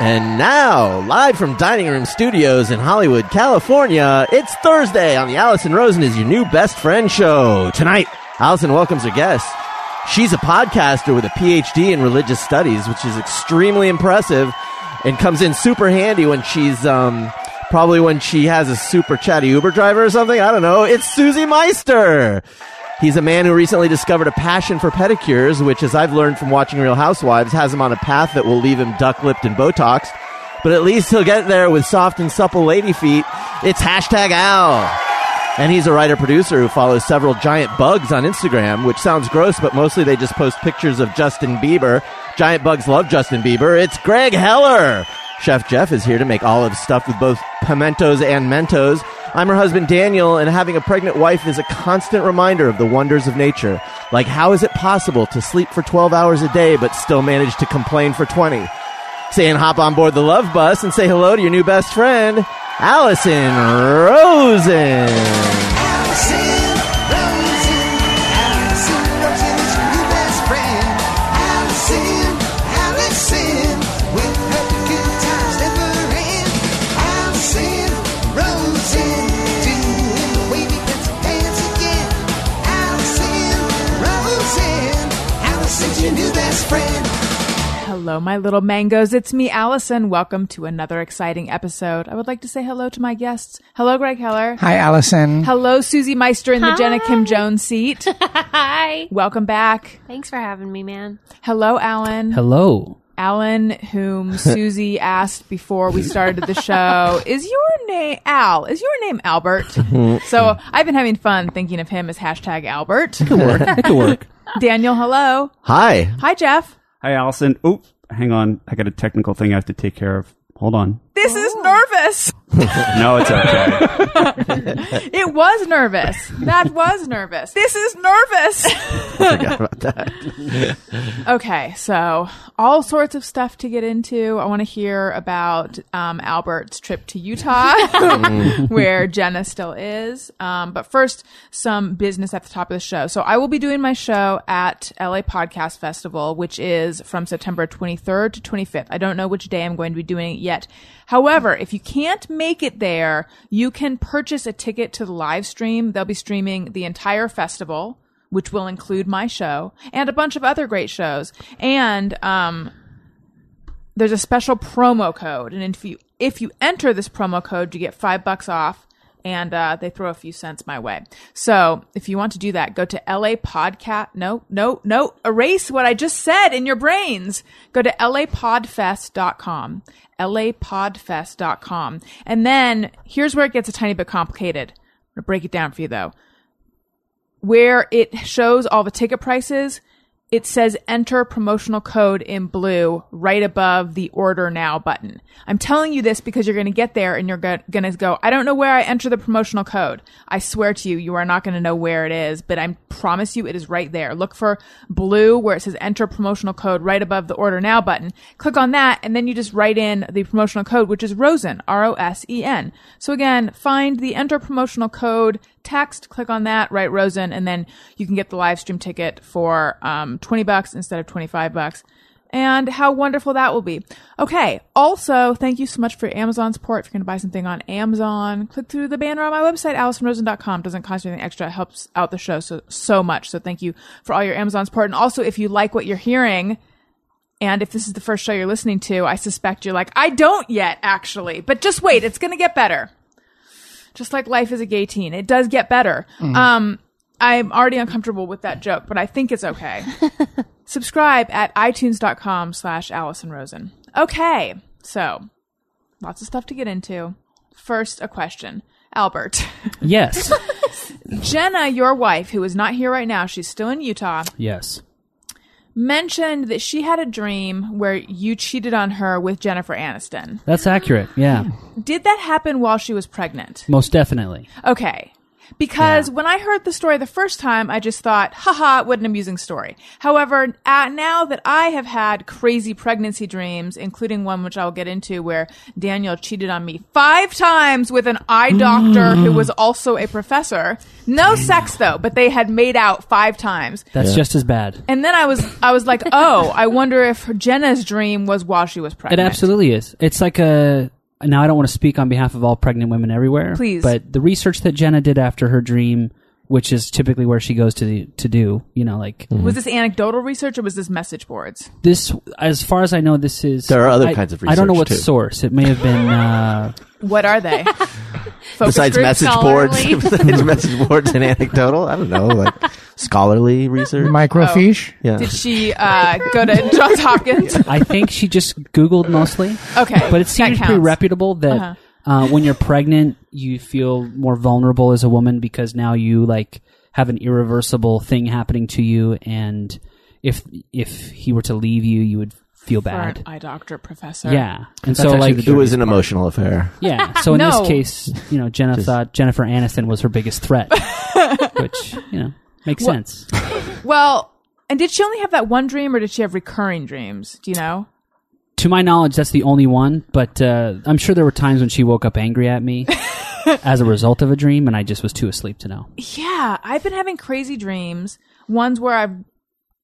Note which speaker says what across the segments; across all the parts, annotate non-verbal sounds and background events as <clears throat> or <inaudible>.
Speaker 1: And now, live from Dining Room Studios in Hollywood, California, it's Thursday on the Allison Rosen is Your New Best Friend show. Tonight, Allison welcomes her guest. She's a podcaster with a PhD in religious studies, which is extremely impressive and comes in super handy when she's, um, probably when she has a super chatty Uber driver or something. I don't know. It's Susie Meister. He's a man who recently discovered a passion for pedicures, which, as I've learned from watching Real Housewives, has him on a path that will leave him duck lipped and Botoxed. But at least he'll get there with soft and supple lady feet. It's hashtag Al. And he's a writer producer who follows several giant bugs on Instagram, which sounds gross, but mostly they just post pictures of Justin Bieber. Giant bugs love Justin Bieber. It's Greg Heller. Chef Jeff is here to make olives stuffed with both pimentos and mentos. I'm her husband Daniel, and having a pregnant wife is a constant reminder of the wonders of nature. Like, how is it possible to sleep for 12 hours a day but still manage to complain for 20? saying hop on board the love bus and say hello to your new best friend, Allison Rosen.
Speaker 2: Allison Rosen, Allison Rosen is your new best friend. Allison, Allison, with her good times never end. Allison Rosen, doing the wavy pencil dance again. Allison Rosen, Allison's your new best friend.
Speaker 3: Hello, my little mangoes. It's me, Allison. Welcome to another exciting episode. I would like to say hello to my guests. Hello, Greg Heller.
Speaker 4: Hi, Allison.
Speaker 3: Hello, Susie Meister in the Jenna Kim Jones seat.
Speaker 5: Hi.
Speaker 3: Welcome back.
Speaker 5: Thanks for having me, man.
Speaker 3: Hello, Alan.
Speaker 6: Hello.
Speaker 3: Alan,
Speaker 6: <laughs>
Speaker 3: whom Susie asked before we started the show, is your name Al? Is your name
Speaker 6: <laughs>
Speaker 3: Albert? so I've been having fun thinking of him as hashtag Albert.
Speaker 6: It could work.
Speaker 3: <laughs> Daniel, hello.
Speaker 1: Hi.
Speaker 3: Hi, Jeff.
Speaker 7: Hi, Allison. Oop, hang on. I got a technical thing I have to take care of. Hold on.
Speaker 3: This is nervous.
Speaker 7: No, it's okay.
Speaker 3: <laughs> It was nervous. That was nervous. This is nervous.
Speaker 1: <laughs> Forgot about that.
Speaker 3: <laughs> okay, so all sorts of stuff to get into. I want to hear about um, Albert's trip to
Speaker 1: <laughs>
Speaker 3: Utah,
Speaker 1: Mm.
Speaker 3: where Jenna still is. Um, but first, some business at the top of the show. So I will be doing my show at LA Podcast Festival, which is from September 23rd to 25th. I don't know which day I'm going to be doing it yet. However, if you can't make it there, you can purchase a ticket to the live stream. They'll be streaming the entire festival which will include my show and a bunch of other great shows. And um, there's a special promo code, and if you if you enter this promo code, you get five bucks off, and uh, they throw a few cents my way. So if you want to do that, go to LA Podcast. No, no, no. Erase what I just said in your brains. Go to lapodfest.com. lapodfest.com. And then here's where it gets a tiny bit complicated. I'm going to break it down for you though where it shows all the ticket prices, it says enter promotional code in blue right above the order now button. I'm telling you this because you're going to get there and you're go- going to go, I don't know where I enter the promotional code. I swear to you, you are not going to know where it is, but I promise you it is right there. Look for blue where it says enter promotional code right above the order now button. Click on that and then you just write in the promotional code, which is ROSEN, R O S E N. So again, find the enter promotional code text, click on that, write Rosen, and then you can get the live stream ticket for um, 20 bucks instead of 25 bucks. And how wonderful that will be. Okay. Also, thank you so much for your Amazon support. If you're going to buy something on Amazon, click through the banner on my website, AllisonRosen.com. Doesn't cost you anything extra. It helps out the show so, so much. So thank you for all your Amazon support. And also, if you like what you're hearing, and if this is the first show you're listening to, I suspect you're like, I don't yet, actually. But just wait, it's going to get better. Just like life is a gay teen, it does get better. Um, I'm already uncomfortable with that joke, but I think it's okay. Subscribe at itunes.com slash Allison Rosen. Okay, so lots of stuff to get into. First, a question. Albert. <laughs>
Speaker 1: <laughs>
Speaker 6: Yes.
Speaker 3: Jenna, your wife, who is not here right now, she's still in Utah.
Speaker 6: yes.
Speaker 3: mentioned that she had a dream where you cheated on her with Jennifer Aniston.
Speaker 6: That's accurate. Yeah.
Speaker 3: Did that happen while she was pregnant?
Speaker 6: Most definitely.
Speaker 3: Okay. Because when I heard the story the first time, I just thought, haha, what an amusing story. However, uh, now that I have had crazy pregnancy dreams, including one which I'll get into where Daniel cheated on me five times with an eye doctor who was also a professor. No sex though, but they had made out five times.
Speaker 6: That's just as bad.
Speaker 3: And then I was, I was like, <laughs> oh, I wonder if Jenna's dream was while she was
Speaker 6: It
Speaker 3: pregnant.
Speaker 6: absolutely is. It's like a. Now I don't want to speak on behalf of all pregnant women everywhere.
Speaker 3: Please.
Speaker 6: But the research that Jenna did after her dream, which is typically where she goes to the, to do, you know, like
Speaker 1: Hmm.
Speaker 3: Was this anecdotal research or was this message boards?
Speaker 6: this. As far as I know, this is
Speaker 1: There are other
Speaker 6: I-
Speaker 1: kinds of
Speaker 6: I don't know
Speaker 1: research,
Speaker 6: what
Speaker 1: too.
Speaker 6: source. It may have been. Uh,
Speaker 3: What are they? Focus
Speaker 1: Besides
Speaker 3: groups?
Speaker 1: message boards, <laughs>
Speaker 5: scholarly.
Speaker 1: besides message boards and anecdotal, I don't know, like scholarly research.
Speaker 4: Microfiche.
Speaker 1: yeah.
Speaker 6: <laughs>
Speaker 3: Did she uh, go to Johns Hopkins?
Speaker 6: I think she just Googled mostly.
Speaker 3: Okay,
Speaker 6: But
Speaker 3: that
Speaker 6: it seems pretty
Speaker 3: counts. Uh-huh.
Speaker 6: reputable that uh when you're pregnant, you feel more vulnerable as a woman because now you like have an irreversible thing happening to you, and if if he were to leave you, you would feel
Speaker 3: Or an
Speaker 6: bad.
Speaker 3: eye doctor professor.
Speaker 6: Yeah, and so
Speaker 7: actually
Speaker 6: like
Speaker 7: the
Speaker 1: it was an emotional affair.
Speaker 6: yeah. So
Speaker 3: <laughs>
Speaker 6: in
Speaker 3: No.
Speaker 6: this case, you know, Jenna thought Jennifer Aniston was her biggest threat,
Speaker 3: <laughs>
Speaker 6: which you know makes sense.
Speaker 3: Well, and did she only have that one dream or did she have recurring dreams? Do you know?
Speaker 6: to my knowledge, that's the only one. But uh, I'm sure there were times when she woke up angry
Speaker 3: <laughs>
Speaker 6: at me as a result of a dream, and I just was too asleep to know.
Speaker 3: Yeah, I've been having crazy dreams, ones where I've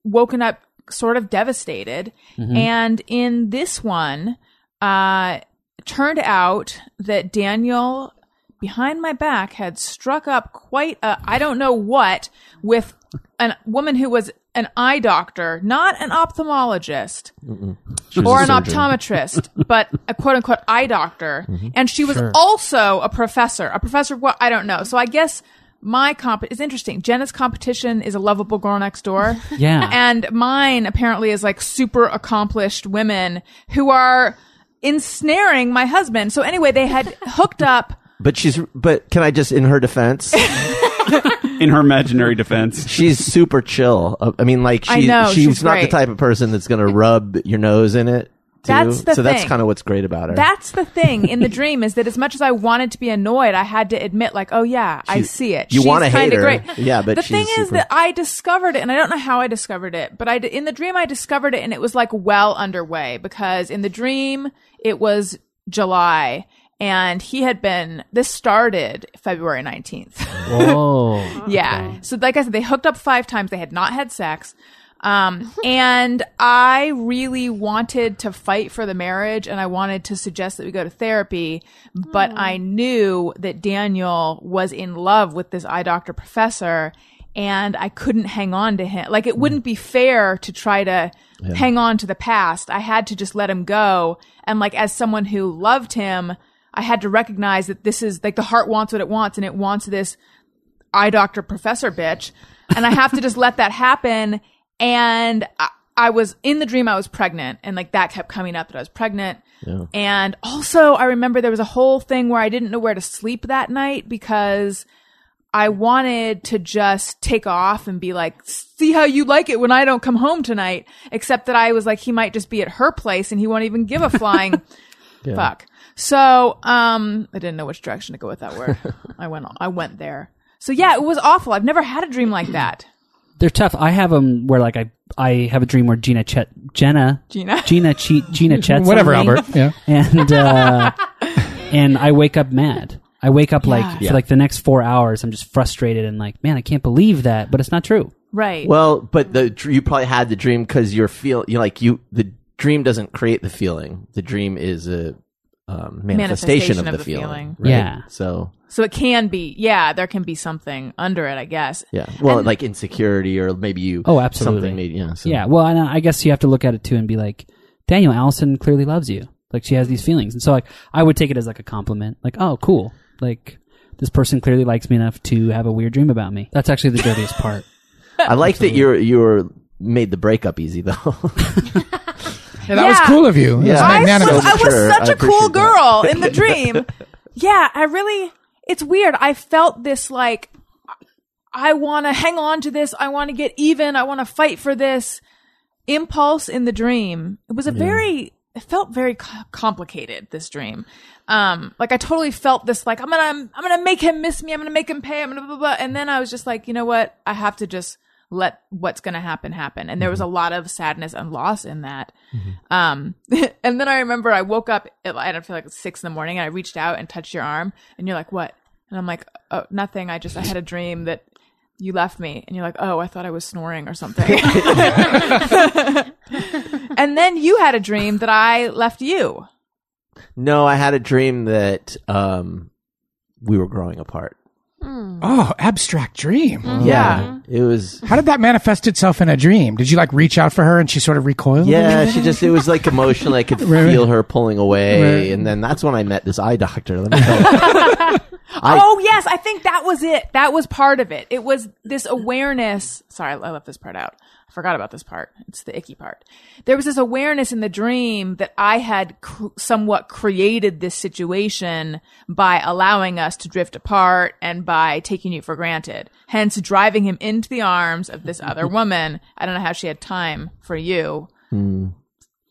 Speaker 3: woken up sort of devastated.
Speaker 6: Mm-hmm.
Speaker 3: And in this one, uh, turned out that Daniel behind my back had struck up quite a I don't know what with a woman who was an eye doctor, not an ophthalmologist or an optometrist, but a quote unquote eye doctor. And she was also a professor, a professor of what I don't know. So I guess my comp is interesting. Jenna's competition is a lovable girl next door.
Speaker 6: Yeah.
Speaker 3: And mine apparently is like super accomplished women who are ensnaring my husband. So anyway, they had hooked up.
Speaker 1: But she's, but can I just, in her defense,
Speaker 7: in her imaginary defense.
Speaker 1: she's super chill. Uh, I mean, like, she,
Speaker 3: I know,
Speaker 1: she's,
Speaker 3: she's
Speaker 1: not the
Speaker 3: great.
Speaker 1: type of person that's going to rub your nose in it. Too.
Speaker 3: That's the
Speaker 1: so that's
Speaker 3: thing.
Speaker 1: kind of what's great about her.
Speaker 3: That's the
Speaker 1: <laughs>
Speaker 3: thing in the dream is that as much as I wanted to be annoyed, I had to admit, like, oh yeah, I see it.
Speaker 1: you
Speaker 3: She's
Speaker 1: wanna hate
Speaker 3: kinda
Speaker 1: her.
Speaker 3: Great.
Speaker 1: Yeah, but
Speaker 3: the
Speaker 1: she's
Speaker 3: thing is
Speaker 1: super-
Speaker 3: that I discovered it, and I don't know how I discovered it, but I d- in the dream I discovered it, and it was like well underway because in the dream it was July, and he had been. This started February nineteenth. <laughs>
Speaker 6: Oh,
Speaker 3: Yeah. So like I said, they hooked up five times. They had not had sex. Um, <laughs> and I really wanted to fight for the marriage and I wanted to suggest that we go to therapy, but I knew that Daniel was in love with this eye doctor professor and I couldn't hang on to him. Like it wouldn't be fair to try to hang on to the past. I had to just let him go. And like as someone who loved him, I had to recognize that this is like the heart wants what it wants and it wants this eye doctor professor bitch and i have to just let that happen and I, I was in the dream i was pregnant and like that kept coming up that i was pregnant and also i remember there was a whole thing where i didn't know where to sleep that night because i wanted to just take off and be like see how you like it when i don't come home tonight except that i was like he might just be at her place and he won't even give a flying fuck so um i didn't know which direction to go with that
Speaker 4: <laughs>
Speaker 3: word i went i went there so yeah it was awful i've never had a dream like that
Speaker 6: they're tough. I have them where like I I have a dream where Gina Chet Jenna
Speaker 3: Gina.
Speaker 6: Gina che-
Speaker 3: <laughs>
Speaker 6: Gina Chet
Speaker 4: Whatever, Albert. Yeah.
Speaker 6: and uh, and I wake up mad. I wake up like
Speaker 1: Yeah.
Speaker 6: for like the next four hours. I'm just frustrated and like, man, I can't believe that, but it's not true.
Speaker 3: right
Speaker 1: Well, but the dr- you probably had the dream because you're feel you like you the dream doesn't create the feeling. The dream is a um, manifestation, of, the, feeling. right?
Speaker 6: Yeah.
Speaker 1: So
Speaker 3: so it can be yeah there can be something under it i guess
Speaker 1: yeah, well, like insecurity or maybe you.
Speaker 6: Oh, absolutely.
Speaker 1: Something made yeah. So.
Speaker 6: Yeah, well, and I guess you have to look at it too and be like, Daniel Allison clearly loves you. Like she has these feelings, and so like I would take it as like a compliment. Like, oh, cool. Like this person clearly likes me enough to have a weird dream about me. That's actually the dirtiest part.
Speaker 1: I like that you're you're made the breakup easy though. <laughs>
Speaker 4: Yeah, that was
Speaker 3: Yeah.
Speaker 4: cool of you. That's
Speaker 1: Yeah.
Speaker 3: I,
Speaker 4: magnanimous.
Speaker 3: was- I
Speaker 1: Sure,
Speaker 3: was such
Speaker 1: I
Speaker 3: a cool
Speaker 1: appreciate that.
Speaker 3: girl in the dream. <laughs> yeah, I really, it's weird. I felt this like, I want to hang on to this. I want to get even. I want to fight for this impulse in the dream. It was a very it felt very co- complicated this dream um like i totally felt this like i'm gonna i'm gonna make him miss me i'm gonna make him pay i'm gonna blah, blah, blah. and then i was just like you know what i have to just let what's gonna happen happen and there was a lot of sadness and loss in that um <laughs> and then i remember i woke up at i don't feel like six in the morning and i reached out and touched your arm and you're like what and i'm like oh nothing i just i had a dream that you left me and you're like oh i thought i was snoring or something <laughs> and then you had a dream that I left you.
Speaker 1: No, I had a dream that um, we were growing apart.
Speaker 4: Oh, abstract dream.
Speaker 1: Yeah, it was.
Speaker 4: How did that manifest itself in a dream? Did you like reach out for her and she sort of recoiled? a little
Speaker 1: Yeah,
Speaker 4: bit?
Speaker 1: she just, it was like emotional. I could
Speaker 4: Right.
Speaker 1: feel her pulling away.
Speaker 4: Right.
Speaker 1: And then that's when I met this eye doctor. Let me tell you.
Speaker 3: <laughs>
Speaker 1: I-
Speaker 3: oh yes, I think that was it. That was part of it. It was this awareness. Sorry, I left this part out. I forgot about this part. It's the icky part. There was this awareness in the dream that I had cr- somewhat created this situation by allowing us to drift apart and by taking you for granted. Hence, driving him into the arms of this
Speaker 1: <laughs>
Speaker 3: other woman. I don't know how she had time for you.
Speaker 1: Hmm.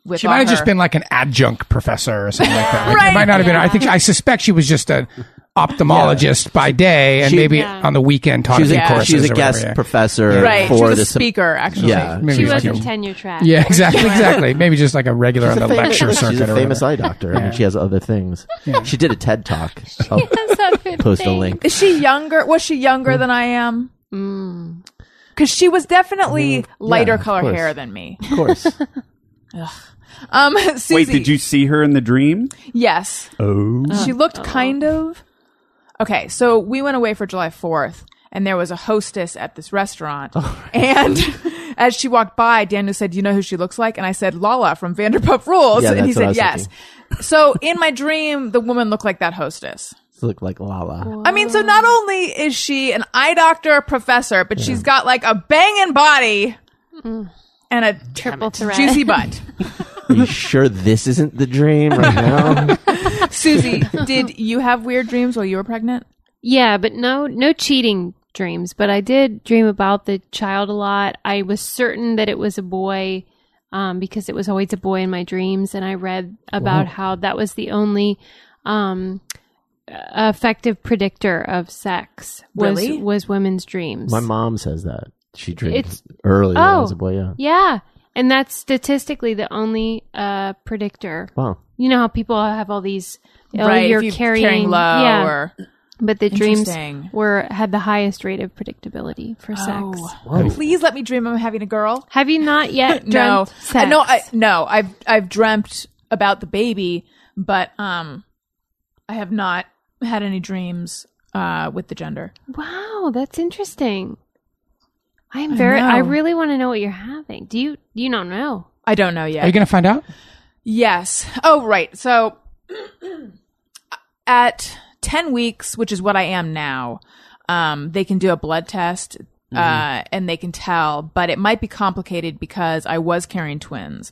Speaker 3: With
Speaker 4: She
Speaker 3: all
Speaker 4: might have
Speaker 3: her-
Speaker 4: just been like an adjunct professor or something like that. Like,
Speaker 3: Right,
Speaker 4: It might not have been. I think I suspect she was just an ophthalmologist by day and
Speaker 1: She-
Speaker 4: maybe on the weekend taught
Speaker 1: She
Speaker 4: a
Speaker 1: was
Speaker 4: few
Speaker 1: a,
Speaker 4: courses.
Speaker 1: she was a
Speaker 4: or
Speaker 1: guest
Speaker 4: whatever,
Speaker 1: professor
Speaker 3: Oh, right. She
Speaker 1: for
Speaker 3: was a
Speaker 1: this.
Speaker 3: speaker, actually.
Speaker 1: Yeah.
Speaker 4: Maybe
Speaker 5: She
Speaker 4: like
Speaker 5: was
Speaker 4: a-
Speaker 5: in tenure track.
Speaker 4: yeah,
Speaker 5: <laughs>
Speaker 4: exactly, exactly. Maybe just like a regular on
Speaker 1: She's
Speaker 4: the
Speaker 1: a famous-
Speaker 4: lecture circuit.
Speaker 1: She's a
Speaker 4: or
Speaker 1: famous
Speaker 4: whatever.
Speaker 1: eye doctor. I mean, she has other things. She did a TED talk. I'll
Speaker 5: That's a
Speaker 1: <laughs>
Speaker 5: good
Speaker 1: post a
Speaker 5: thing.
Speaker 1: link.
Speaker 3: Is she younger? Was she younger than I am? Because she was definitely lighter
Speaker 1: of
Speaker 3: color
Speaker 1: course.
Speaker 3: hair than me.
Speaker 1: Of course.
Speaker 3: Um, <laughs> Susie,
Speaker 7: Wait, did you see her in the dream?
Speaker 3: Yes,
Speaker 7: Oh.
Speaker 3: she looked kind of. Okay, so we went away for July Fourth, and there was a hostess at this restaurant,
Speaker 1: Oh.
Speaker 3: and. <laughs> As she walked by, Daniel said, "You know who she looks like?" And I said, "Lala from Vanderpump Rules."
Speaker 1: Yeah,
Speaker 3: and he
Speaker 1: that's what I
Speaker 3: said,
Speaker 1: was
Speaker 3: "Yes." so in my dream, the woman looked like that hostess.
Speaker 1: Look like Lala.
Speaker 3: I mean, so not only is she an eye doctor professor, but she's got like a banging body and a Mm.
Speaker 5: Triple
Speaker 3: damn it,
Speaker 5: threat.
Speaker 3: juicy butt.
Speaker 1: Are you sure this isn't the dream right now?
Speaker 3: <laughs> Susie, did you have weird dreams while you were pregnant?
Speaker 5: Yeah, but no, no cheating dreams. But I did dream about the child a lot. I was certain that it was a boy um, because it was always a boy in my dreams, and I read about how that was the only um, effective predictor of sex was
Speaker 3: Really?
Speaker 5: was women's dreams.
Speaker 1: My mom says that. She dreams
Speaker 5: It's-
Speaker 1: early when I was
Speaker 5: Oh.
Speaker 1: a boy. Yeah.
Speaker 5: yeah, and that's statistically the only uh, predictor.
Speaker 1: Wow.
Speaker 5: You know how people have all these. Oh,
Speaker 3: right,
Speaker 5: you're
Speaker 3: if you
Speaker 5: carrying,
Speaker 3: low
Speaker 5: yeah,
Speaker 3: or
Speaker 5: but the dreams
Speaker 3: Interesting. Oh.
Speaker 5: were had the highest rate of predictability for sex.
Speaker 1: Whoa.
Speaker 3: Please let me dream I'm having a girl.
Speaker 5: Have
Speaker 3: <laughs>
Speaker 5: you not yet
Speaker 3: No, Uh,
Speaker 5: dreamt sex?
Speaker 3: no, I, no. I've I've dreamt about the baby, but um, I have not had any dreams uh with the gender.
Speaker 5: wow, that's interesting. I'm
Speaker 3: I
Speaker 5: very. I,
Speaker 3: know.
Speaker 5: really want to know what you're having. Do you? You don't know.
Speaker 3: I don't know yet.
Speaker 4: Are you going to find out?
Speaker 3: Yes. Oh, right. So <clears throat> at 10 weeks, which is what I am now, um, they can do a blood test uh, and they can tell, but it might be complicated because I was carrying twins.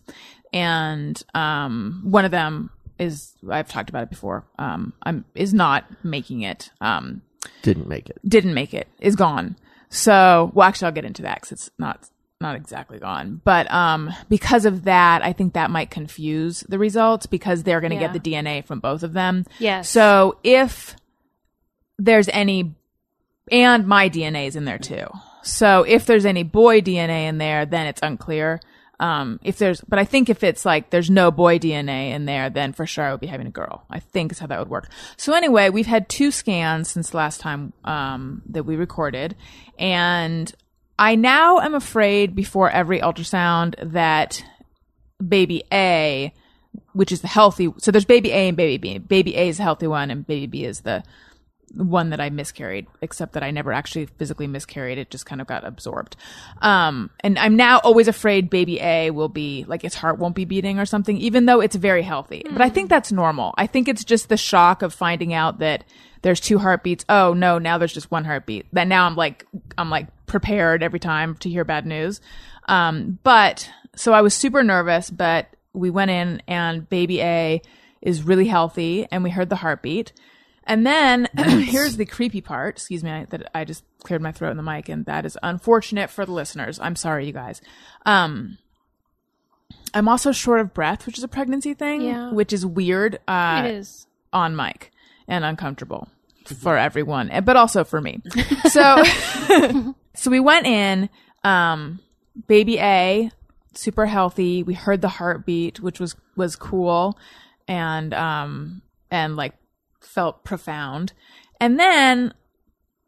Speaker 3: And um, one of them is, I've talked about it before, um, I'm, is not making it. Um,
Speaker 1: Didn't make it.
Speaker 3: didn't make it is gone. So, well, actually, I'll get into that because it's not not exactly gone. But um, because of that, I think that might confuse the results because they're going to
Speaker 5: Yeah.
Speaker 3: get the DNA from both of them.
Speaker 5: Yes.
Speaker 3: So if there's any, and my DNA is in there too. So if there's any boy DNA in there, then it's unclear. Um, if there's, but I think if it's like there's no boy DNA in there, then for sure I would be having a girl. I think is how that would work. So anyway, we've had two scans since the last time um, that we recorded, and I now am afraid before every ultrasound that baby A, which is the healthy. So there's baby A and baby B. Baby A is the healthy one, and baby B is the one that I miscarried, except that I never actually physically miscarried. It just kind of got absorbed. Um, and I'm now always afraid baby A will be like its heart won't be beating or something, even though it's very healthy. But I think that's normal. I think it's just the shock of finding out that there's two heartbeats. Oh no, now there's just one heartbeat. That now I'm like, I'm like prepared every time to hear bad news. Um, but so I was super nervous, but we went in and baby A is really healthy and we heard the heartbeat. And then <clears throat> here's the creepy part. Excuse me, I, that I just cleared my throat in the mic, and that is unfortunate for the listeners. I'm sorry, you guys. Um, I'm also short of breath, which is a pregnancy thing,
Speaker 5: Yeah.
Speaker 3: which is weird uh,
Speaker 5: it is.
Speaker 3: on mic and uncomfortable for everyone, eh, but also for me. So, <laughs> so we went in. Um, baby A, super healthy. We heard the heartbeat, which was was cool, and um, and like felt profound. And then,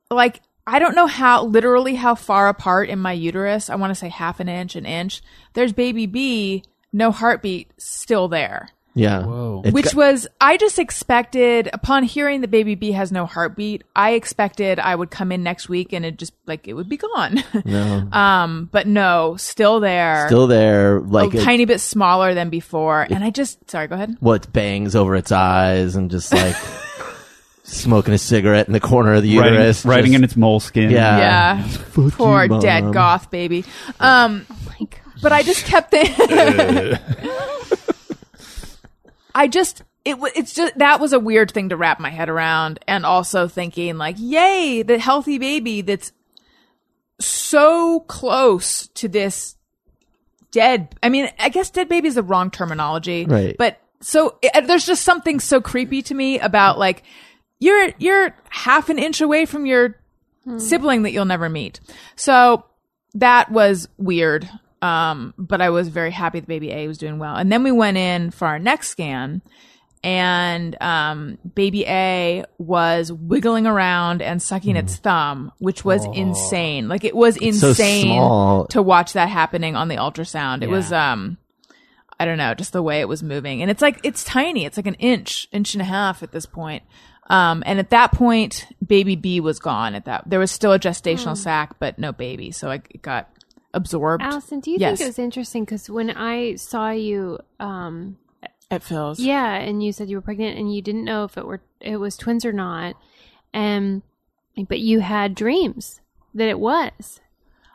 Speaker 3: like, I don't know how literally how far apart in my uterus. I want to say half an inch, an inch. There's baby B, no heartbeat, still there
Speaker 1: Yeah.
Speaker 6: Whoa.
Speaker 1: It's
Speaker 3: which
Speaker 1: got-
Speaker 3: was I just expected upon hearing that baby B has no heartbeat, I expected I would come in next week and it just like it would be gone.
Speaker 1: no,
Speaker 3: <laughs> um, but no, still there.
Speaker 1: still there. Like
Speaker 3: a
Speaker 1: it-
Speaker 3: tiny bit smaller than before. and I just sorry, go ahead.
Speaker 1: what bangs over its eyes and just like smoking a cigarette in the corner of the
Speaker 7: Writing,
Speaker 1: uterus.
Speaker 7: writing
Speaker 1: just-
Speaker 7: in its moleskin.
Speaker 1: Yeah. <laughs>
Speaker 3: yeah. Poor
Speaker 1: you,
Speaker 3: dead
Speaker 1: Mom.
Speaker 3: goth baby. Um <laughs> but I just kept thinking I just it wa- it's just that was a weird thing to wrap my head around and also thinking like yay the healthy baby that's so close to this dead I mean I guess dead baby is the wrong terminology
Speaker 1: Right.
Speaker 3: but so it, there's just something so creepy to me about like you're you're half an inch away from your sibling that you'll never meet. So that was weird. Um, but I was very happy that baby A was doing well. And then we went in for our next scan and um baby A was wiggling around and sucking its thumb, which was insane. Like it was
Speaker 1: Mm. so
Speaker 3: insane
Speaker 1: small.
Speaker 3: to watch that happening on the ultrasound. It was um I don't know, just the way it was moving. And it's like it's tiny. It's like an inch, inch and a half at this point. Um, and at that point, baby B was gone. At that, there was still a gestational
Speaker 5: Hmm.
Speaker 3: sac, but no baby, so like it got absorbed
Speaker 5: Allison, do you
Speaker 3: Yes.
Speaker 5: think it was interesting? Because when I saw you, um,
Speaker 3: at Phil's.
Speaker 5: Yeah, and you said you were pregnant and you didn't know if it were it was twins or not. Um but you had dreams that it was.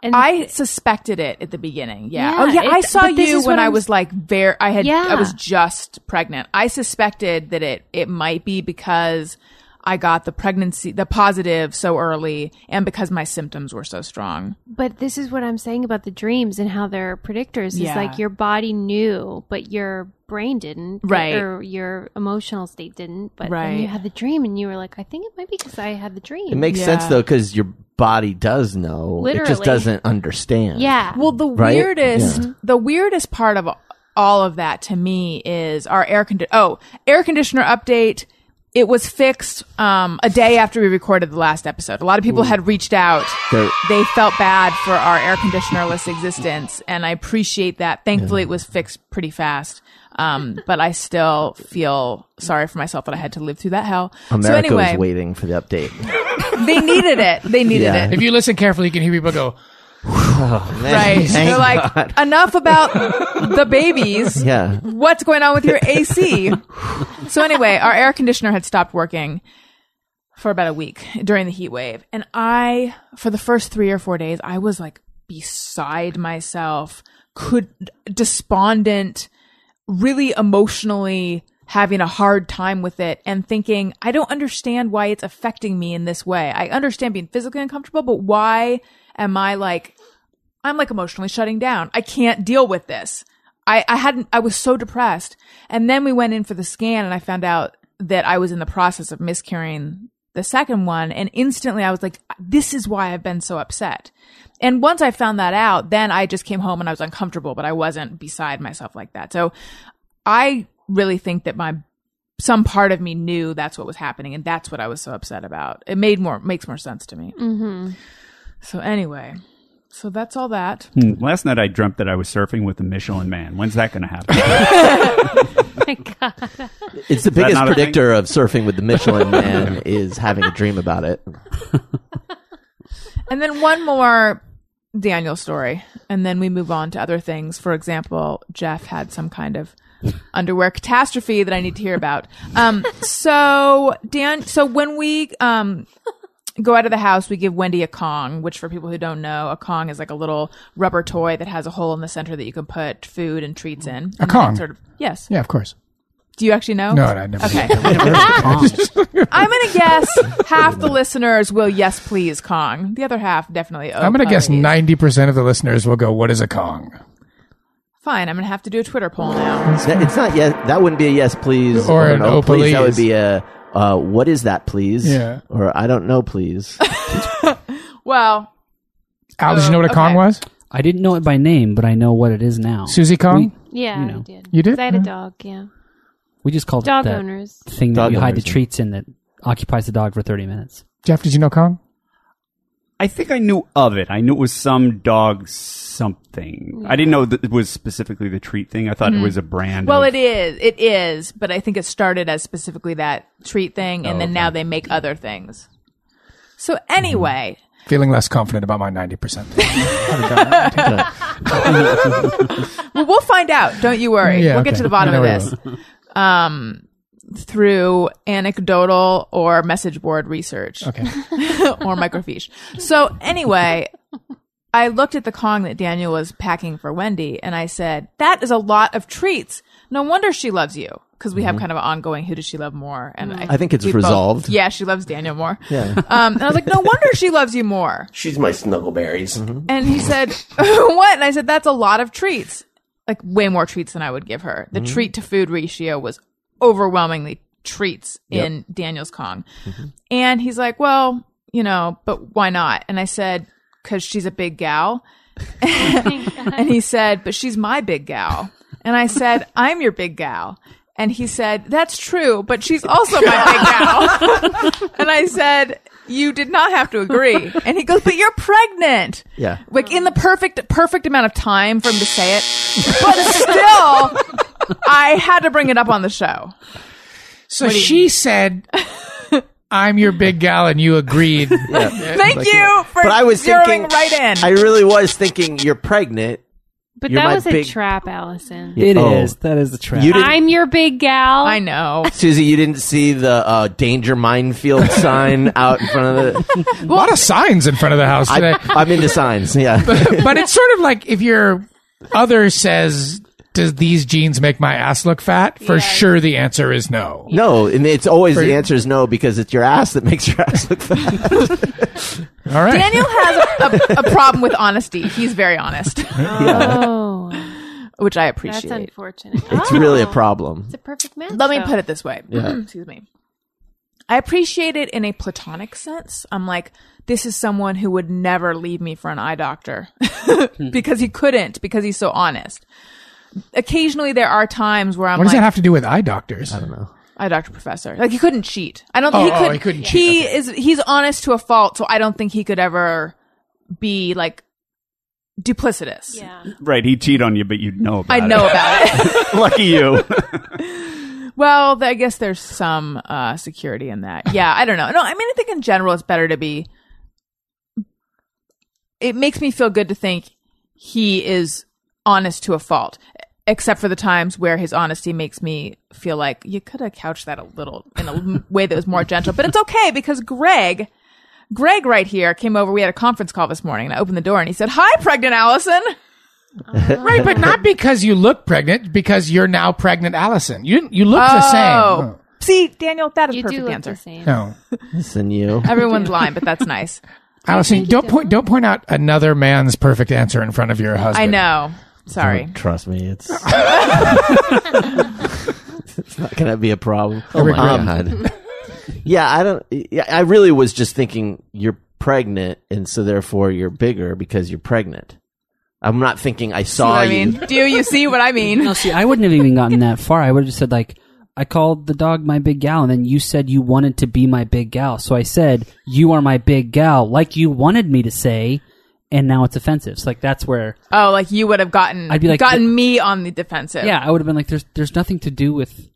Speaker 5: And
Speaker 3: I suspected it at the beginning. Yeah.
Speaker 5: Yeah,
Speaker 3: oh yeah, I
Speaker 5: it's-
Speaker 3: saw
Speaker 5: but this
Speaker 3: you
Speaker 5: is
Speaker 3: when
Speaker 5: what
Speaker 3: I
Speaker 5: I'm-
Speaker 3: was like very I had I
Speaker 5: Yeah.
Speaker 3: was just pregnant. I suspected that it it might be because I got the pregnancy the positive so early and because my symptoms were so strong.
Speaker 5: but this is what I'm saying about the dreams and how they're predictors.
Speaker 3: Yeah.
Speaker 5: It's like your body knew, but your brain didn't.
Speaker 3: Right.
Speaker 5: Or your emotional state didn't. But
Speaker 3: Right.
Speaker 5: then you had the dream and you were like, I think it might be because I had the dream.
Speaker 1: It makes
Speaker 3: Yeah.
Speaker 1: sense though because your body does know. It just
Speaker 5: Literally.
Speaker 1: doesn't understand.
Speaker 5: yeah.
Speaker 3: Well, the
Speaker 1: Right?
Speaker 3: weirdest,
Speaker 1: Yeah.
Speaker 3: the weirdest part of all of that to me is our air condi- oh air conditioner update. It was fixed um, a day after we recorded the last episode. A lot of people had reached out.
Speaker 1: They're-
Speaker 3: They felt bad for our air conditionerless existence, and I appreciate that. Thankfully, it was fixed pretty fast. Um, but I still feel sorry for myself that I had to live through that hell. so
Speaker 1: America
Speaker 3: anyway,
Speaker 1: was waiting for the update.
Speaker 3: they needed it. They needed
Speaker 1: Yeah. <laughs>
Speaker 3: it.
Speaker 4: If you listen carefully, you can hear people go.
Speaker 3: <laughs> Right.
Speaker 1: <laughs> Thank
Speaker 3: They're like,
Speaker 1: God.
Speaker 3: enough about the babies.
Speaker 1: Yeah.
Speaker 3: What's going on with your AC? so, anyway, our air conditioner had stopped working for about a week during the heat wave. And I, for the first three or four days, I was like beside myself, could despondent, really emotionally having a hard time with it and thinking, I don't understand why it's affecting me in this way. I understand being physically uncomfortable, but why am I like, I'm like emotionally shutting down. I can't deal with this. I, I hadn't, I was so depressed. And then we went in for the scan and I found out that I was in the process of miscarrying the second one. And instantly I was like, this is why I've been so upset. And once I found that out, then I just came home and I was uncomfortable, but I wasn't beside myself like that. So I really think that my, some part of me knew that's what was happening and that's what I was so upset about. It made more, makes more sense to me.
Speaker 5: mm-hmm.
Speaker 3: So anyway, so that's all that.
Speaker 7: Hmm. Last night I dreamt that I was surfing with a Michelin man. When's that going
Speaker 3: <laughs>
Speaker 7: to happen?
Speaker 5: my God.
Speaker 1: It's the
Speaker 7: that
Speaker 1: biggest
Speaker 7: not a thing?
Speaker 1: predictor of surfing with the
Speaker 3: <laughs>
Speaker 1: Michelin man is having a dream about it.
Speaker 3: And then one more Daniel story, and then we move on to other things. For example, Jeff had some kind of underwear catastrophe that I need to hear about. Um, so Dan, so when we um go out of the house, we give Wendy a Kong, which for people who don't know, a Kong is like a little rubber toy that has a hole in the center that you can put food and treats in. And then it
Speaker 4: Kong?
Speaker 3: sort of yes.
Speaker 4: Yeah, of course.
Speaker 3: Do you actually know?
Speaker 4: No, I never.
Speaker 3: Okay.
Speaker 4: <laughs>
Speaker 6: Kong.
Speaker 3: I'm gonna guess half the listeners will yes please Kong. The other half definitely. oh,
Speaker 4: I'm going to guess
Speaker 3: please.
Speaker 4: ninety percent of the listeners will go. What is a Kong?
Speaker 3: Fine, I'm gonna have to do a Twitter poll now.
Speaker 1: That- it's not yes. That wouldn't be a yes, please,
Speaker 4: Or an oh,
Speaker 1: please. That would
Speaker 4: please.
Speaker 1: be a uh, what is that, please?
Speaker 4: Yeah.
Speaker 1: Or I don't know,
Speaker 3: <laughs>
Speaker 1: please.
Speaker 3: Well,
Speaker 4: Al, did
Speaker 3: Oh,
Speaker 4: you know what a Kong
Speaker 3: okay.
Speaker 4: was?
Speaker 6: I didn't know it by name, but I know what it is now.
Speaker 4: Susie Kong?
Speaker 5: Yeah,
Speaker 6: You know.
Speaker 5: I did.
Speaker 4: You did?
Speaker 5: 'Cause I had a
Speaker 4: Yeah.
Speaker 5: dog. Yeah,
Speaker 6: We just called
Speaker 5: dog
Speaker 6: it that
Speaker 5: owners.
Speaker 6: thing that
Speaker 1: Dog
Speaker 6: you hide the
Speaker 1: owners, yeah.
Speaker 6: treats in that occupies the dog for 30 minutes.
Speaker 4: Jeff, did you know Kong?
Speaker 7: I think I knew of it. I knew it was some dog something. I didn't know that it was specifically the treat thing. I thought it was a
Speaker 3: Mm-hmm.
Speaker 7: brand.
Speaker 3: well,
Speaker 7: of-
Speaker 3: it is, it is, but I think it started as specifically that treat thing, and then
Speaker 4: Oh,
Speaker 3: now they make other things. So
Speaker 4: Mm-hmm.
Speaker 3: anyway,
Speaker 4: Feeling less confident about
Speaker 3: <laughs>
Speaker 4: my 90%.
Speaker 3: well, we'll find out. Don't you worry.
Speaker 4: Yeah,
Speaker 3: we'll get
Speaker 4: okay.
Speaker 3: to the bottom
Speaker 4: I
Speaker 3: of
Speaker 4: know
Speaker 3: this. Um, through anecdotal or message board research.
Speaker 4: Okay.
Speaker 3: <laughs> or microfiche. So anyway, I looked at the Kong that Daniel was packing for Wendy and I said, that is a lot of treats. No wonder she loves you. Because we have kind of an ongoing who does she love more? And I,
Speaker 1: Mm-hmm. Mm. I think it's
Speaker 3: we both-
Speaker 1: resolved.
Speaker 3: yeah, she loves Daniel more. Yeah. <laughs> Um, and I was like, no wonder she loves you more.
Speaker 8: She's my snuggleberries.
Speaker 1: Mm-hmm.
Speaker 3: And he said, <laughs> What? And I said, That's a lot of treats. Like, way more treats than I would give her. The
Speaker 1: Mm-hmm.
Speaker 3: treat to food ratio was overwhelmingly treats in Daniel's Kong. And he's like, Well, you know, but why not? And I said, Because she's a big gal. and he said, But she's my big gal. And I said, I'm your big gal. And he said, That's true, but she's also my big gal. and I said, You did not have to agree. And he goes, But you're pregnant
Speaker 1: Yeah.
Speaker 3: like in the perfect perfect amount of time for him to
Speaker 1: <laughs>
Speaker 3: say it but still i had to bring it up on the show
Speaker 4: So she
Speaker 3: <laughs>
Speaker 4: said, I'm your big gal, and you
Speaker 3: <laughs>
Speaker 4: agreed.
Speaker 3: thank you for
Speaker 1: But I was
Speaker 3: zeroing
Speaker 1: thinking
Speaker 3: right in
Speaker 1: I really was thinking you're pregnant.
Speaker 5: But
Speaker 1: You're my
Speaker 5: that was a
Speaker 1: big-
Speaker 5: trap, Allison.
Speaker 6: It is.
Speaker 1: Oh.
Speaker 6: That is the trap.
Speaker 1: You didn't,
Speaker 5: I'm your big gal.
Speaker 3: I know
Speaker 1: Susie. You didn't see the uh, danger minefield
Speaker 3: <laughs>
Speaker 1: sign out in front of the.
Speaker 4: a lot of signs in front of the house today.
Speaker 1: I, <laughs> I'm into signs.
Speaker 3: <laughs>
Speaker 1: Yeah.
Speaker 4: but it's sort of like if your other says, Does these jeans make my ass look fat? For sure, the answer is no.
Speaker 1: No, and it's always the answer is no because it's your ass that <laughs> makes your ass look
Speaker 3: <laughs>
Speaker 1: fat.
Speaker 4: All right.
Speaker 3: daniel has a, a, a problem with honesty he's very honest <laughs>
Speaker 1: <laughs>
Speaker 5: Oh,
Speaker 3: which i
Speaker 5: that's
Speaker 3: appreciate
Speaker 5: unfortunate.
Speaker 1: It's really
Speaker 3: Oh.
Speaker 1: a problem.
Speaker 5: It's a perfect match.
Speaker 3: let me
Speaker 5: though.
Speaker 3: put it this way <clears throat> excuse me i appreciate it in a platonic sense i'm like this is someone who would never leave me for an eye doctor <laughs>
Speaker 4: Hmm.
Speaker 3: because he couldn't because he's so honest occasionally there are times where i'm
Speaker 4: What does
Speaker 3: like
Speaker 4: that have to do with eye doctors?
Speaker 3: eye doctor professor like he couldn't cheat i don't think
Speaker 4: Oh,
Speaker 3: he
Speaker 4: oh,
Speaker 3: could
Speaker 4: he couldn't cheat,
Speaker 3: he is he's honest to a fault so i don't think he could ever be like duplicitous
Speaker 5: Yeah.
Speaker 7: right. He cheat on you, but you know. About
Speaker 3: i know about
Speaker 4: <laughs>
Speaker 3: it
Speaker 7: It. <laughs> Lucky you. <laughs>
Speaker 3: Well, th- I guess there's some uh, security in
Speaker 5: <laughs>
Speaker 3: that. Yeah, I don't know. No, I mean, I think in general, it's better to be. It makes me feel good to think he is honest to a fault, except for the times where his honesty makes me feel like you could have couched that a little in a m- way that was more gentle. But it's okay because Greg. Greg right here came over. We had a conference call this morning and I opened the door and he said, Hi, pregnant Allison.
Speaker 4: Right, but not because you look pregnant, because you're now pregnant, Allison. You you look the same.
Speaker 3: Oh. See, Daniel, that is
Speaker 5: You do
Speaker 3: perfect
Speaker 5: look
Speaker 3: answer.
Speaker 5: the same.
Speaker 4: No,
Speaker 1: Listen, you.
Speaker 3: Everyone's lying, but that's
Speaker 5: <laughs>
Speaker 3: nice.
Speaker 4: <laughs> Allison, don't point don't point out another man's perfect answer in front of your husband.
Speaker 3: I know. Sorry.
Speaker 1: Trust me,
Speaker 3: <laughs>
Speaker 1: it's. it's not gonna be a problem. Oh
Speaker 4: my
Speaker 1: god. <laughs> yeah, I don't. Yeah, I really was just thinking you're pregnant, and so therefore you're bigger because you're pregnant. I'm not thinking I
Speaker 3: See
Speaker 1: saw
Speaker 3: what I
Speaker 1: you.
Speaker 3: mean? Do you see what I mean?
Speaker 6: <laughs> No, see, I wouldn't have even gotten that far. I would have just said like, I called the dog my big gal, and then you said you wanted to be my big gal. So I said you are my big gal, like you wanted me to say, and now it's offensive. So like that's where,
Speaker 3: Oh, like you would have gotten
Speaker 6: I'd be like-
Speaker 3: gotten me on the defensive.
Speaker 6: yeah, I would have been like, there's there's nothing to do with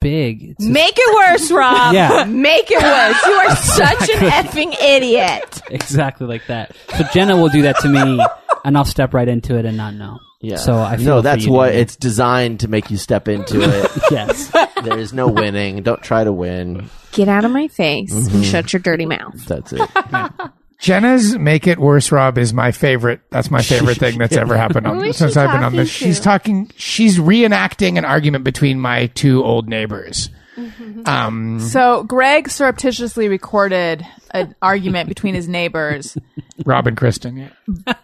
Speaker 6: big. It's just-
Speaker 9: Make it worse, Rob.
Speaker 6: Yeah.
Speaker 9: Make it worse. You
Speaker 6: <laughs>
Speaker 9: are such an effing idiot.
Speaker 6: exactly like that. So Jenna will do that to me, and I'll step right into it and not know.
Speaker 1: Yeah.
Speaker 6: So I feel
Speaker 1: no.
Speaker 6: for
Speaker 1: That's
Speaker 6: you,
Speaker 1: what
Speaker 6: Daniel.
Speaker 1: it's designed to make you step into <laughs> it.
Speaker 6: Yes.
Speaker 1: there is no winning. Don't try to win.
Speaker 9: Get out of my face
Speaker 1: Mm-hmm.
Speaker 9: and shut your dirty mouth.
Speaker 1: That's it.
Speaker 4: Jenna's "Make It Worse, Rob" is my favorite. That's my favorite thing that's ever happened on,
Speaker 5: Who is
Speaker 4: since
Speaker 5: she
Speaker 4: I've been on this.
Speaker 5: talking to?
Speaker 4: She's talking. She's reenacting an argument between my two old neighbors. Um,
Speaker 3: So Greg surreptitiously recorded an argument between his neighbors.
Speaker 4: Rob and Kristen. Yeah.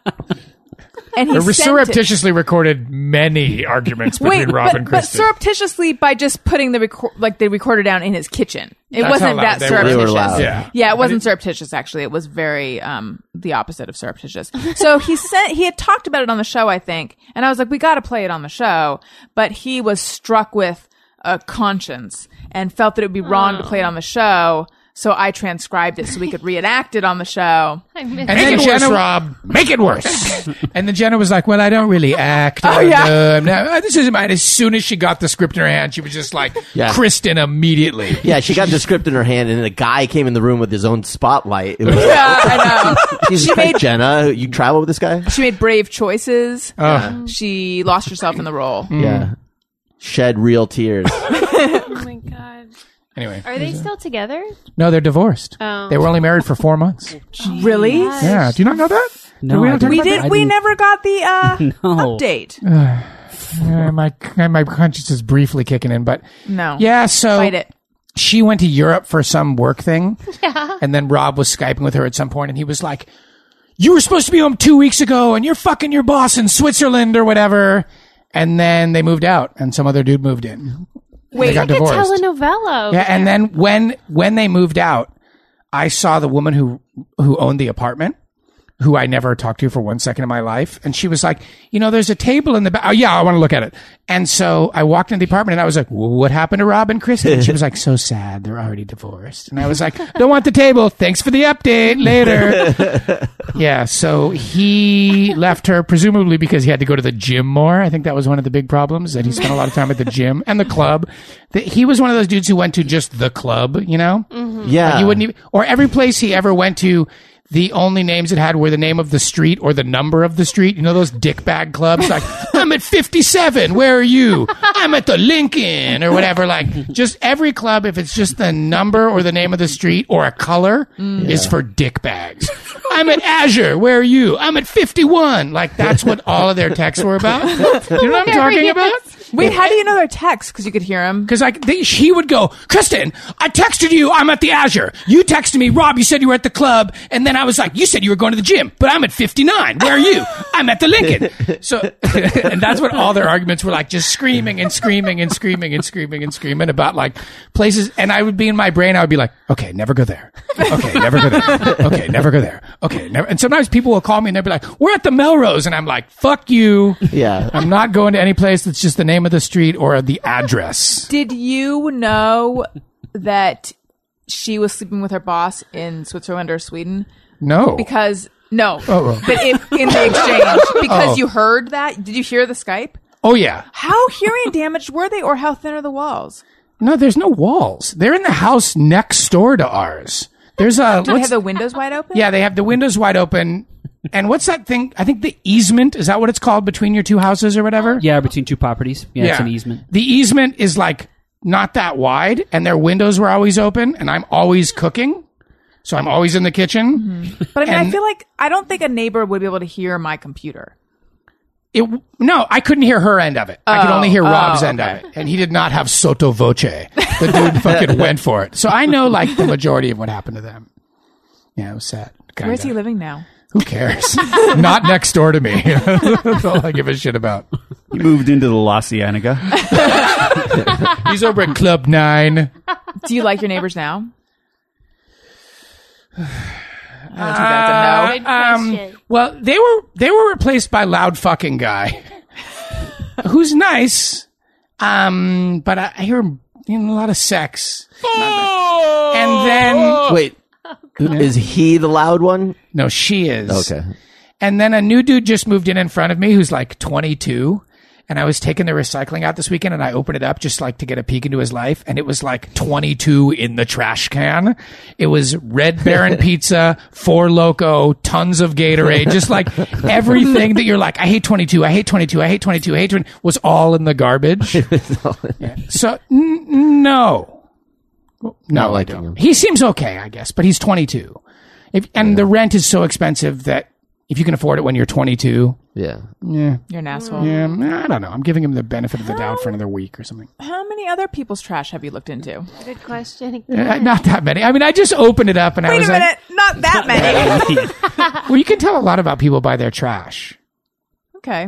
Speaker 3: and he
Speaker 4: They
Speaker 3: sent it.
Speaker 4: Uh, surreptitiously recorded many arguments between
Speaker 3: Wait,
Speaker 4: Rob
Speaker 3: but,
Speaker 4: and
Speaker 3: but
Speaker 4: Kristen.
Speaker 3: surreptitiously by just putting the record like the recorder down in his kitchen. It
Speaker 4: That's
Speaker 3: wasn't
Speaker 4: how loud
Speaker 3: that
Speaker 4: they were.
Speaker 1: They were
Speaker 3: surreptitious.
Speaker 1: loud.
Speaker 4: Yeah.
Speaker 3: it wasn't surreptitious actually. It was very um the opposite of surreptitious. So he sent he had talked about it on the show, I think, and I was like, We gotta play it on the show. But he was struck with a conscience and felt that it would be wrong to play it on the show. So I transcribed it so we could reenact it on the
Speaker 4: <laughs>
Speaker 3: show.
Speaker 5: I miss
Speaker 4: and
Speaker 5: it.
Speaker 4: then Jenna, Rob, make it worse. <laughs> and then Jenna was like, "Well, I don't really act. I
Speaker 3: Oh,
Speaker 4: don't
Speaker 3: yeah.
Speaker 4: know. I'm not- oh, this isn't mine." As soon as she got the script in her hand, she was just like,
Speaker 1: Yeah.
Speaker 4: "Kristen, immediately."
Speaker 1: Yeah, she got the script in her hand, and then a guy came in the room with his own spotlight.
Speaker 7: <laughs>
Speaker 1: It was like,
Speaker 3: Yeah, I know.
Speaker 4: <laughs>
Speaker 1: Jesus Christ, Jenna, you travel with this guy?
Speaker 3: She made brave choices.
Speaker 4: Ugh.
Speaker 3: She lost herself in the role.
Speaker 7: Mm.
Speaker 1: Yeah. Shed real
Speaker 4: <laughs>
Speaker 1: tears.
Speaker 5: Oh my god.
Speaker 4: Anyway,
Speaker 5: Are they still together?
Speaker 4: no, they're divorced.
Speaker 5: Oh.
Speaker 4: They were only married for four months.
Speaker 3: Really?
Speaker 4: yeah, do you not know that?
Speaker 6: No,
Speaker 4: we
Speaker 6: I
Speaker 4: not talk
Speaker 6: didn't.
Speaker 3: We did.
Speaker 4: about
Speaker 6: I
Speaker 3: We
Speaker 6: didn't- Oh.
Speaker 3: never got the uh, <laughs>
Speaker 6: No.
Speaker 3: update.
Speaker 4: Uh, my my conscience is briefly kicking in, but
Speaker 3: No.
Speaker 4: yeah. So
Speaker 3: Fight it.
Speaker 4: she went to Europe for some work thing. Yeah. And then Rob was Skyping with her at some point and he was like, You were supposed to be home two weeks ago and you're fucking your boss in Switzerland or whatever. And then they moved out and some other dude moved in.
Speaker 3: Wait.
Speaker 4: they got
Speaker 5: Like a
Speaker 4: divorced.
Speaker 5: telenovela. over
Speaker 4: Yeah, and
Speaker 5: there.
Speaker 4: then when when they moved out, I saw the woman who who owned the apartment, who I never talked to for one second in my life, and she was like, "You know, there's a table in the back. Oh yeah, I want to look at it." And so I walked into the apartment, and I was like, "Wh- "What happened to Rob and Kristen?" And she was like, "So sad. They're already divorced." And I was like, "Don't want the table. Thanks for the update. Later." yeah. So he left her presumably because he had to go to the gym more. I think that was one of the big problems that he spent a lot of time at the gym and the club. That he was one of those dudes who went to just the club. You know.
Speaker 1: Yeah.
Speaker 4: You wouldn't even, or every place he ever went to, the only names it had were the name of the street or the number of the street. You know those dickbag clubs, like I'm at 57. Where are you? I'm at the Lincoln or whatever. Like just every club, if it's just the number or the name of the street or a color, is for dickbags. I'm at Azure. Where are you? I'm at 51. Like that's what all of their texts were about. You know what I'm talking
Speaker 5: yes.
Speaker 4: about?
Speaker 3: Wait. How do you know their text? Because you could hear them.
Speaker 4: Because like they, he would go, Kristen, I texted you. I'm at the Azure. You texted me, Rob. You said you were at the club, and then I was like, you said you were going to the gym, but I'm at 59. Where are you? I'm at the Lincoln. So, <laughs> and that's what all their arguments were like, just screaming and screaming and screaming and screaming and screaming about like places. And I would be in my brain, I would be like, okay, never go there. Okay, never go there. Okay, never go there. Okay, never. And sometimes people will call me and they'll be like, we're at the Melrose, and I'm like, fuck you.
Speaker 1: Yeah.
Speaker 4: I'm not going to any place that's just the name of the street or the address.
Speaker 3: Did you know that she was sleeping with her boss in Switzerland or Sweden?
Speaker 4: No.
Speaker 3: Because no,
Speaker 4: Oh, oh.
Speaker 3: but if, in the exchange, because you heard that. Did you hear the Skype?
Speaker 4: oh yeah.
Speaker 3: How hearing damaged were they, or how thin are the walls?
Speaker 4: No, there's no walls. They're in the house next door to ours. There's a
Speaker 3: Do they
Speaker 4: what's-
Speaker 3: have the windows wide open?
Speaker 4: yeah. They have the windows wide open. And what's that thing? I think the easement is that what it's called between your two houses or whatever.
Speaker 6: Yeah, between two properties. Yeah, it's an easement.
Speaker 4: The easement is like not that wide, and their windows were always open, and I'm always cooking, so I'm always in the kitchen.
Speaker 3: But I mean, I
Speaker 4: And-
Speaker 3: feel like I don't think a neighbor would be able to hear my computer.
Speaker 4: It no, I couldn't hear her end of it. I could only hear Rob's
Speaker 3: oh,
Speaker 4: end of it, and he did not have sotto voce. The
Speaker 3: <laughs>
Speaker 4: dude fucking went for it. So I know like the majority of what happened to them. Yeah, it was sad. Kinda.
Speaker 3: Where's he living now?
Speaker 4: Who cares? <laughs> not next door to me. <laughs> That's all I give a shit about.
Speaker 7: He moved into the
Speaker 3: <laughs>
Speaker 7: La Cienega.
Speaker 4: He's over at Club Nine.
Speaker 3: Do you like your neighbors now?
Speaker 5: Good question.
Speaker 4: Uh, um, Well, they were they were replaced by loud fucking guy, <laughs> who's nice, um, but I, I hear him in a lot of sex.
Speaker 3: Oh!
Speaker 4: And then <laughs>
Speaker 1: Wait. Is he the loud one?
Speaker 4: no, she is
Speaker 1: Okay.
Speaker 4: And then a new dude just moved in in front of me who's like 22. And I was taking the recycling out this weekend and I opened it up just like to get a peek into his life. And it was like 22 in the trash can. It was Red Baron pizza, Four Loco, tons of Gatorade, just like everything that you're like, I hate 22, I hate 22, I hate 22, I hate 22, was all in the garbage. Yeah. So, n- no. Well, No, I
Speaker 1: liking
Speaker 4: don't.
Speaker 1: him.
Speaker 4: He seems okay, I guess, but he's 22. If, and the rent is so expensive that if you can afford it when you're 22,
Speaker 1: Yeah.
Speaker 3: You're an asshole.
Speaker 4: um, I don't know. I'm giving him the benefit of the doubt for another week or something. Uh,
Speaker 3: How many other people's trash have you looked into? <laughs>
Speaker 5: Good question.
Speaker 4: Uh, Not that many. I mean, I just opened it up and I
Speaker 3: Wait
Speaker 4: was
Speaker 3: a
Speaker 4: like,
Speaker 3: minute, not that many.
Speaker 4: well, you can tell a lot about people by their trash.
Speaker 3: Okay.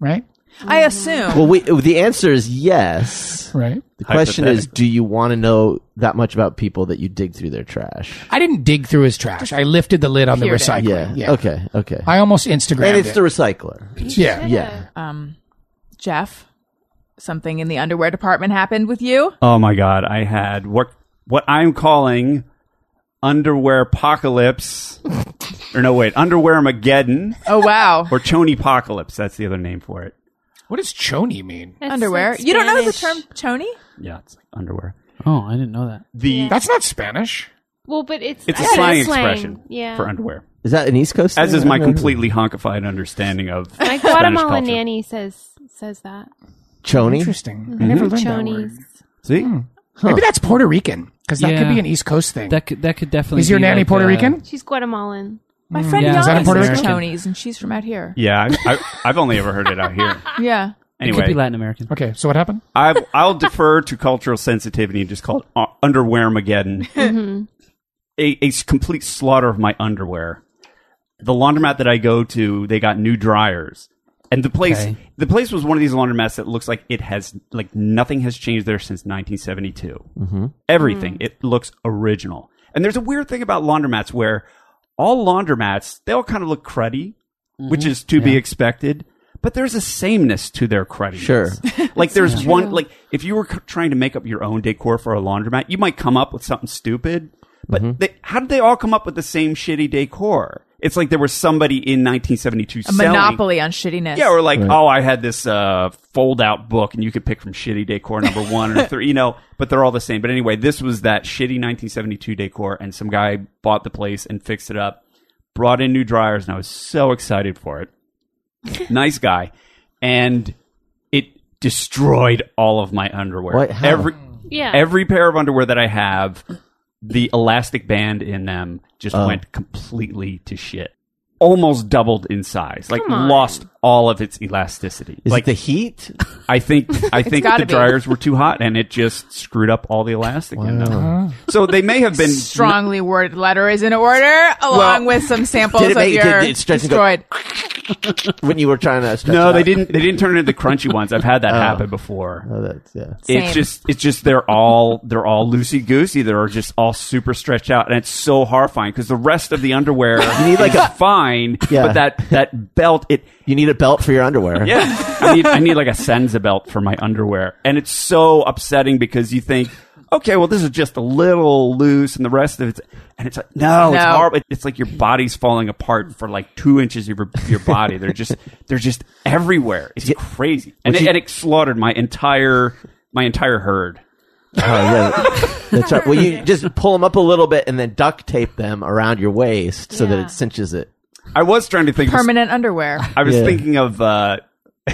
Speaker 4: right?
Speaker 3: I assume.
Speaker 1: Well, we, the answer is yes.
Speaker 4: Right.
Speaker 1: The question is, do you want to know that much about people that you dig through their trash?
Speaker 4: I didn't dig through his trash. I lifted the lid on the
Speaker 3: Peered in.
Speaker 4: recycling.
Speaker 1: Yeah. Okay. Okay.
Speaker 4: I almost Instagrammed
Speaker 1: and it's
Speaker 4: it.
Speaker 1: the recycler.
Speaker 4: yeah.
Speaker 1: Yeah.
Speaker 3: um, Jeff, something in the underwear department happened with you.
Speaker 7: Oh my god, I had what what I'm calling underwear apocalypse. or no, wait, underwear Mageddon
Speaker 3: Oh wow,
Speaker 7: or chony apocalypse. That's the other name for it.
Speaker 4: What does chony mean?
Speaker 5: That's
Speaker 3: underwear.
Speaker 5: like
Speaker 3: you don't know the term
Speaker 5: Spanish.
Speaker 3: chony?
Speaker 7: Yeah, it's like underwear.
Speaker 6: Oh, I didn't know that.
Speaker 7: The
Speaker 4: That's not Spanish.
Speaker 5: Well, but it's
Speaker 7: it's a
Speaker 5: I don't know,
Speaker 7: slang,
Speaker 5: slang.
Speaker 7: expression
Speaker 5: Yeah.
Speaker 7: for underwear.
Speaker 1: Is that an East Coast?
Speaker 7: As
Speaker 1: thing?
Speaker 7: is my completely honkified understanding of
Speaker 5: My
Speaker 7: Spanish
Speaker 5: Guatemalan
Speaker 7: culture.
Speaker 5: nanny says says that.
Speaker 1: chony.
Speaker 4: Interesting. I never learned that word.
Speaker 5: Chonies.
Speaker 7: Mm-hmm. See,
Speaker 6: Hmm.
Speaker 4: Maybe that's Puerto Rican because that could
Speaker 6: Yeah.
Speaker 4: be an East Coast thing.
Speaker 6: That could that could definitely.
Speaker 4: Is your
Speaker 6: be
Speaker 4: nanny
Speaker 6: like,
Speaker 4: Puerto
Speaker 6: uh,
Speaker 4: Rican?
Speaker 5: She's Guatemalan.
Speaker 3: My friend
Speaker 6: Yeah.
Speaker 3: yeah.
Speaker 6: Is
Speaker 4: that a Puerto
Speaker 3: says
Speaker 4: Rican?
Speaker 3: chonies, and she's from out here.
Speaker 7: yeah, I've, I've, I've only ever heard it out here.
Speaker 3: Yeah.
Speaker 6: It could be
Speaker 7: Anyway,
Speaker 6: Latin American.
Speaker 4: Okay, so what happened?
Speaker 7: I've, I'll defer to cultural sensitivity and just call it uh, underwear Mageddon. a, a s- complete slaughter of my underwear. The laundromat that I go to, they got new dryers, and the place
Speaker 6: Okay.
Speaker 7: the place was one of these laundromats that looks like it has like nothing has changed there since 1972. Everything it looks original. And there's a weird thing about laundromats where all laundromats they all kind of look cruddy, which is to be expected. But there's a sameness to their cruddy.
Speaker 1: Sure.
Speaker 7: <laughs> Like there's one like if you were c- trying to make up your own decor for a laundromat, you might come up with something stupid. But
Speaker 1: Mm-hmm.
Speaker 7: they, how did they all come up with the same shitty decor? It's like there was somebody in 1972
Speaker 3: A
Speaker 7: selling-
Speaker 3: monopoly on shittiness.
Speaker 7: Yeah, or like oh, I had this uh, fold out book, and you could pick from shitty decor number one or three. You know, but they're all the same. But anyway, this was that shitty 1972 decor, and some guy bought the place and fixed it up, brought in new dryers, and I was so excited for it nice guy, and it destroyed all of my underwear.
Speaker 1: What? How?
Speaker 7: Every
Speaker 5: Yeah.
Speaker 7: every pair of underwear that I have, the elastic band in them just
Speaker 1: Uh.
Speaker 7: went completely to shit. Almost doubled in size, like
Speaker 5: Come on.
Speaker 7: lost all of its elasticity.
Speaker 1: Is
Speaker 7: like
Speaker 1: it the heat?
Speaker 7: I think I think
Speaker 3: gotta
Speaker 7: the
Speaker 3: be.
Speaker 7: dryers were too hot, and it just screwed up all the elastic in them. So they may have been
Speaker 3: Strongly worded letter is in order, along with some samples
Speaker 1: did it
Speaker 3: of
Speaker 1: make-
Speaker 3: your
Speaker 1: did it stretch and go-
Speaker 3: destroyed.
Speaker 1: when you were trying to stretch it
Speaker 7: No,
Speaker 1: out?
Speaker 7: they didn't. They didn't turn into the crunchy ones.
Speaker 1: <laughs>
Speaker 7: I've had that happen before.
Speaker 1: Oh, that's yeah.
Speaker 3: Same.
Speaker 7: It's just it's just they're all they're all loosey goosey. They're just all super stretched out, and it's so horrifying because the rest of the underwear you need like a fine,
Speaker 1: Yeah.
Speaker 7: but that that belt it
Speaker 1: You need a belt for your underwear.
Speaker 7: yeah. I need I need like a senza belt for my underwear, and it's so upsetting because you think. Okay, well, this is just a little loose, and the rest of it's, and it's like no, it's
Speaker 3: No.
Speaker 7: horrible. It's like your body's falling apart for like two inches of your, your body. They're just they're just everywhere. It's crazy, and, it, and it slaughtered my entire my entire herd.
Speaker 1: Oh, yeah. That's right. Well,
Speaker 7: <laughs>
Speaker 1: you just pull them up a little bit and then duct tape them around your waist so that
Speaker 5: Yeah.
Speaker 1: it cinches it.
Speaker 7: I was trying to think. of-
Speaker 3: Permanent underwear.
Speaker 7: I was
Speaker 1: Yeah.
Speaker 7: thinking of uh,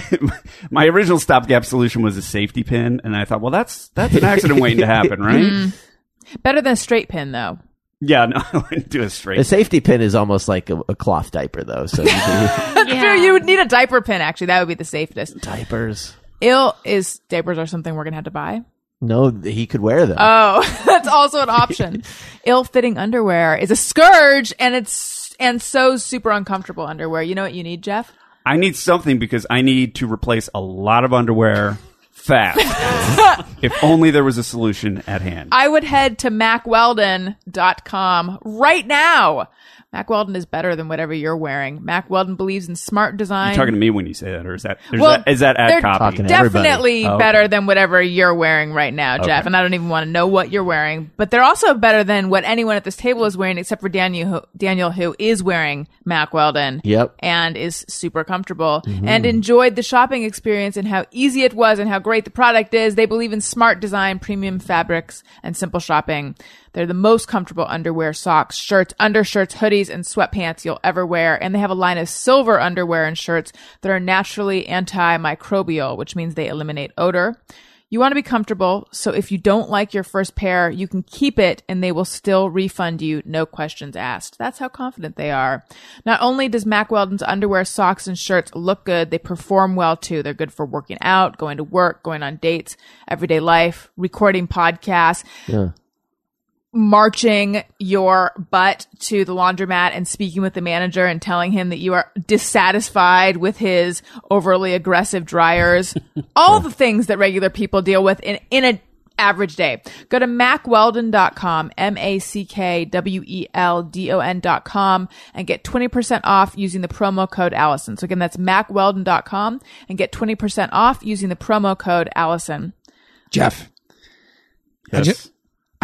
Speaker 7: <laughs> my original stopgap solution was a safety pin, and I thought, well, that's that's an accident waiting to
Speaker 3: <laughs>
Speaker 7: happen,
Speaker 3: Mm-hmm.
Speaker 7: right?
Speaker 3: Better than a straight pin, though.
Speaker 7: yeah, no, <laughs> I wouldn't do a
Speaker 1: A
Speaker 7: straight.
Speaker 1: safety pin is almost like a, a cloth diaper, though. So you
Speaker 7: <laughs>
Speaker 1: can
Speaker 5: Yeah.
Speaker 3: You would need a diaper pin, actually. That would be the safest.
Speaker 1: diapers.
Speaker 3: Ill is diapers are something we're going to have to buy.
Speaker 1: No, he could wear them.
Speaker 3: Oh, <laughs> that's also an
Speaker 7: <laughs>
Speaker 3: option. Ill-fitting underwear is a scourge, and it's and so super uncomfortable underwear. You know what you need, Jeff?
Speaker 7: I need something because I need to replace a lot of underwear
Speaker 3: <laughs>
Speaker 7: fast. if only there was a solution at hand.
Speaker 3: I would head to macweldon.com right now. Mac Weldon is better than whatever you're wearing. Mac Weldon believes in smart design.
Speaker 7: You're talking to me when you say that, or is that is
Speaker 3: Well,
Speaker 7: that, is that
Speaker 3: they're
Speaker 7: ad copy?
Speaker 1: talking to everybody.
Speaker 3: definitely
Speaker 7: Oh, okay.
Speaker 3: better than whatever you're wearing right now, Jeff. And I don't even want to know what you're wearing, but they're also better than what anyone at this table is wearing, except for Daniel, who, Daniel, who is wearing Mac Weldon.
Speaker 1: Yep.
Speaker 3: And is super comfortable and enjoyed the shopping experience and how easy it was and how great the product is. They believe in smart design, premium fabrics, and simple shopping. They're the most comfortable underwear, socks, shirts, undershirts, hoodies, and sweatpants you'll ever wear. And they have a line of silver underwear and shirts that are naturally antimicrobial, which means they eliminate odor. You want to be comfortable, so if you don't like your first pair, you can keep it and they will still refund you, no questions asked. That's how confident they are. Not only does Mack Weldon's underwear, socks, and shirts look good, they perform well too. They're good for working out, going to work, going on dates, everyday life, recording podcasts. marching your butt to the laundromat and speaking with the manager and telling him that you are dissatisfied with his overly aggressive dryers, all the things that regular people deal with in, in a average day. Go to macweldon.com, E M-A-C-K-W-E-L-D-O-N dot com and get 20% off using the promo code Allison. So again, that's macweldon.com and get 20% off using the promo code Allison.
Speaker 4: Jeff,
Speaker 7: Yes.
Speaker 4: just-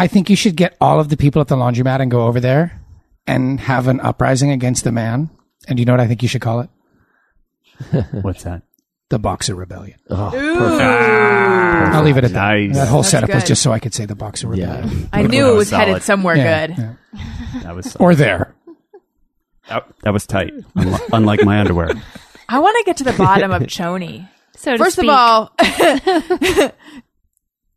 Speaker 4: I think you should get all of the people at the laundromat and go over there and have an uprising against the man. And you know what I think you should call it?
Speaker 1: What's that?
Speaker 4: The Boxer Rebellion.
Speaker 7: Ah,
Speaker 4: I'll leave it at that.
Speaker 7: Oh, Nice.
Speaker 4: That whole
Speaker 3: That's
Speaker 4: setup was
Speaker 3: good.
Speaker 4: just so I could say the Boxer Rebellion.
Speaker 3: I knew it was
Speaker 7: solid.
Speaker 3: headed somewhere
Speaker 4: Yeah,
Speaker 3: good.
Speaker 4: yeah.
Speaker 7: that was
Speaker 4: Or there.
Speaker 7: that, that was tight. Unli- Unlike
Speaker 3: <laughs>
Speaker 7: my underwear.
Speaker 3: I want to get to the bottom of choni.
Speaker 5: So to
Speaker 3: First of
Speaker 5: speak.
Speaker 3: all,
Speaker 5: <laughs>
Speaker 3: <laughs>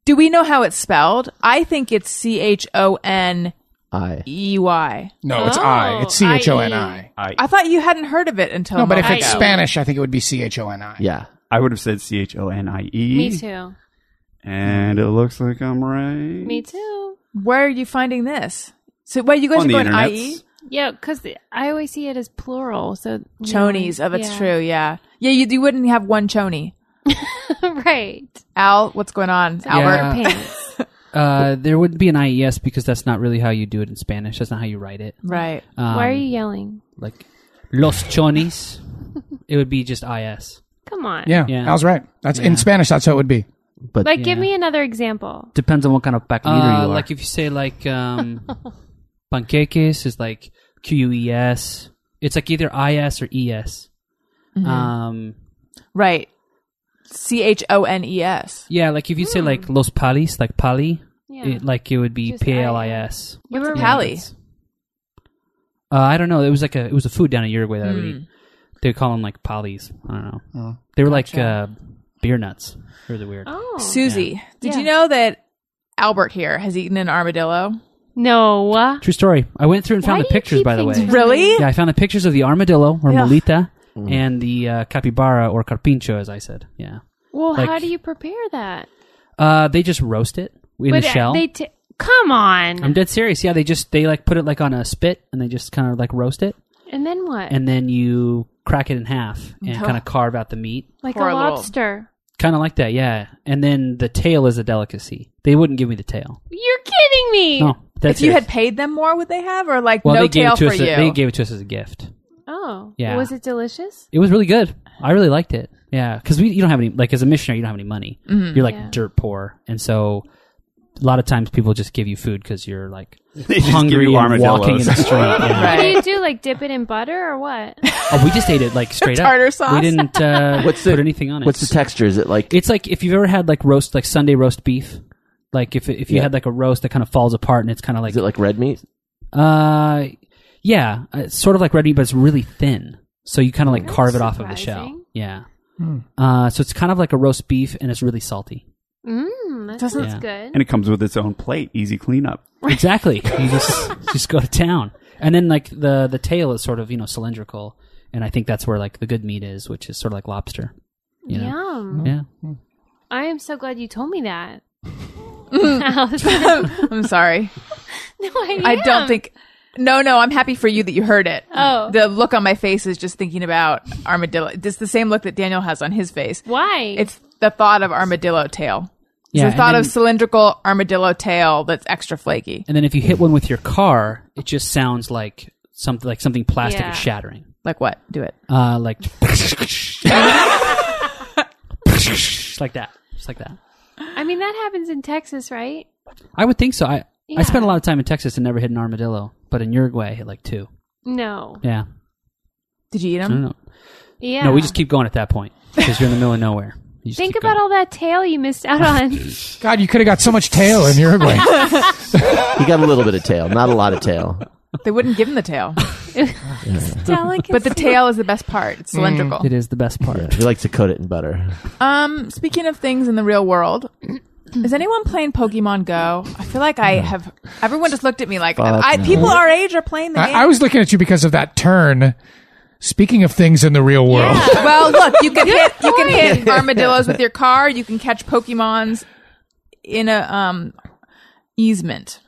Speaker 3: do we know how it's spelled? I think it's C H O N
Speaker 1: I.
Speaker 3: E Y.
Speaker 4: No, it's
Speaker 5: Oh,
Speaker 4: I. It's C H O N I.
Speaker 7: I
Speaker 3: I thought you hadn't heard of it until.
Speaker 4: No, but if
Speaker 5: I-
Speaker 4: it's Spanish, I think it would be C H O N I.
Speaker 1: Yeah.
Speaker 7: I would have said C H O N I E.
Speaker 5: me too.
Speaker 7: And it looks like I'm right.
Speaker 5: Me too.
Speaker 3: where are you finding this? So, wait, you guys
Speaker 7: On
Speaker 3: are
Speaker 7: the
Speaker 3: going E?
Speaker 7: internet.
Speaker 3: IE?
Speaker 5: Yeah, because I always see it as plural. So you know,
Speaker 3: Chonies, of it's
Speaker 5: yeah.
Speaker 3: true, yeah. Yeah, you, you wouldn't have one choni.
Speaker 5: <laughs> right.
Speaker 3: Al, what's going on? Albert? <laughs>
Speaker 5: Our pants.
Speaker 6: Uh, there would be an IES because that's not really how you do it in Spanish. That's not how you write it.
Speaker 3: Right.
Speaker 6: Um,
Speaker 5: Why are you yelling?
Speaker 6: like Los Chonis? it would be just IS.
Speaker 5: Come on.
Speaker 4: Yeah,
Speaker 6: Yeah.
Speaker 4: Al's right. That's in Spanish. That's how it would be.
Speaker 1: But
Speaker 5: Like, give
Speaker 6: Yeah.
Speaker 5: me another example.
Speaker 6: Depends on what kind of back meter
Speaker 1: Uh,
Speaker 6: you are.
Speaker 1: like
Speaker 6: Like if you say <laughs> like um, panqueques is like QUES. It's like either IS or ES.
Speaker 5: Mm-hmm.
Speaker 6: Um,
Speaker 3: Right. C H O N E S.
Speaker 6: yeah, like if you say like Los Palis, like Pali,
Speaker 5: Hmm. Yeah.
Speaker 6: it, like it would be
Speaker 5: Just
Speaker 6: P A L I S.
Speaker 3: You
Speaker 5: What's
Speaker 3: were
Speaker 5: a
Speaker 3: Pally.
Speaker 6: Uh, I don't know. It was like a it was a food down in Uruguay that I would
Speaker 5: Hmm.
Speaker 6: eat. They would call them like Palis. I don't know. they were like uh, beer nuts. Really weird.
Speaker 5: oh
Speaker 3: Susie, did
Speaker 5: Yeah.
Speaker 3: you know that Albert here has eaten an armadillo?
Speaker 5: no.
Speaker 6: True story. I went through and
Speaker 5: Why
Speaker 6: found
Speaker 5: do
Speaker 6: the
Speaker 5: you
Speaker 6: pictures,
Speaker 5: keep
Speaker 6: by the
Speaker 5: things
Speaker 6: way.
Speaker 3: <laughs> Really?
Speaker 6: Yeah, I found the pictures of the armadillo or
Speaker 3: Yeah.
Speaker 6: molita and the uh, capybara or carpincho, as I said. Yeah,
Speaker 5: Well,
Speaker 6: Like-
Speaker 5: how do you prepare that?
Speaker 6: uh, they just roast it in
Speaker 5: but
Speaker 6: the
Speaker 5: uh,
Speaker 6: shell.
Speaker 5: They t- come on.
Speaker 6: I'm dead serious. Yeah, they just they like put it like on a spit and they just kind of like roast it
Speaker 5: and then what?
Speaker 6: and then you crack it in half and
Speaker 3: Oh.
Speaker 6: kind of carve out the meat,
Speaker 5: like a
Speaker 3: Poor little-
Speaker 5: lobster.
Speaker 6: kind of like that. Yeah, and then the tail is a delicacy. They wouldn't give me the tail.
Speaker 5: You're kidding me.
Speaker 6: No, that's
Speaker 3: if you had paid them more, would they have? Or like
Speaker 6: well,
Speaker 3: no
Speaker 6: they gave
Speaker 3: tail
Speaker 6: it to
Speaker 3: for
Speaker 6: us.
Speaker 3: you?
Speaker 6: They gave it to us as a gift.
Speaker 5: Oh.
Speaker 6: Yeah.
Speaker 5: Was it delicious?
Speaker 6: It was really good. I really liked it. Yeah, because we you don't have any like as a missionary you don't have any money.
Speaker 3: Mm-hmm.
Speaker 6: You're like
Speaker 5: Yeah.
Speaker 6: dirt poor, and so a lot of times people just give you food because you're like
Speaker 7: <laughs> They just give
Speaker 6: hungry
Speaker 7: you
Speaker 6: and walking in
Speaker 7: armadillos.
Speaker 6: the
Speaker 7: <laughs>
Speaker 6: street. Yeah.
Speaker 5: What do
Speaker 3: Right.
Speaker 5: you do? Like dip it in butter or
Speaker 6: <laughs>
Speaker 5: what?
Speaker 6: oh, we just ate it like straight
Speaker 3: Tartar
Speaker 6: up.
Speaker 3: sauce?
Speaker 6: We didn't uh,
Speaker 1: What's
Speaker 6: put
Speaker 1: the-
Speaker 6: anything on it.
Speaker 1: what's the texture? Is it like
Speaker 6: it's like if you've ever had like roast like Sunday roast beef. Like if if you
Speaker 1: Yeah.
Speaker 6: had like a roast that kind of falls apart and it's kind of like
Speaker 1: is it like red meat?
Speaker 6: uh yeah it's sort of like red meat but it's really thin so you kind of like carve it off of the shell
Speaker 5: surprising.
Speaker 6: yeah uh so it's kind of like a roast beef and it's really salty
Speaker 5: Mmm. That
Speaker 3: Doesn't-
Speaker 5: sounds
Speaker 6: Yeah.
Speaker 5: good.
Speaker 7: And it comes with its own plate. Easy cleanup.
Speaker 6: Exactly. You just just go to town, and then like the the tail is sort of you know cylindrical, and I think that's where like the good meat is, which is sort of like lobster. You know?
Speaker 5: Yum.
Speaker 6: Yeah.
Speaker 5: I am so glad you told me
Speaker 6: <laughs>
Speaker 5: that. <laughs> Allison.
Speaker 3: <laughs> I'm sorry.
Speaker 5: <laughs> No, I,
Speaker 3: I don't
Speaker 5: am.
Speaker 3: think. No, no, I'm happy for you that you heard it.
Speaker 5: Oh.
Speaker 3: The look on my face is just thinking about armadillo. It's the same look that Daniel has on his face.
Speaker 5: Why?
Speaker 3: It's the thought of armadillo tail. It's
Speaker 6: Yeah,
Speaker 3: the thought
Speaker 6: and
Speaker 3: of
Speaker 6: then-
Speaker 3: cylindrical armadillo tail that's extra flaky,
Speaker 6: And then if you hit one with your car, it just sounds like something like something plastic
Speaker 5: Yeah.
Speaker 6: is shattering.
Speaker 3: like what? Do it.
Speaker 6: Uh, like <laughs> like that, just like that.
Speaker 5: I mean, that happens in Texas, right?
Speaker 6: I would think so. I
Speaker 5: Yeah.
Speaker 6: I spent a lot of time in Texas and never hit an armadillo, but in Uruguay I hit like two.
Speaker 5: No.
Speaker 6: Yeah.
Speaker 3: Did you eat
Speaker 6: I don't
Speaker 3: them?
Speaker 6: know.
Speaker 5: Yeah.
Speaker 6: No, we just keep going at that point because you're in the middle of nowhere. You just
Speaker 5: Think
Speaker 6: keep
Speaker 5: about
Speaker 6: going.
Speaker 5: all that tail you missed
Speaker 6: <laughs>
Speaker 5: out on.
Speaker 4: God, you could have got so much tail
Speaker 3: <laughs>
Speaker 4: in Uruguay.
Speaker 1: You got a little bit of tail, not a lot of tail.
Speaker 3: They wouldn't give him the tail.
Speaker 5: Delicacy. <laughs>
Speaker 3: But the tail is the best part. It's cylindrical.
Speaker 6: It is the best part.
Speaker 1: Yeah, he likes to coat it in butter.
Speaker 3: Um, speaking of things in the real world, is anyone playing Pokemon Go? I feel like I have. Everyone just looked at me like I, people our age are playing the game.
Speaker 4: I, I was looking at you because of that turn. Speaking of things in the real world,
Speaker 3: well, look, you
Speaker 5: <laughs>
Speaker 3: can hit you can hit armadillos with your car. You can catch Pokemon's in a um easement.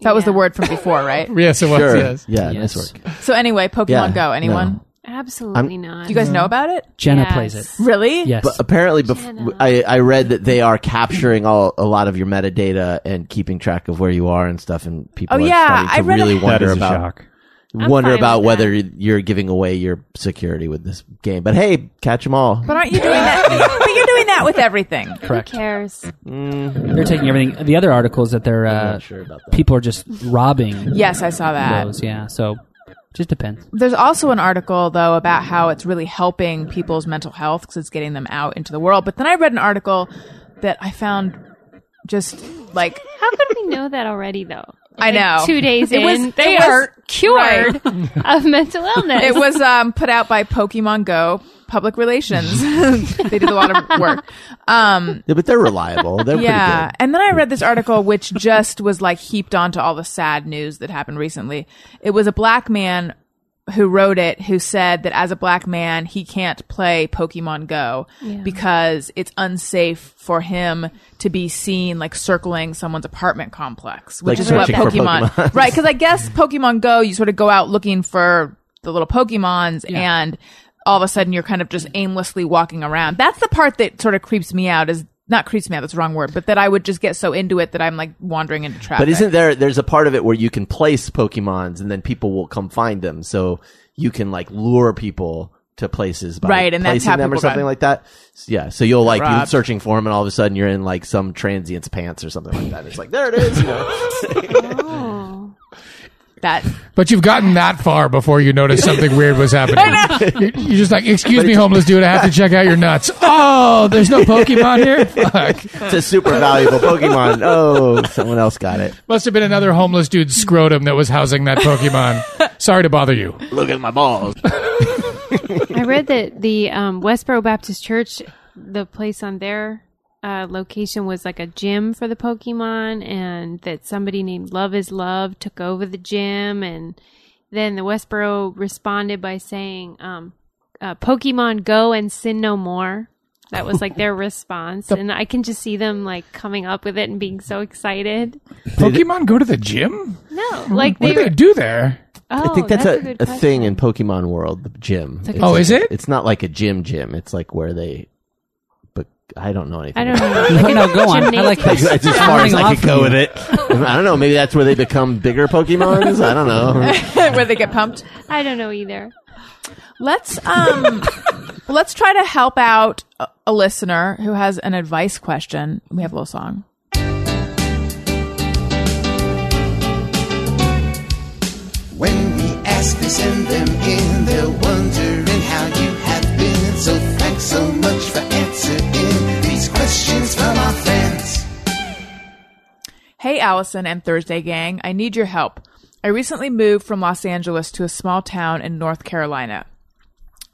Speaker 3: That was the
Speaker 5: Yeah.
Speaker 3: word from before,
Speaker 5: <laughs>
Speaker 3: right?
Speaker 4: <laughs> Yes, it was.
Speaker 1: Sure.
Speaker 4: Yes.
Speaker 1: Yeah,
Speaker 6: Yes.
Speaker 1: nice work.
Speaker 3: So anyway, Pokemon
Speaker 1: Yeah,
Speaker 3: Go. Anyone?
Speaker 1: no.
Speaker 5: Absolutely not.
Speaker 3: Do you guys know about it?
Speaker 6: Jenna
Speaker 5: Yes.
Speaker 6: plays it.
Speaker 3: Really?
Speaker 6: Yes.
Speaker 1: But uh, apparently, bef- I, I read that they are capturing all a lot of your metadata and keeping track of where you are and stuff, and people
Speaker 3: Oh,
Speaker 1: are
Speaker 3: yeah,
Speaker 1: starting to
Speaker 3: I read
Speaker 1: really
Speaker 3: it.
Speaker 1: wonder
Speaker 7: is a
Speaker 1: about
Speaker 7: shock.
Speaker 5: I'm
Speaker 1: wonder
Speaker 5: fine
Speaker 1: about
Speaker 5: with
Speaker 1: whether you're giving away your security with this game. But hey, catch them all.
Speaker 3: But aren't you doing
Speaker 5: <laughs>
Speaker 3: that? but you're doing that with everything.
Speaker 5: Who
Speaker 6: Correct.
Speaker 5: cares?
Speaker 6: They're taking everything. The other articles that they're uh,
Speaker 1: not sure about that.
Speaker 6: people are just robbing
Speaker 3: Yes, I saw that.
Speaker 6: those. Yeah. So just depends.
Speaker 3: There's also an article though about how it's really helping people's mental health because it's getting them out into the world. But then I read an article that I found just like
Speaker 5: How could we know that already, though?
Speaker 3: I know.
Speaker 5: Two days
Speaker 3: It
Speaker 5: in,
Speaker 3: was-
Speaker 5: they
Speaker 3: it was-
Speaker 5: are cured <laughs> of mental illness.
Speaker 3: it was um, put out by Pokemon Go public relations. <laughs> they did a lot
Speaker 1: <laughs>
Speaker 3: of work.
Speaker 1: Yeah, but they're reliable. They're
Speaker 3: yeah.
Speaker 1: pretty
Speaker 3: And then I read this article which just was like heaped onto all the sad news that happened recently. It was a black man who wrote it who said that as a black man he can't play Pokemon Go because it's unsafe for him to be seen like circling someone's apartment complex, which
Speaker 1: Like
Speaker 3: is what
Speaker 1: searching for
Speaker 3: Pokemon,
Speaker 1: Pokemon. <laughs>
Speaker 3: right? Because I guess Pokemon Go, you sort of go out looking for the little Pokemons and all of a sudden you're kind of just aimlessly walking around. That's the part that sort of creeps me out is not creeps me out, that's the wrong word, but that I would just get so into it that I'm like wandering into traffic.
Speaker 1: But isn't there? There's a part of it where you can place Pokemons, and then people will come find them. So you can like lure people to places, by
Speaker 3: Right, and that's
Speaker 1: placing
Speaker 3: how
Speaker 1: them or
Speaker 3: people run.
Speaker 1: something like that. S- Yeah. So you'll like you're
Speaker 3: Robbed.
Speaker 1: searching for them, and all of a sudden you're in like some transient's pants or something like that. It's like there it is. You <laughs> know?
Speaker 5: Oh.
Speaker 3: that <laughs>
Speaker 4: But you've gotten that far before you noticed something weird
Speaker 3: <laughs>
Speaker 4: was happening. You- You're just like, excuse me, homeless dude, I have to check out
Speaker 1: <laughs>
Speaker 4: your nuts. Oh, there's no Pokemon here? Fuck.
Speaker 1: it's a super valuable Pokemon. Oh, someone else got it.
Speaker 4: Must have been another homeless dude's scrotum that was housing that Pokemon.
Speaker 3: <laughs>
Speaker 4: Sorry to bother you.
Speaker 1: Look at my balls.
Speaker 5: I read that the um, Westboro Baptist Church, the place on their uh, location was like a gym for the Pokemon, and that somebody named Love is Love took over the gym. And then the Westboro responded by saying, um, uh, Pokemon Go and Sin No More. That was like
Speaker 3: <laughs>
Speaker 5: their response. And I can just see them like coming up with it and being so excited.
Speaker 4: Pokemon go to the gym?
Speaker 5: No,
Speaker 1: Oh,
Speaker 5: like
Speaker 4: What
Speaker 5: they
Speaker 4: do they
Speaker 5: were.
Speaker 4: do there?
Speaker 5: Oh,
Speaker 1: I think that's, a,
Speaker 5: good
Speaker 1: a,
Speaker 5: question.
Speaker 1: thing in Pokemon World, the gym. It's
Speaker 4: Oh, is it?
Speaker 1: It's not like a gym gym. It's like where they. But I don't know anything.
Speaker 5: I don't
Speaker 1: about
Speaker 5: know.
Speaker 3: <laughs>
Speaker 6: No,
Speaker 5: Like
Speaker 6: no,
Speaker 5: a
Speaker 6: go on. I
Speaker 1: <laughs>
Speaker 6: like
Speaker 5: gymnasium.
Speaker 6: that.
Speaker 1: That's as
Speaker 6: I'm
Speaker 1: far as
Speaker 6: learning a
Speaker 1: I
Speaker 6: lot
Speaker 1: could
Speaker 6: from
Speaker 1: go
Speaker 6: you.
Speaker 1: with it. I don't know. Maybe that's where they become bigger Pokemons. I don't know.
Speaker 3: where they get pumped.
Speaker 5: I don't know either.
Speaker 3: Let's um let's try to help out a, a listener who has an advice question. We have a little song.
Speaker 2: When we ask, they send them in. They're wondering how you have been. So thanks so much for answering these questions from our fans.
Speaker 3: Hey, Allison and Thursday Gang, I need your help. I recently moved from Los Angeles to a small town in North Carolina.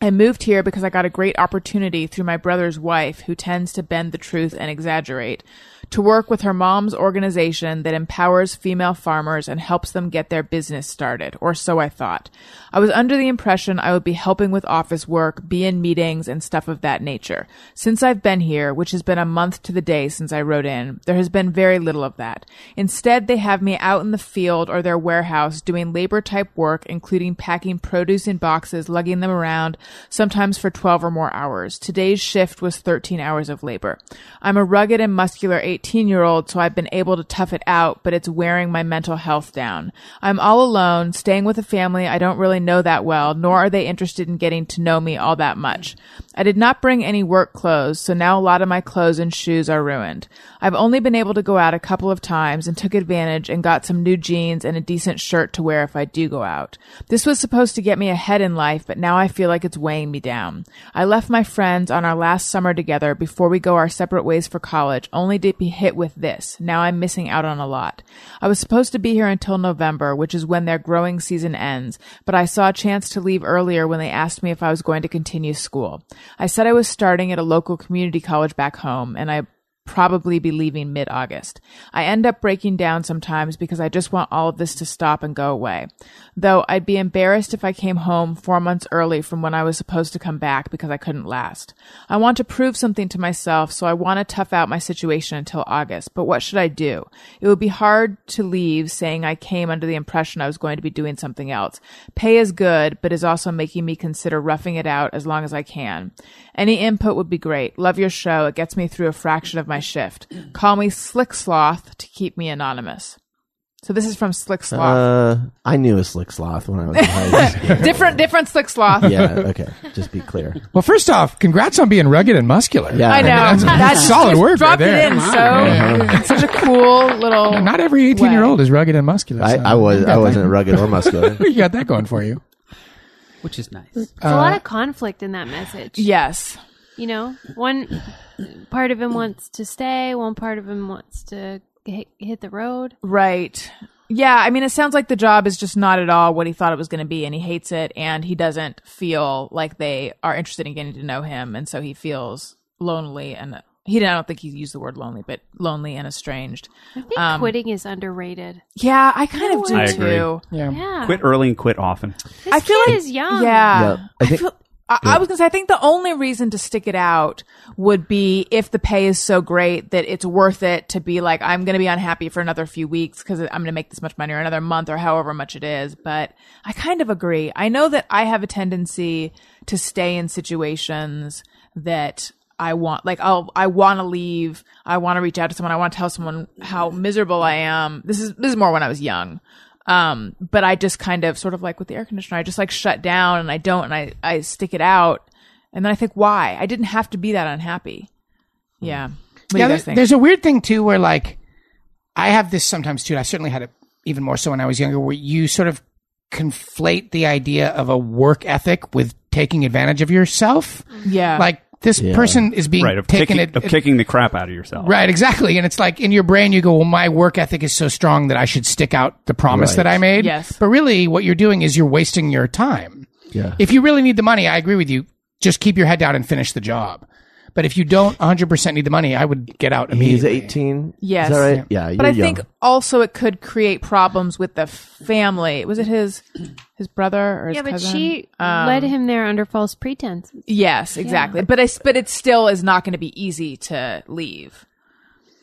Speaker 3: I moved here because I got a great opportunity through my brother's wife, who tends to bend the truth and exaggerate, to work with her mom's organization that empowers female farmers and helps them get their business started, or so I thought. I was under the impression I would be helping with office work, be in meetings, and stuff of that nature. Since I've been here, which has been a month to the day since I wrote in, there has been very little of that. Instead, they have me out in the field or their warehouse doing labor type work, including packing produce in boxes, lugging them around, sometimes for 12 or more hours. Today's shift was 13 hours of labor. I'm a rugged and muscular 18 year old, so I've been able to tough it out, but it's wearing my mental health down. I'm all alone, staying with a family I don't really know that well, nor are they interested in getting to know me all that much. I did not bring any work clothes, so now a lot of my clothes and shoes are ruined. I've only been able to go out a couple of times and took advantage and got some new jeans and a decent shirt to wear if I do go out. This was supposed to get me ahead in life, but now I feel like it's weighing me down. I left my friends on our last summer together before we go our separate ways for college, only to be hit with this. Now I'm missing out on a lot. I was supposed to be here until November, which is when their growing season ends, but I saw a chance to leave earlier when they asked me if I was going to continue school. I said I was starting at a local community college back home, and I probably be leaving mid August. I end up breaking down sometimes because I just want all of this to stop and go away. Though I'd be embarrassed if I came home four months early from when I was supposed to come back because I couldn't last. I want to prove something to myself, so I want to tough out my situation until August. But what should I do? It would be hard to leave saying I came under the impression I was going to be doing something else. Pay is good, but is also making me consider roughing it out as long as I can. Any input would be great. Love your show. It gets me through a fraction of my shift. Call me Slick Sloth to keep me anonymous. So this is from Slick <laughs> Sloth.
Speaker 1: Uh, I knew a slick sloth when I was in high school.
Speaker 3: <laughs> different, different Slick Sloth.
Speaker 1: <laughs> Yeah, okay. Just be clear.
Speaker 4: Well, first off, congrats on being rugged and muscular.
Speaker 1: Yeah.
Speaker 3: I
Speaker 1: <laughs>
Speaker 3: know.
Speaker 4: That's, that's solid
Speaker 3: just
Speaker 4: work
Speaker 3: Dropped
Speaker 4: right there.
Speaker 3: it in.
Speaker 4: Wow,
Speaker 3: so
Speaker 7: Uh-huh.
Speaker 4: man.
Speaker 3: it's such a cool little.
Speaker 4: Not every 18 year
Speaker 3: Way.
Speaker 4: old is rugged and muscular.
Speaker 1: I,
Speaker 4: so
Speaker 1: I was
Speaker 4: you got
Speaker 1: I
Speaker 4: that.
Speaker 1: wasn't rugged or
Speaker 3: <laughs>
Speaker 1: muscular.
Speaker 4: You got that going for you.
Speaker 6: which is nice.
Speaker 5: There's
Speaker 3: Uh,
Speaker 5: a lot of conflict in that message.
Speaker 3: Yes.
Speaker 5: You know, one part of him wants to stay, one part of him wants to hit, hit the road.
Speaker 3: Right. Yeah. I mean, it sounds like the job is just not at all what he thought it was going to be, and he hates it, and he doesn't feel like they are interested in getting to know him, and so he feels lonely and. He, I don't think he used the word lonely, but lonely and estranged.
Speaker 5: I think
Speaker 3: Um,
Speaker 5: quitting is underrated.
Speaker 3: Yeah, I kind of do
Speaker 7: I
Speaker 3: too.
Speaker 7: agree.
Speaker 4: Yeah.
Speaker 5: Yeah.
Speaker 7: Quit early and quit often.
Speaker 5: This
Speaker 3: I feel
Speaker 5: kid
Speaker 3: like-
Speaker 5: is young.
Speaker 3: Yeah.
Speaker 1: Yeah, I
Speaker 3: I,
Speaker 1: think-
Speaker 3: feel, I, I was going to say, I think the only reason to stick it out would be if the pay is so great that it's worth it to be like, I'm going to be unhappy for another few weeks because I'm going to make this much money or another month or however much it is. But I kind of agree. I know that I have a tendency to stay in situations that I want like I'll I want to leave. I want to reach out to someone. I want to tell someone how miserable I am. This is this is more when I was young. Um, but I just kind of sort of like with the air conditioner, I just like shut down and I don't and I I stick it out. And then I think why? I didn't have to be that unhappy. Yeah. What do you
Speaker 4: Hmm. yeah, there-
Speaker 3: guys think?
Speaker 4: there's a weird thing too where like I have this sometimes too. and I certainly had it even more so when I was younger, where you sort of conflate the idea of a work ethic with taking advantage of yourself.
Speaker 3: yeah.
Speaker 4: Like this person is being
Speaker 7: Right. Of,
Speaker 4: taken
Speaker 7: kicking,
Speaker 4: ad-
Speaker 7: of kicking the crap out of yourself.
Speaker 4: Right, exactly. And it's like in your brain, you go, well, my work ethic is so strong that I should stick out the promise that I made.
Speaker 3: Yes.
Speaker 4: But really, what you're doing is you're wasting your time.
Speaker 1: Yeah.
Speaker 4: If you really need the money, I agree with you. Just keep your head down and finish the job. But if you don't 100% need the money, I would get out
Speaker 1: He's
Speaker 4: immediately.
Speaker 1: 18.
Speaker 3: Yes.
Speaker 1: Is that right? Yeah.
Speaker 3: but I
Speaker 1: you're
Speaker 3: think
Speaker 1: young.
Speaker 3: also it could create problems with the family. Was it his his brother or his
Speaker 5: Yeah, but
Speaker 3: cousin?
Speaker 5: she
Speaker 3: Um,
Speaker 5: led him there under false pretenses.
Speaker 3: Yes, exactly. But I, but it still is not going to be easy to leave.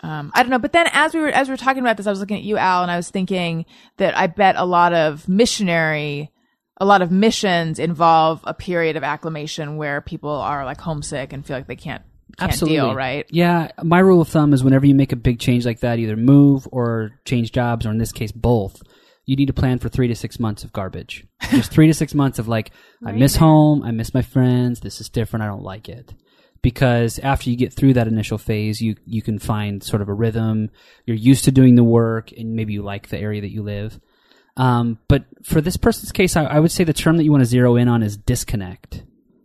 Speaker 3: Um, I don't know. But then as we were as we were talking about this, I was looking at you, Al, and I was thinking that I bet a lot of missionary, a lot of missions involve a period of acclimation where people are like homesick and feel like they can't can't deal, right?
Speaker 6: Yeah, my rule of thumb is whenever you make a big change like that, either move or change jobs, or in this case, both. You need to plan for three to six months of garbage. Just three to six months
Speaker 3: <laughs>
Speaker 6: of like, I miss home, I miss my friends. This is different. I don't like it. Because after you get through that initial phase, you you can find sort of a rhythm. You're used to doing the work, and maybe you like the area that you live. Um, but for this person's case, I, I would say the term that you want to zero in on is disconnect.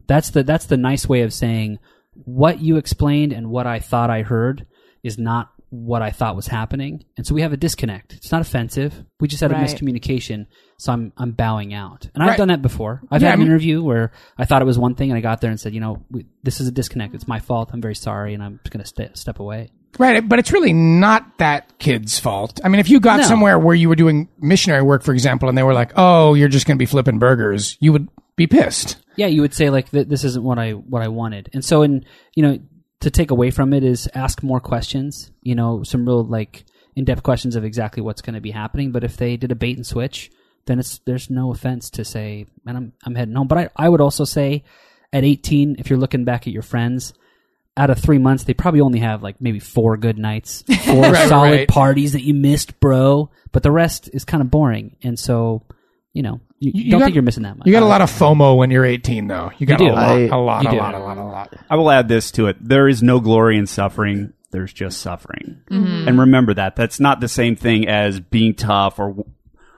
Speaker 6: That's the that's the nice way of saying what you explained and what I thought I heard is not what I thought was happening, and so we have a disconnect. It's not offensive. We just had a
Speaker 3: Right.
Speaker 6: miscommunication, so I'm I'm bowing out, and I've
Speaker 4: Right.
Speaker 6: done that before. I've
Speaker 4: Yeah,
Speaker 6: had
Speaker 4: I
Speaker 6: an
Speaker 4: mean-
Speaker 6: interview where I thought it was one thing, and I got there and said, you know, we, this is a disconnect. It's my fault. I'm very sorry, and I'm just going to st- step away.
Speaker 4: Right, but it's really not that kid's fault. I mean, if you got
Speaker 6: No.
Speaker 4: somewhere where you were doing missionary work, for example, and they were like, "Oh, you're just going to be flipping burgers," you would be pissed.
Speaker 6: yeah, you would say like th- this isn't what I what I wanted, and so in you know to take away from it is ask more questions, you know, some real like in depth questions of exactly what's going to be happening. But if they did a bait and switch, then it's there's no offense to say, man, I'm I'm heading home. But I I would also say at 18, if you're looking back at your friends. Out of three months, they probably only have like maybe four good
Speaker 4: <laughs>
Speaker 6: nights, four
Speaker 4: Right,
Speaker 6: solid
Speaker 4: right.
Speaker 6: parties that you missed, bro. But the rest is kind of boring, and so you know you,
Speaker 4: You
Speaker 6: don't
Speaker 4: got-
Speaker 6: think you're missing that much.
Speaker 4: You got a lot of FOMO when you're 18, though. You got
Speaker 6: do.
Speaker 4: a lot,
Speaker 1: I-
Speaker 4: a lot,
Speaker 6: you
Speaker 4: a
Speaker 6: do.
Speaker 4: lot, a lot, a lot.
Speaker 7: I will add this to it. There is no glory in suffering. There's just suffering. And remember that. That's not the same thing as being tough or w-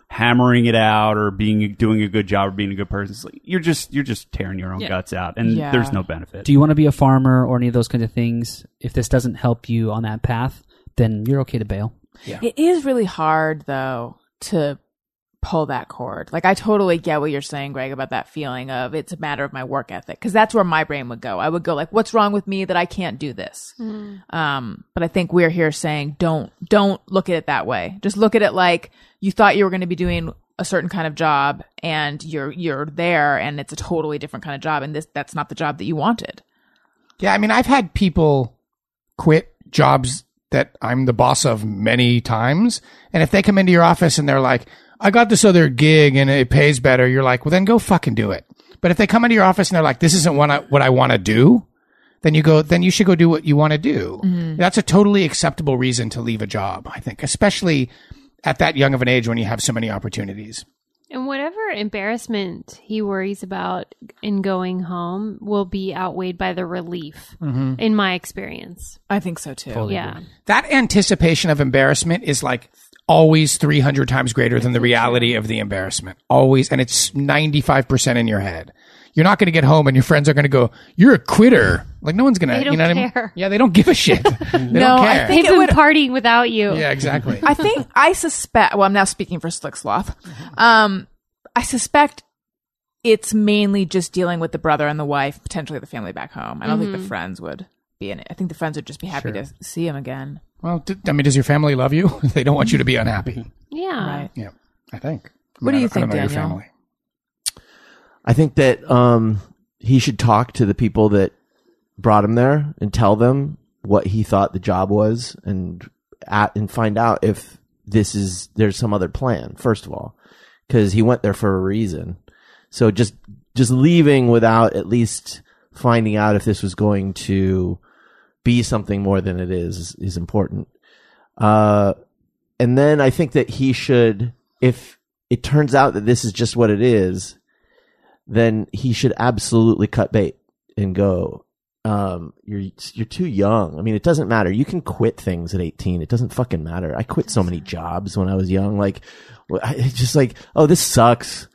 Speaker 7: hammering it out or being doing a good job or being a good person. It's like, you're just you're just tearing your own guts out and
Speaker 3: Yeah.
Speaker 7: there's no benefit.
Speaker 6: do you want to be a farmer or any of those kinds of things if this doesn't help you on that path then you're okay to bail
Speaker 3: It is really hard though to pull that cord. Like I totally get what you're saying, Greg, about that feeling of it's a matter of my work ethic because that's where my brain would go. I would go like, what's wrong with me that I can't do this? Um, but I think we're here saying don't don't look at it that way. Just look at it like you thought you were going to be doing a certain kind of job and you're you're there and it's a totally different kind of job and this that's not the job that you wanted.
Speaker 4: Yeah, I mean, I've had people quit jobs that I'm the boss of many times. And if they come into your office and they're like, I got this other gig and it pays better, you're like, well, then go fucking do it. But if they come into your office and they're like, this isn't what I, what I want to do, then you go, then you should go do what you want to do. That's a totally acceptable reason to leave a job, I think, especially at that young of an age when you have so many opportunities.
Speaker 5: And whatever embarrassment he worries about in going home will be outweighed by the relief, in my experience.
Speaker 3: Mm-hmm. I think so too.
Speaker 5: Yeah.
Speaker 4: that anticipation of embarrassment is like always 300 times greater than the reality of the embarrassment always and it's 95% in your head you're not going to get home and your friends are going to go you're a quitter like no one's going to
Speaker 5: They
Speaker 4: you know
Speaker 5: don't
Speaker 4: what I mean?
Speaker 5: care.
Speaker 4: yeah they don't give
Speaker 3: <laughs>
Speaker 4: a shit they don't
Speaker 3: I
Speaker 4: care
Speaker 3: think
Speaker 5: They've
Speaker 3: it
Speaker 5: been
Speaker 3: would-
Speaker 5: partying without you.
Speaker 4: <laughs> yeah exactly
Speaker 3: I think I suspect. Well, I'm now speaking for Slick Sloth. Um, I suspect it's mainly just dealing with the brother and the wife, potentially the family back home. I don't think the friends would be in it. I think the friends would just be happy to see him again.
Speaker 4: well d- i mean does your family love you <laughs> they don't want you to be unhappy
Speaker 5: Yeah.
Speaker 3: Right.
Speaker 4: yeah i think
Speaker 3: What do you
Speaker 4: I don't,
Speaker 3: think,
Speaker 4: I don't know your
Speaker 3: Daniel?
Speaker 4: family
Speaker 1: I think that um, he should talk to the people that brought him there and tell them what he thought the job was and at, and find out if this is there's some other plan first of all because he went there for a reason. So just just leaving without at least finding out if this was going to be something more than it is is, is important. Uh, and then I think that he should if it turns out that this is just what it is then he should absolutely cut bait and go. Um, you're you're too young. I mean, it doesn't matter. You can quit things at 18. It doesn't fucking matter. I quit so many jobs when I was young. Like, wh- I- it's just like, oh, this sucks.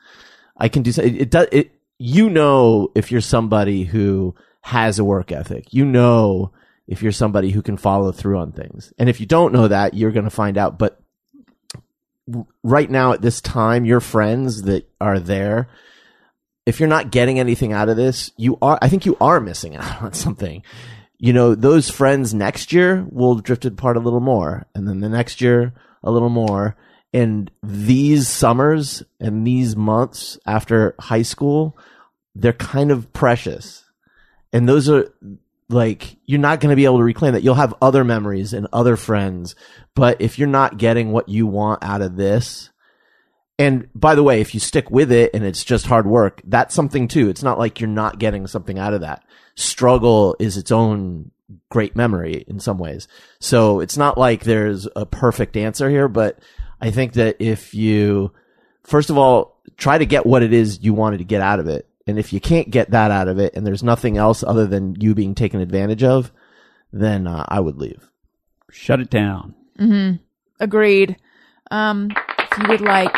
Speaker 1: I can do so. It, it does. It you know if you're somebody who has a work ethic. You know if you're somebody who can follow through on things. And if you don't know that, you're going to find out. But w- right now at this time, your friends that are there if you're not getting anything out of this, you are, I think you are missing out <laughs> on something. You know, those friends next year will drift apart a little more. And then the next year, a little more. And these summers and these months after high school, they're kind of precious. And those are like, you're not going to be able to reclaim that. You'll have other memories and other friends. But if you're not getting what you want out of this, and by the way, if you stick with it and it's just hard work, that's something too. It's not like you're not getting something out of that. Struggle is its own great memory in some ways. So it's not like there's a perfect answer here, but I think that if you, first of all, try to get what it is you wanted to get out of it. And if you can't get that out of it and there's nothing else other than you being taken advantage of, then uh, I would leave.
Speaker 7: Shut it down.
Speaker 3: Agreed. Um, if you would like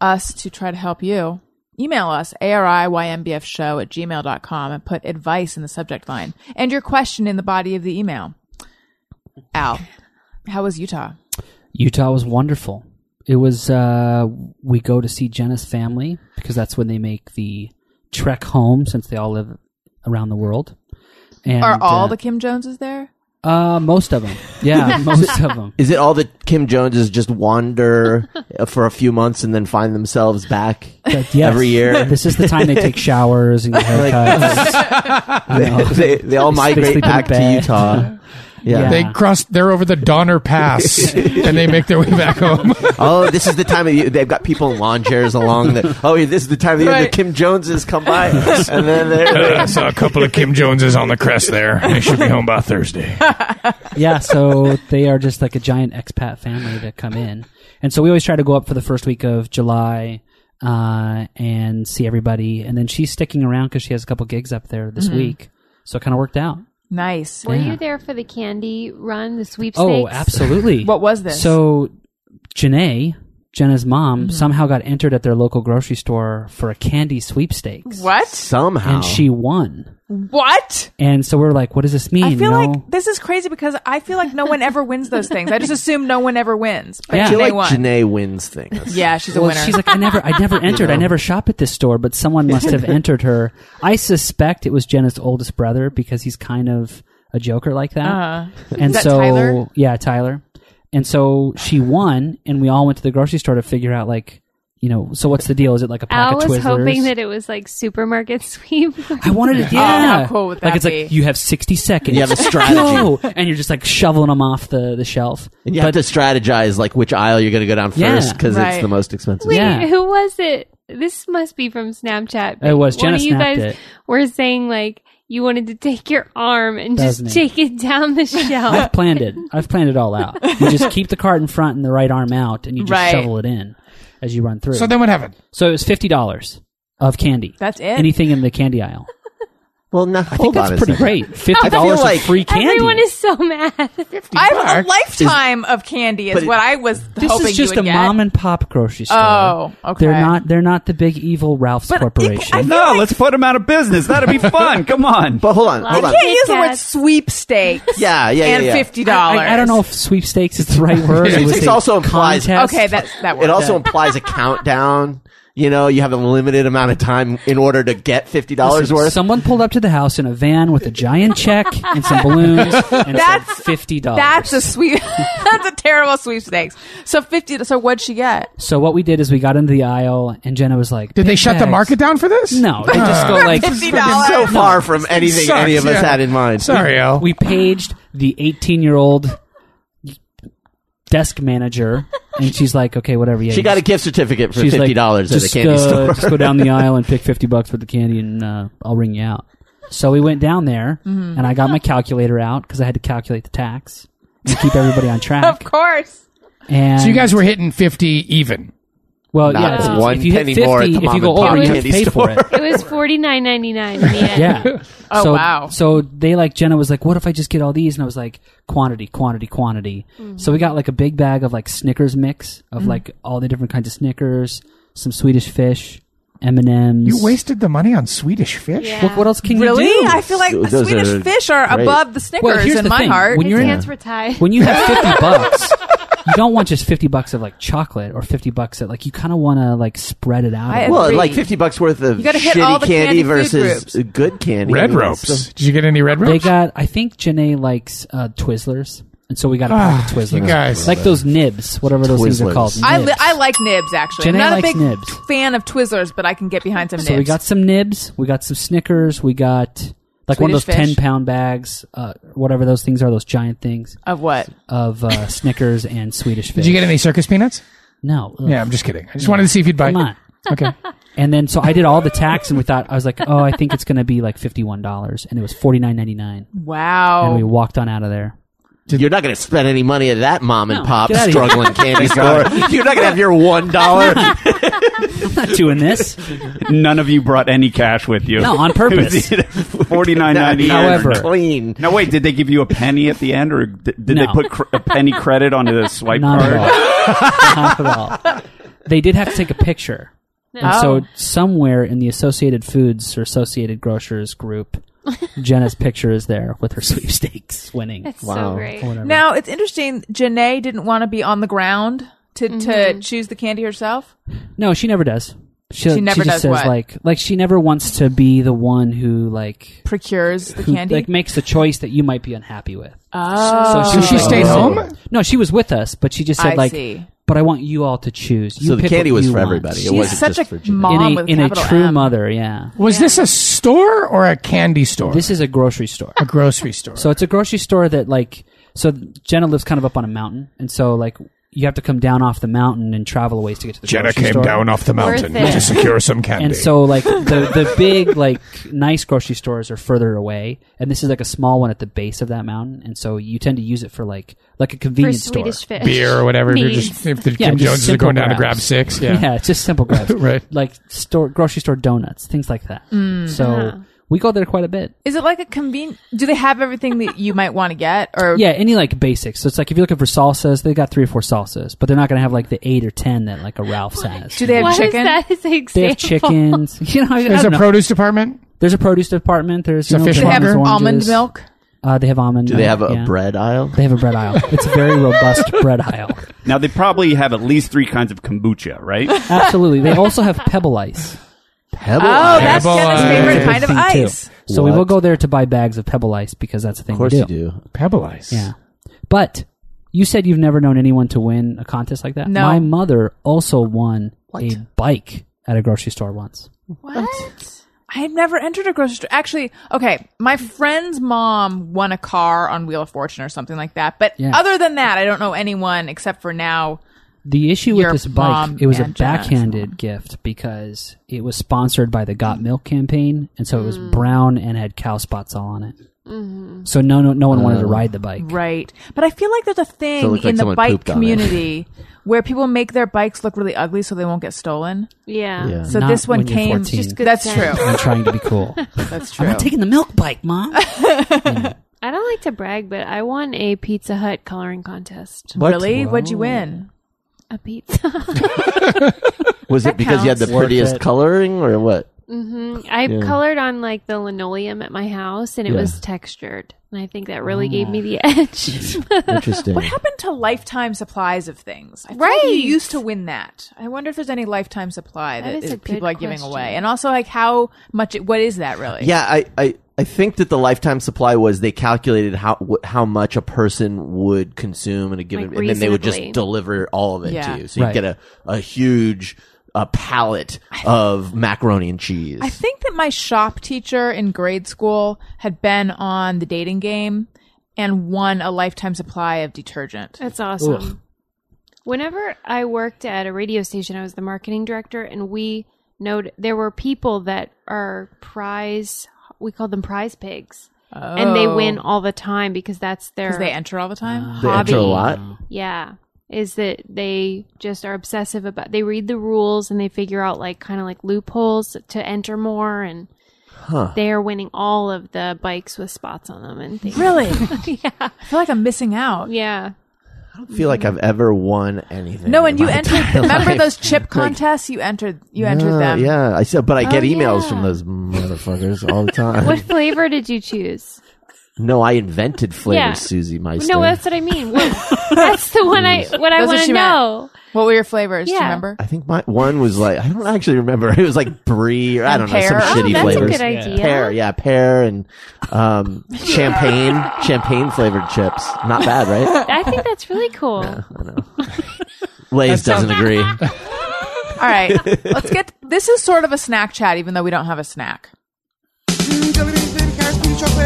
Speaker 3: us to try to help you, email us ariymbfshow at gmail.com and put advice in the subject line and your question in the body of the email. Al, how was Utah?
Speaker 6: Utah was wonderful. It was uh, we go to see Jenna's family because that's when they make the trek home since they all live around the world. And
Speaker 3: Are all
Speaker 6: uh,
Speaker 3: the Kim Joneses there?
Speaker 6: uh, most of them?
Speaker 3: <laughs>
Speaker 6: Yeah, most of them.
Speaker 1: Is it all that Kim Joneses just wander <laughs> for a few months and then find themselves back
Speaker 6: But yes,
Speaker 1: every year?
Speaker 6: This is the time they take showers and get
Speaker 1: <laughs>
Speaker 6: haircuts. I know.
Speaker 1: they, they all migrate
Speaker 6: sleep in
Speaker 1: back to
Speaker 6: bed. <laughs>
Speaker 1: Utah. Yeah.
Speaker 4: they
Speaker 6: Yeah.
Speaker 4: crossed they're over the
Speaker 3: <laughs>
Speaker 4: donner pass and they make their way back home
Speaker 1: Oh, this is the time of year. They've got people in lawn chairs along.
Speaker 6: <laughs>
Speaker 1: That, oh, yeah, this is the time of year
Speaker 3: Right.
Speaker 1: that Kim Joneses come by. And then they're.
Speaker 4: <laughs> I saw a couple of Kim Joneses on the crest there. They should be home by Thursday.
Speaker 6: yeah, so they are just like a giant expat family that come in, and so we always try to go up for the first week of July uh, and see everybody, and then she's sticking around because she has a couple gigs up there this
Speaker 3: Mm-hmm.
Speaker 6: week, so it kind of worked out.
Speaker 3: Nice.
Speaker 5: Were
Speaker 6: Yeah.
Speaker 5: you there for the candy run, the sweepstakes?
Speaker 3: <laughs>
Speaker 6: Oh, absolutely.
Speaker 3: What was this?
Speaker 6: So, Janae Jenna's mom
Speaker 3: Mm-hmm.
Speaker 6: somehow got entered at their local grocery store for a candy sweepstakes.
Speaker 3: What?
Speaker 1: Somehow.
Speaker 6: And she won.
Speaker 3: What?
Speaker 6: And so we're like, what does this mean?
Speaker 3: I feel
Speaker 6: you know?
Speaker 3: like this is crazy because I feel like no one ever wins those things. I just assume no one ever wins. But yeah.
Speaker 6: Yeah. I
Speaker 1: I feel like
Speaker 3: won.
Speaker 1: Janae wins things.
Speaker 3: yeah, she's a
Speaker 6: Well,
Speaker 3: winner.
Speaker 6: she's like, I never, I
Speaker 3: <laughs>
Speaker 6: never entered. I never shop at this store, but someone must have entered her. I suspect it was Jenna's oldest brother because he's kind of a joker like that. And
Speaker 3: Uh-huh. Is that
Speaker 6: so,
Speaker 3: Tyler?
Speaker 6: yeah, Tyler. And so she won, and we all went to the grocery store to figure out, like, you know, so what's the deal? Is it like a pack
Speaker 5: Al
Speaker 6: of
Speaker 5: was
Speaker 6: Twizzlers?
Speaker 5: hoping that it was like supermarket <laughs> sweep.
Speaker 6: I wanted
Speaker 3: <laughs>
Speaker 6: it. Yeah,
Speaker 3: how cool would
Speaker 6: like
Speaker 3: that
Speaker 6: it's
Speaker 3: be?
Speaker 6: like you have sixty seconds.
Speaker 1: You have a
Speaker 6: <laughs>
Speaker 1: strategy.
Speaker 6: Go! and you're just like shoveling them off the the shelf.
Speaker 1: And you have to strategize like which aisle you're going to go down
Speaker 6: Yeah.
Speaker 1: first because it's
Speaker 3: Right.
Speaker 1: the most expensive.
Speaker 5: Wait,
Speaker 6: Yeah.
Speaker 5: who was it? This must be from Snapchat. but
Speaker 6: It was.
Speaker 5: One
Speaker 6: Jenna
Speaker 5: of you
Speaker 6: snapped
Speaker 5: guys
Speaker 6: it.
Speaker 5: were saying like you wanted to take your arm and
Speaker 6: Doesn't it?
Speaker 5: just take it down
Speaker 6: <laughs>
Speaker 5: the shelf.
Speaker 6: I've planned it. I've planned it all out. You just keep the cart in front and the right arm out, and you just
Speaker 3: Right.
Speaker 6: shovel it in as you run through.
Speaker 4: So
Speaker 6: So,
Speaker 4: then what happened?
Speaker 6: it was fifty dollars of candy.
Speaker 3: That's it?
Speaker 6: Anything in the candy aisle.
Speaker 1: Well, no,
Speaker 6: I think that's pretty great. Fifty dollars
Speaker 1: like
Speaker 6: of free candy.
Speaker 5: Everyone is so mad.
Speaker 3: I have a
Speaker 4: Mark
Speaker 3: lifetime of candy is
Speaker 1: but-
Speaker 3: what I was
Speaker 6: this
Speaker 3: hoping
Speaker 6: is just
Speaker 3: you
Speaker 6: a
Speaker 3: would get.
Speaker 6: mom and pop grocery store.
Speaker 3: Oh, okay.
Speaker 6: They're not. They're not the big evil Ralph's
Speaker 3: But it-
Speaker 6: corporation.
Speaker 3: I feel
Speaker 7: No, let's put them out of business. That'd be
Speaker 6: <laughs>
Speaker 7: fun. Come on.
Speaker 1: But hold on, hold
Speaker 3: I
Speaker 1: on.
Speaker 5: Yeah.
Speaker 3: can't use the word
Speaker 5: Kit Kats.
Speaker 6: <laughs>
Speaker 3: sweepstakes.
Speaker 1: Yeah, yeah, yeah,
Speaker 3: And
Speaker 1: yeah.
Speaker 3: fifty dollars.
Speaker 6: I, I don't know if sweepstakes is the <laughs> right word. It was
Speaker 1: Sweepstakes
Speaker 6: a
Speaker 1: also implies-
Speaker 6: contest.
Speaker 3: Okay, that's that
Speaker 1: It
Speaker 3: works.
Speaker 1: also implies a countdown. You know, you have a limited amount of time in order to get fifty dollars
Speaker 6: Listen,
Speaker 1: worth.
Speaker 6: Someone pulled up to the house in a van with a giant check
Speaker 3: <laughs>
Speaker 6: and some balloons and that's,
Speaker 3: That's-
Speaker 6: fifty dollars.
Speaker 3: That's
Speaker 6: <laughs>
Speaker 3: a sweep. <laughs> that's a terrible sweepstakes. So fifty. So what'd she get?
Speaker 6: so what we did is we got into the aisle and Jenna was like,
Speaker 4: Did they
Speaker 6: "Big
Speaker 4: shut the
Speaker 6: bags."
Speaker 4: market down for this?
Speaker 6: No, they
Speaker 3: <laughs>
Speaker 6: just go like
Speaker 3: Fifty
Speaker 1: It's
Speaker 3: dollars.
Speaker 1: so far from anything
Speaker 4: sucks,
Speaker 1: any of us
Speaker 4: yeah.
Speaker 1: had in mind.
Speaker 4: Sorry, Al.
Speaker 6: we paged the eighteen year old desk manager and she's like, okay, whatever. Yeah,
Speaker 1: She
Speaker 6: you
Speaker 1: got a
Speaker 6: just-
Speaker 1: gift certificate for
Speaker 6: she's
Speaker 1: fifty dollars
Speaker 6: like,
Speaker 1: at a
Speaker 6: just,
Speaker 1: candy
Speaker 6: uh,
Speaker 1: store.
Speaker 6: just
Speaker 1: <laughs>
Speaker 6: go down the aisle and pick fifty bucks for the candy and uh, I'll ring you out. So we went down there
Speaker 3: Mm-hmm.
Speaker 6: and I got my calculator out because I had to calculate the tax and keep everybody
Speaker 3: <laughs>
Speaker 6: on track.
Speaker 3: Of course.
Speaker 6: And
Speaker 4: So you guys were hitting 50 even.
Speaker 6: well,
Speaker 1: Not
Speaker 6: yeah. it's-
Speaker 1: one
Speaker 6: if you hit
Speaker 1: penny
Speaker 6: 50,
Speaker 1: more at the
Speaker 6: if
Speaker 1: mom
Speaker 6: you go
Speaker 1: and pop
Speaker 6: over, you have to
Speaker 1: candy
Speaker 6: pay for it.
Speaker 5: It was forty nine ninety nine in the end.
Speaker 1: <laughs>
Speaker 6: Yeah.
Speaker 3: Oh,
Speaker 6: so,
Speaker 3: wow.
Speaker 6: So they like Jenna was like, "What if I just get all these?" And I was like, "Quantity, quantity, quantity." So we got like a big bag of like Snickers mix of like all the different kinds of Snickers, some Swedish fish, M and M's.
Speaker 4: You wasted the money on Swedish fish?
Speaker 5: Yeah.
Speaker 6: What, what else can
Speaker 3: Really?
Speaker 6: you do?
Speaker 3: I feel like
Speaker 1: Those are
Speaker 3: Swedish fish are
Speaker 1: great.
Speaker 3: above the Snickers
Speaker 6: Well, here's
Speaker 3: in
Speaker 6: the
Speaker 3: my
Speaker 6: thing.
Speaker 3: heart.
Speaker 6: When
Speaker 5: His
Speaker 6: you're in-
Speaker 5: hands were tied.
Speaker 6: when you have 50 bucks you don't want just 50 bucks of like chocolate or 50 bucks of like you kind of want to like spread it out
Speaker 3: I
Speaker 6: a
Speaker 3: agree.
Speaker 6: little.
Speaker 1: <laughs> well, like fifty bucks worth of
Speaker 3: You gotta
Speaker 1: shitty
Speaker 3: hit all the
Speaker 1: candy,
Speaker 3: candy food
Speaker 1: versus
Speaker 3: groups.
Speaker 1: good candy.
Speaker 4: Red
Speaker 1: So-
Speaker 4: ropes. Did you get any red
Speaker 6: They
Speaker 4: ropes?
Speaker 6: got, I think Janae likes uh, Twizzlers, and so we got a pack of
Speaker 4: Ah,
Speaker 6: Twizzlers.
Speaker 4: you guys.
Speaker 6: like those nibs, whatever those things
Speaker 1: Twizzlers.
Speaker 6: are called.
Speaker 3: I,
Speaker 6: nibs.
Speaker 3: li- I like nibs actually.
Speaker 6: Janae
Speaker 3: I'm not a
Speaker 6: likes
Speaker 3: big
Speaker 6: nibs.
Speaker 3: fan of Twizzlers, but I can get behind some
Speaker 6: so
Speaker 3: nibs.
Speaker 6: we got some nibs, we got some Snickers, we got like one of those
Speaker 3: Swedish fish.
Speaker 6: ten pound bags, uh, whatever those things are, those giant things
Speaker 3: of what?
Speaker 4: <laughs>
Speaker 6: of uh, Snickers and Swedish fish.
Speaker 4: Did you get any circus peanuts?
Speaker 6: No. ugh,
Speaker 4: Yeah, I'm just kidding. I just wanted to see if you'd buy.
Speaker 6: Come on.
Speaker 4: Okay.
Speaker 6: <laughs> And then so I did all the tax, and we thought I was like, oh, I think it's going to be like fifty one dollars, and it was forty nine ninety nine, and
Speaker 3: Wow.
Speaker 6: we
Speaker 4: Oh.
Speaker 6: walked on out of there.
Speaker 1: You're not going to spend any money at that mom and
Speaker 6: No,
Speaker 1: pop
Speaker 6: get outta here.
Speaker 1: struggling
Speaker 6: <laughs>
Speaker 1: candy store. You're not going to have your one dollar.
Speaker 6: I'm not
Speaker 4: <laughs>
Speaker 6: doing this.
Speaker 7: None of you brought any cash with you.
Speaker 6: No,
Speaker 7: <laughs>
Speaker 6: on purpose.
Speaker 7: Forty
Speaker 1: <laughs>
Speaker 7: nine ninety nine.
Speaker 6: <laughs> However-
Speaker 1: clean.
Speaker 7: Now wait, did they give you a penny at the end, or did, did
Speaker 6: No.
Speaker 7: they put cr- a penny credit onto
Speaker 6: <laughs>
Speaker 7: the swipe
Speaker 6: Not
Speaker 7: card?
Speaker 6: at all. <laughs> Not
Speaker 4: <laughs>
Speaker 6: at all. They did have to take a picture.
Speaker 3: Oh.
Speaker 6: And so somewhere in the Associated Foods or Associated Grocers group,
Speaker 3: <laughs>
Speaker 6: Jenna's picture is there with her sweepstakes winning.
Speaker 5: That's so great.
Speaker 3: Now it's interesting. Janae didn't want to be on the ground to to choose the candy herself.
Speaker 6: No, she never does. She,
Speaker 3: She never
Speaker 6: just
Speaker 3: does
Speaker 6: says
Speaker 3: what?
Speaker 6: like like she never wants to be the one who like
Speaker 3: Procures the
Speaker 6: who
Speaker 3: candy.
Speaker 6: like makes the choice that you might be unhappy with.
Speaker 3: oh,
Speaker 6: So
Speaker 4: So she stayed
Speaker 1: Oh.
Speaker 4: home?
Speaker 6: No, she was with us, but she just said
Speaker 3: I
Speaker 6: like,
Speaker 3: see.
Speaker 6: "But I want you all to choose." You
Speaker 1: So the
Speaker 6: pick
Speaker 1: candy
Speaker 6: what
Speaker 1: was
Speaker 6: you
Speaker 1: for
Speaker 6: want.
Speaker 1: everybody. It
Speaker 3: She's
Speaker 1: wasn't
Speaker 3: such
Speaker 1: just for
Speaker 3: a
Speaker 1: Janae.
Speaker 3: mom.
Speaker 6: in a,
Speaker 3: with
Speaker 6: in a
Speaker 3: capital
Speaker 6: true
Speaker 3: M.
Speaker 6: mother, yeah.
Speaker 4: Was this a store or a candy store?
Speaker 6: This is a grocery store.
Speaker 4: a grocery store.
Speaker 6: So it's a grocery store that like so Jenna lives kind of up on a mountain, and so like you have to come down off the mountain and travel a ways to get to the grocery store.
Speaker 4: off the
Speaker 5: it. Yeah.
Speaker 4: secure some candy.
Speaker 6: and so like the the big like nice grocery stores are further away, and this is like a small one at the base of that mountain, and so you tend to use it for like like a
Speaker 5: For
Speaker 6: convenience store.
Speaker 5: Swedish fish.
Speaker 4: beer or whatever. If, you're
Speaker 5: Needs.
Speaker 4: just, if the
Speaker 6: Yeah,
Speaker 4: Kim
Speaker 6: just
Speaker 4: Joneses are
Speaker 6: simple
Speaker 4: going down to
Speaker 6: grabs.
Speaker 4: grab six, <laughs>
Speaker 6: Yeah, it's just simple grabs.
Speaker 4: Right.
Speaker 5: Mm,
Speaker 6: Like store grocery store donuts, things like that. So We go there quite a bit.
Speaker 3: Is it like a conven? Do they have everything that you might want to get? Or
Speaker 6: Yeah, any like basics. So it's like if you're looking for salsas, they got three or four salsas, but they're not going to have like the eight or ten that like a Ralph's has.
Speaker 3: do they have
Speaker 5: Why
Speaker 3: chicken?
Speaker 5: is that as an example?
Speaker 6: They have
Speaker 3: <laughs>
Speaker 6: chickens. You know, I, I
Speaker 4: There's a
Speaker 6: don't know.
Speaker 4: produce department.
Speaker 6: There's a produce department. There's
Speaker 4: So
Speaker 6: you know,
Speaker 4: fish
Speaker 3: Do they have
Speaker 6: oranges,
Speaker 3: almond
Speaker 6: oranges.
Speaker 3: milk?
Speaker 6: Uh, they have almond.
Speaker 1: Do they have a, a
Speaker 6: yeah.
Speaker 1: bread aisle?
Speaker 6: They have a bread aisle. It's a
Speaker 3: <laughs>
Speaker 6: very robust bread aisle.
Speaker 7: Now they probably have at least three kinds of kombucha,
Speaker 6: <laughs>
Speaker 7: right?
Speaker 6: Absolutely. They also have pebble ice.
Speaker 1: Pebble
Speaker 3: Oh,
Speaker 1: aisle.
Speaker 3: that's
Speaker 4: Terrible
Speaker 3: Jenna's
Speaker 4: idea.
Speaker 3: favorite kind of
Speaker 6: Thing, too.
Speaker 3: ice.
Speaker 6: So we
Speaker 1: What?
Speaker 6: will go there to buy bags of pebble ice because that's the thing
Speaker 1: Of course
Speaker 6: we do.
Speaker 1: you do.
Speaker 4: Pebble ice.
Speaker 6: Yeah. But you said you've never known anyone to win a contest like that.
Speaker 3: No.
Speaker 6: My mother also won a bike at a grocery store once.
Speaker 3: I had never entered a grocery store. Actually, okay, my friend's mom won a car on Wheel of Fortune or something like that. But
Speaker 6: Yeah.
Speaker 3: other than that, I don't know anyone except for now.
Speaker 6: The issue
Speaker 3: Your
Speaker 6: with this
Speaker 3: mom
Speaker 6: bike, it was a
Speaker 3: and Jenna's
Speaker 6: backhanded gift because it was sponsored by the Got Milk campaign, and so it
Speaker 3: Mm.
Speaker 6: was brown and had cow spots all on it. So no, no, no one wanted
Speaker 1: Oh.
Speaker 6: to ride the bike.
Speaker 3: Mm-hmm. Right. But I feel like there's a
Speaker 1: So it
Speaker 3: thing
Speaker 1: looked like
Speaker 3: in the
Speaker 1: someone
Speaker 3: bike
Speaker 1: pooped on it.
Speaker 3: community <laughs> where people make their bikes look really ugly so they won't get stolen.
Speaker 5: Yeah.
Speaker 1: Yeah.
Speaker 3: So
Speaker 6: Not
Speaker 3: this one
Speaker 6: when you're
Speaker 3: came.
Speaker 6: 14. Just
Speaker 5: good
Speaker 3: that's
Speaker 5: sense.
Speaker 3: true.
Speaker 6: I'm trying to be cool.
Speaker 3: <laughs> That's
Speaker 6: I'm
Speaker 3: true.
Speaker 6: not taking the milk
Speaker 3: <laughs>
Speaker 6: bike, mom.
Speaker 5: I don't like to brag, but I won a Pizza Hut coloring contest.
Speaker 3: Really? What'd you win?
Speaker 5: A pizza. <laughs> Hut.
Speaker 1: Was it
Speaker 3: That
Speaker 1: because you had the
Speaker 3: counts.
Speaker 6: Worth
Speaker 1: prettiest
Speaker 6: it.
Speaker 1: coloring or what?
Speaker 5: I colored on like the linoleum at my house, and it
Speaker 1: Yeah. Oh.
Speaker 5: was textured, and I think that really gave me the <laughs> edge.
Speaker 1: Interesting.
Speaker 3: What happened to lifetime supplies of things? I feel like
Speaker 5: Right.
Speaker 3: you used to win that. I wonder if there's any lifetime supply
Speaker 5: That
Speaker 3: that,
Speaker 5: is a
Speaker 3: is-
Speaker 5: good
Speaker 3: people are giving
Speaker 5: question.
Speaker 3: away, and also like how much? It, what is that really?
Speaker 1: Yeah, I, I, I think that the lifetime supply was they calculated how wh- how much a person would consume in a given,
Speaker 5: Like,
Speaker 1: and then they would
Speaker 5: reasonably.
Speaker 1: just deliver all of it
Speaker 3: Yeah.
Speaker 1: to you. So you
Speaker 6: Right.
Speaker 1: get a a huge a pallet of macaroni and cheese.
Speaker 3: I think that my shop teacher in grade school had been on the dating game and won a lifetime supply of detergent.
Speaker 5: That's awesome. Whenever I worked at a radio station, I was the marketing director, and we noted there were people that are prize. We call them prize pigs, and they
Speaker 1: Oh.
Speaker 5: win all the time because that's
Speaker 3: Oh.
Speaker 5: their
Speaker 3: because they enter all the
Speaker 5: <laughs>
Speaker 3: time.
Speaker 1: They enter a
Speaker 5: hobby.
Speaker 1: lot.
Speaker 5: Yeah. Is that they just are obsessive about they read the rules and they figure out like kind of like loopholes to enter more and they are winning all of the bikes with spots on them and things.
Speaker 3: Really? <laughs> yeah. I feel like I'm missing out.
Speaker 5: Yeah.
Speaker 1: I don't feel like I've ever won anything.
Speaker 3: Mm-hmm. No,
Speaker 1: in
Speaker 3: and you
Speaker 1: my
Speaker 3: entered.
Speaker 1: entire <laughs>
Speaker 3: Remember
Speaker 1: life.
Speaker 3: those chip contests? You entered. You entered
Speaker 1: Yeah,
Speaker 3: them.
Speaker 1: Yeah, I said, but I get
Speaker 5: Oh,
Speaker 1: emails
Speaker 5: yeah.
Speaker 1: from those motherfuckers all the time.
Speaker 5: What flavor did you choose?
Speaker 1: <laughs> No, I invented flavors,
Speaker 5: Yeah.
Speaker 1: Susie Meister.
Speaker 5: No, that's what I mean. What- that's the one I what I
Speaker 3: That's what
Speaker 5: want
Speaker 3: she
Speaker 5: to
Speaker 3: meant.
Speaker 5: know.
Speaker 3: What were your flavors? Do
Speaker 5: Yeah.
Speaker 3: you remember?
Speaker 1: I think my one was like I don't actually remember. <laughs> It was like brie or I
Speaker 3: And
Speaker 1: don't know some
Speaker 3: pear. Oh,
Speaker 1: shitty
Speaker 5: that's
Speaker 1: flavors.
Speaker 5: a good idea.
Speaker 1: Pear, yeah, pear and um, champagne, champagne flavored chips. Not bad,
Speaker 5: <laughs>
Speaker 1: right?
Speaker 5: I think that's really cool.
Speaker 1: Lay's doesn't agree.
Speaker 3: All right. Let's get. This is sort of a snack chat, even though we don't have a snack.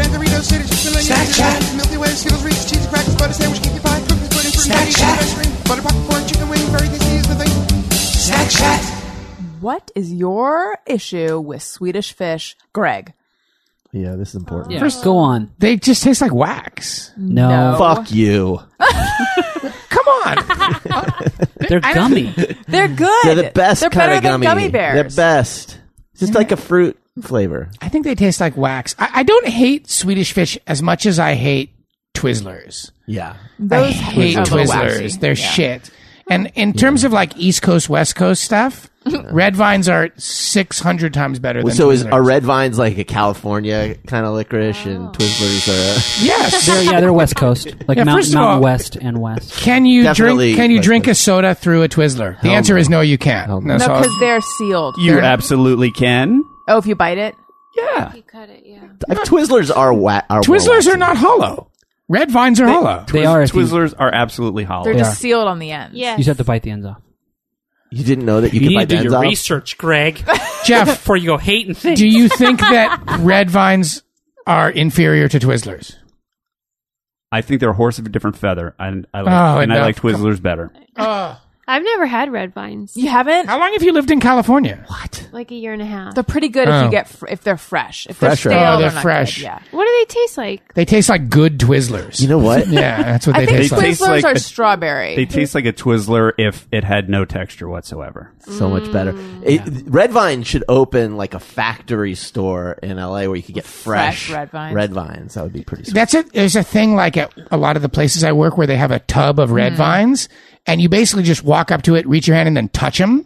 Speaker 2: Snack chat.
Speaker 8: Milky Way, Skittles, Reese's, cheesy crackers, butter sandwich, cookie pie, cookies, pudding, fruit,
Speaker 2: Snack
Speaker 8: candy,
Speaker 2: Shack.
Speaker 8: ice cream, butter popcorn, chicken wing, very tasty is the thing.
Speaker 2: Snack chat.
Speaker 3: What is your issue with Swedish fish, Greg?
Speaker 1: <laughs> Yeah, this is important.
Speaker 6: First, go on.
Speaker 4: They just taste like wax.
Speaker 6: <laughs> No,
Speaker 3: No.
Speaker 1: Fuck you.
Speaker 4: Come on.
Speaker 6: they're
Speaker 4: <laughs>
Speaker 6: gummy.
Speaker 3: They're good.
Speaker 1: They're the best
Speaker 3: They're
Speaker 1: kind
Speaker 3: better
Speaker 1: of gummy.
Speaker 3: than gummy bears.
Speaker 1: They're best. It's just like a fruit flavor.
Speaker 4: I think they taste like wax. I, I don't hate Swedish fish as much as I hate Twizzlers.
Speaker 1: Yeah.
Speaker 4: I
Speaker 3: Those
Speaker 4: hate
Speaker 3: are a little waxy.
Speaker 4: Twizzlers. They're shit. And in terms of like East Coast, West
Speaker 10: <laughs>
Speaker 4: Coast stuff, red vines are 600 times better than
Speaker 1: So is
Speaker 4: Twizzlers.
Speaker 1: are red vines like a California kind of licorice,
Speaker 3: Oh.
Speaker 1: and Twizzlers are
Speaker 4: Yes.
Speaker 6: They're, yeah, they're West Coast, like
Speaker 4: Yeah,
Speaker 6: Mount,
Speaker 4: first of
Speaker 6: Mountain
Speaker 4: all-
Speaker 6: West and West.
Speaker 4: Can you
Speaker 1: Definitely
Speaker 4: drink? Can you
Speaker 1: like
Speaker 4: drink
Speaker 1: the-
Speaker 4: a soda through a Twizzler? The answer is no, you can't.
Speaker 1: no.
Speaker 4: That's
Speaker 3: No,
Speaker 4: all.
Speaker 3: because they're sealed.
Speaker 7: You
Speaker 3: They're-
Speaker 7: absolutely can.
Speaker 3: oh, if you bite it,
Speaker 1: yeah.
Speaker 5: You cut it, yeah.
Speaker 1: I- uh, <laughs> Twizzlers are wet. Are
Speaker 4: Twizzlers
Speaker 1: well
Speaker 4: are not hollow. Red vines are
Speaker 10: <laughs>
Speaker 4: hollow.
Speaker 6: They are. If you, you
Speaker 7: Twizzlers are absolutely hollow.
Speaker 3: they're just sealed on the end.
Speaker 5: Yes.
Speaker 6: just have to bite the ends off.
Speaker 1: You didn't know that you,
Speaker 10: You
Speaker 1: could buy
Speaker 10: need to do
Speaker 1: bands
Speaker 10: your
Speaker 1: off.
Speaker 10: research, Greg,
Speaker 4: Jeff,
Speaker 10: before you go hating things.
Speaker 4: do
Speaker 10: <laughs>
Speaker 4: you think that red vines are inferior to Twizzlers?
Speaker 7: I think they're a horse of a different feather, and I like,
Speaker 4: Oh,
Speaker 7: and I
Speaker 4: enough.
Speaker 7: like Twizzlers better.
Speaker 5: I've never had red vines.
Speaker 3: You haven't?
Speaker 4: How long have you lived in California?
Speaker 5: Like a year and a half.
Speaker 3: They're pretty good if
Speaker 4: Oh.
Speaker 3: you get fr- if they're fresh. If
Speaker 1: Fresher.
Speaker 3: they're stale,
Speaker 4: Oh, they're
Speaker 3: not
Speaker 4: fresh.
Speaker 3: good, Yeah.
Speaker 5: what do they taste like?
Speaker 4: They taste like good Twizzlers.
Speaker 1: You know what?
Speaker 4: yeah, that's what
Speaker 3: I
Speaker 4: they
Speaker 3: think
Speaker 4: taste
Speaker 3: Twizzlers
Speaker 4: like.
Speaker 7: taste like
Speaker 3: are
Speaker 7: a-
Speaker 3: strawberry.
Speaker 7: They taste like a Twizzler if it had no texture whatsoever.
Speaker 1: so
Speaker 3: Mm.
Speaker 1: much better. It, Red Vine should open like a factory store in LA where you could get fresh,
Speaker 3: Fresh red vines.
Speaker 1: Red vines. That would be pretty. Sweet.
Speaker 4: That's it. There's a thing like at a lot of the places I work where they have a tub of
Speaker 3: Hmm.
Speaker 4: red vines, and you basically just walk up to it, reach your hand, and then touch them.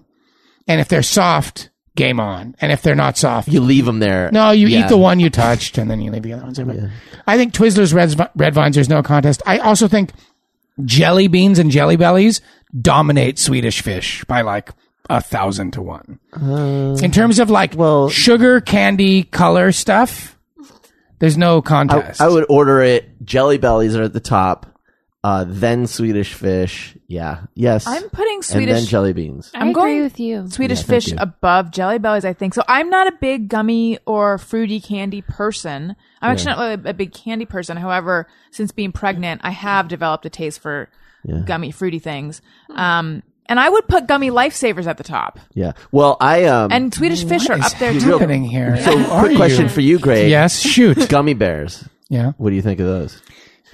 Speaker 4: And if they're soft, game on. And if they're not soft,
Speaker 1: you leave them there.
Speaker 4: no, you
Speaker 1: Yeah.
Speaker 4: eat the one you touched, and then you leave the other ones. over. I think Twizzlers red, Vi- red vines. There's no contest. I also think jelly beans and jelly bellies dominate Swedish fish by like a thousand to one in terms of like
Speaker 1: Uh, well-
Speaker 4: sugar, candy, color stuff. There's no
Speaker 1: I,
Speaker 4: contest.
Speaker 1: I would order it. Jelly bellies are at the top. Uh, then Swedish fish. Yeah. Yes.
Speaker 3: I'm putting
Speaker 1: and then
Speaker 3: Swedish.
Speaker 1: jelly beans.
Speaker 5: i
Speaker 3: I'm
Speaker 5: agree
Speaker 3: going
Speaker 5: with you.
Speaker 3: Swedish
Speaker 1: Yeah, thank
Speaker 3: fish
Speaker 1: you.
Speaker 3: above jelly bellies, I think. So I'm not a big gummy or fruity candy person. I'm actually not really a big candy person. However, since being pregnant, I have developed a taste for gummy, fruity things. Um, and I would put gummy lifesavers at the top.
Speaker 1: Yeah. Well, I um.
Speaker 3: And Swedish fish are
Speaker 4: What is
Speaker 3: up there too.
Speaker 4: happening here?
Speaker 1: so
Speaker 4: Who are
Speaker 1: quick question
Speaker 4: you?
Speaker 1: for you, Greg.
Speaker 4: Yes, shoot.
Speaker 1: Gummy bears.
Speaker 4: yeah,
Speaker 1: What do you think of those?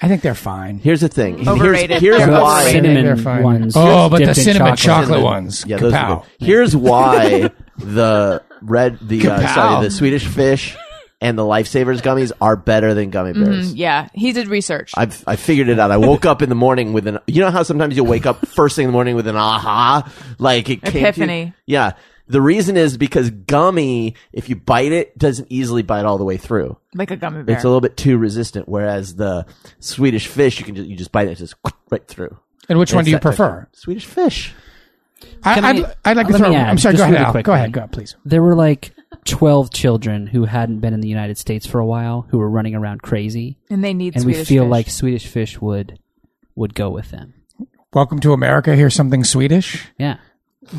Speaker 4: I think they're fine.
Speaker 1: Here's the thing.
Speaker 3: Overrated.
Speaker 1: Here's, here's
Speaker 3: They're
Speaker 1: why.
Speaker 4: overrated.
Speaker 6: cinnamon
Speaker 4: They're fine.
Speaker 6: ones.
Speaker 4: Oh,
Speaker 6: just
Speaker 4: but the
Speaker 6: dipped in
Speaker 4: cinnamon chocolate,
Speaker 1: Cinnamon.
Speaker 4: ones.
Speaker 1: Yeah, those are
Speaker 4: Kapow.
Speaker 1: good.
Speaker 4: <laughs>
Speaker 1: Here's why the red the uh,
Speaker 4: Kapow.
Speaker 1: sorry the Swedish fish and the lifesavers gummies are better than gummy
Speaker 3: Mm-hmm.
Speaker 1: bears.
Speaker 3: Yeah, he did research.
Speaker 1: I've I figured it out. I woke up in the morning with an you know how sometimes you wake up first thing in the morning with an aha like it came to you?
Speaker 3: Epiphany.
Speaker 1: yeah. The reason is because gummy, if you bite it, doesn't easily bite all the way through.
Speaker 3: like a gummy bear.
Speaker 1: It's a little bit too resistant. Whereas the Swedish fish, you can just, you just bite it, it's just <laughs> right through.
Speaker 4: And which one
Speaker 1: It's
Speaker 4: do you
Speaker 1: that-
Speaker 4: prefer?
Speaker 1: Swedish fish.
Speaker 4: I,
Speaker 6: Can I-
Speaker 4: I'd, I'd like to
Speaker 6: let me
Speaker 4: throw.
Speaker 6: add,
Speaker 4: I'm sorry. Go
Speaker 6: just
Speaker 4: ahead,
Speaker 6: really
Speaker 4: Al.
Speaker 6: quickly.
Speaker 4: Go ahead. Go ahead, please.
Speaker 6: there were like 12 children who hadn't been in the United States for a while who were running around crazy
Speaker 3: and they need
Speaker 6: and
Speaker 3: Swedish
Speaker 6: we feel
Speaker 3: fish.
Speaker 6: like Swedish fish would would go with them.
Speaker 4: Welcome to America. Here's something Swedish.
Speaker 6: Yeah.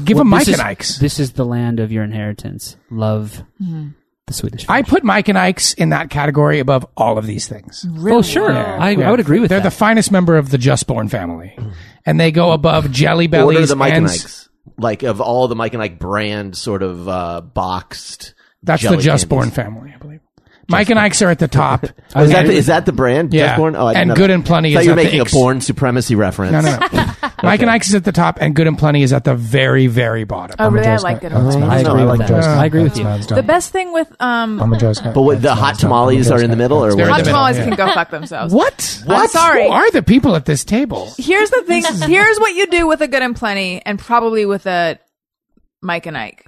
Speaker 4: Give
Speaker 6: Well,
Speaker 4: him Oh, Mike and
Speaker 6: this is-
Speaker 4: Ike's. Mm-hmm.
Speaker 6: This is the land of your inheritance. Love the Swedish fish.
Speaker 4: I put Mike and Ike's in that category above all of these things.
Speaker 6: Well, Oh, sure. I, I would agree with
Speaker 4: They're
Speaker 6: that.
Speaker 4: the finest member of the Just Born family, and they go above Jelly Bellies
Speaker 1: order the Mike
Speaker 4: and
Speaker 1: and Ike's. Like of all the Mike and Ike brand sort of uh, boxed.
Speaker 4: that's the
Speaker 1: jelly
Speaker 4: Just
Speaker 1: candies.
Speaker 4: Born family, I believe. Mike and Ike's are at the top.
Speaker 1: <laughs> Oh, is, that the, is that the brand?
Speaker 4: Yeah.
Speaker 1: Just Born? Oh, I didn't
Speaker 4: And
Speaker 1: know
Speaker 4: Good
Speaker 1: that.
Speaker 4: and Plenty
Speaker 1: I thought
Speaker 4: is
Speaker 1: you were
Speaker 4: at the
Speaker 1: making
Speaker 4: X.
Speaker 1: a born supremacy reference.
Speaker 4: No, no, no. Mike and Ike's is at the top, and Good and Plenty is at the very, very bottom.
Speaker 3: Oh, really? I like it.
Speaker 6: I
Speaker 1: No,
Speaker 6: agree
Speaker 1: I
Speaker 6: with
Speaker 1: like
Speaker 6: that.
Speaker 1: those.
Speaker 6: I agree with you.
Speaker 3: The best thing with
Speaker 1: <laughs>
Speaker 3: um,
Speaker 1: But what, the hot tamales are in the middle, or
Speaker 4: They're
Speaker 1: what?
Speaker 4: in
Speaker 3: hot
Speaker 4: the middle,
Speaker 3: tamales
Speaker 4: yeah.
Speaker 3: can go fuck themselves.
Speaker 4: What?
Speaker 3: I'm
Speaker 4: What?
Speaker 3: sorry.
Speaker 4: Who are the people at this table?
Speaker 3: Here's the thing. Here's what you do with a good and plenty, and probably with a Mike and Ike.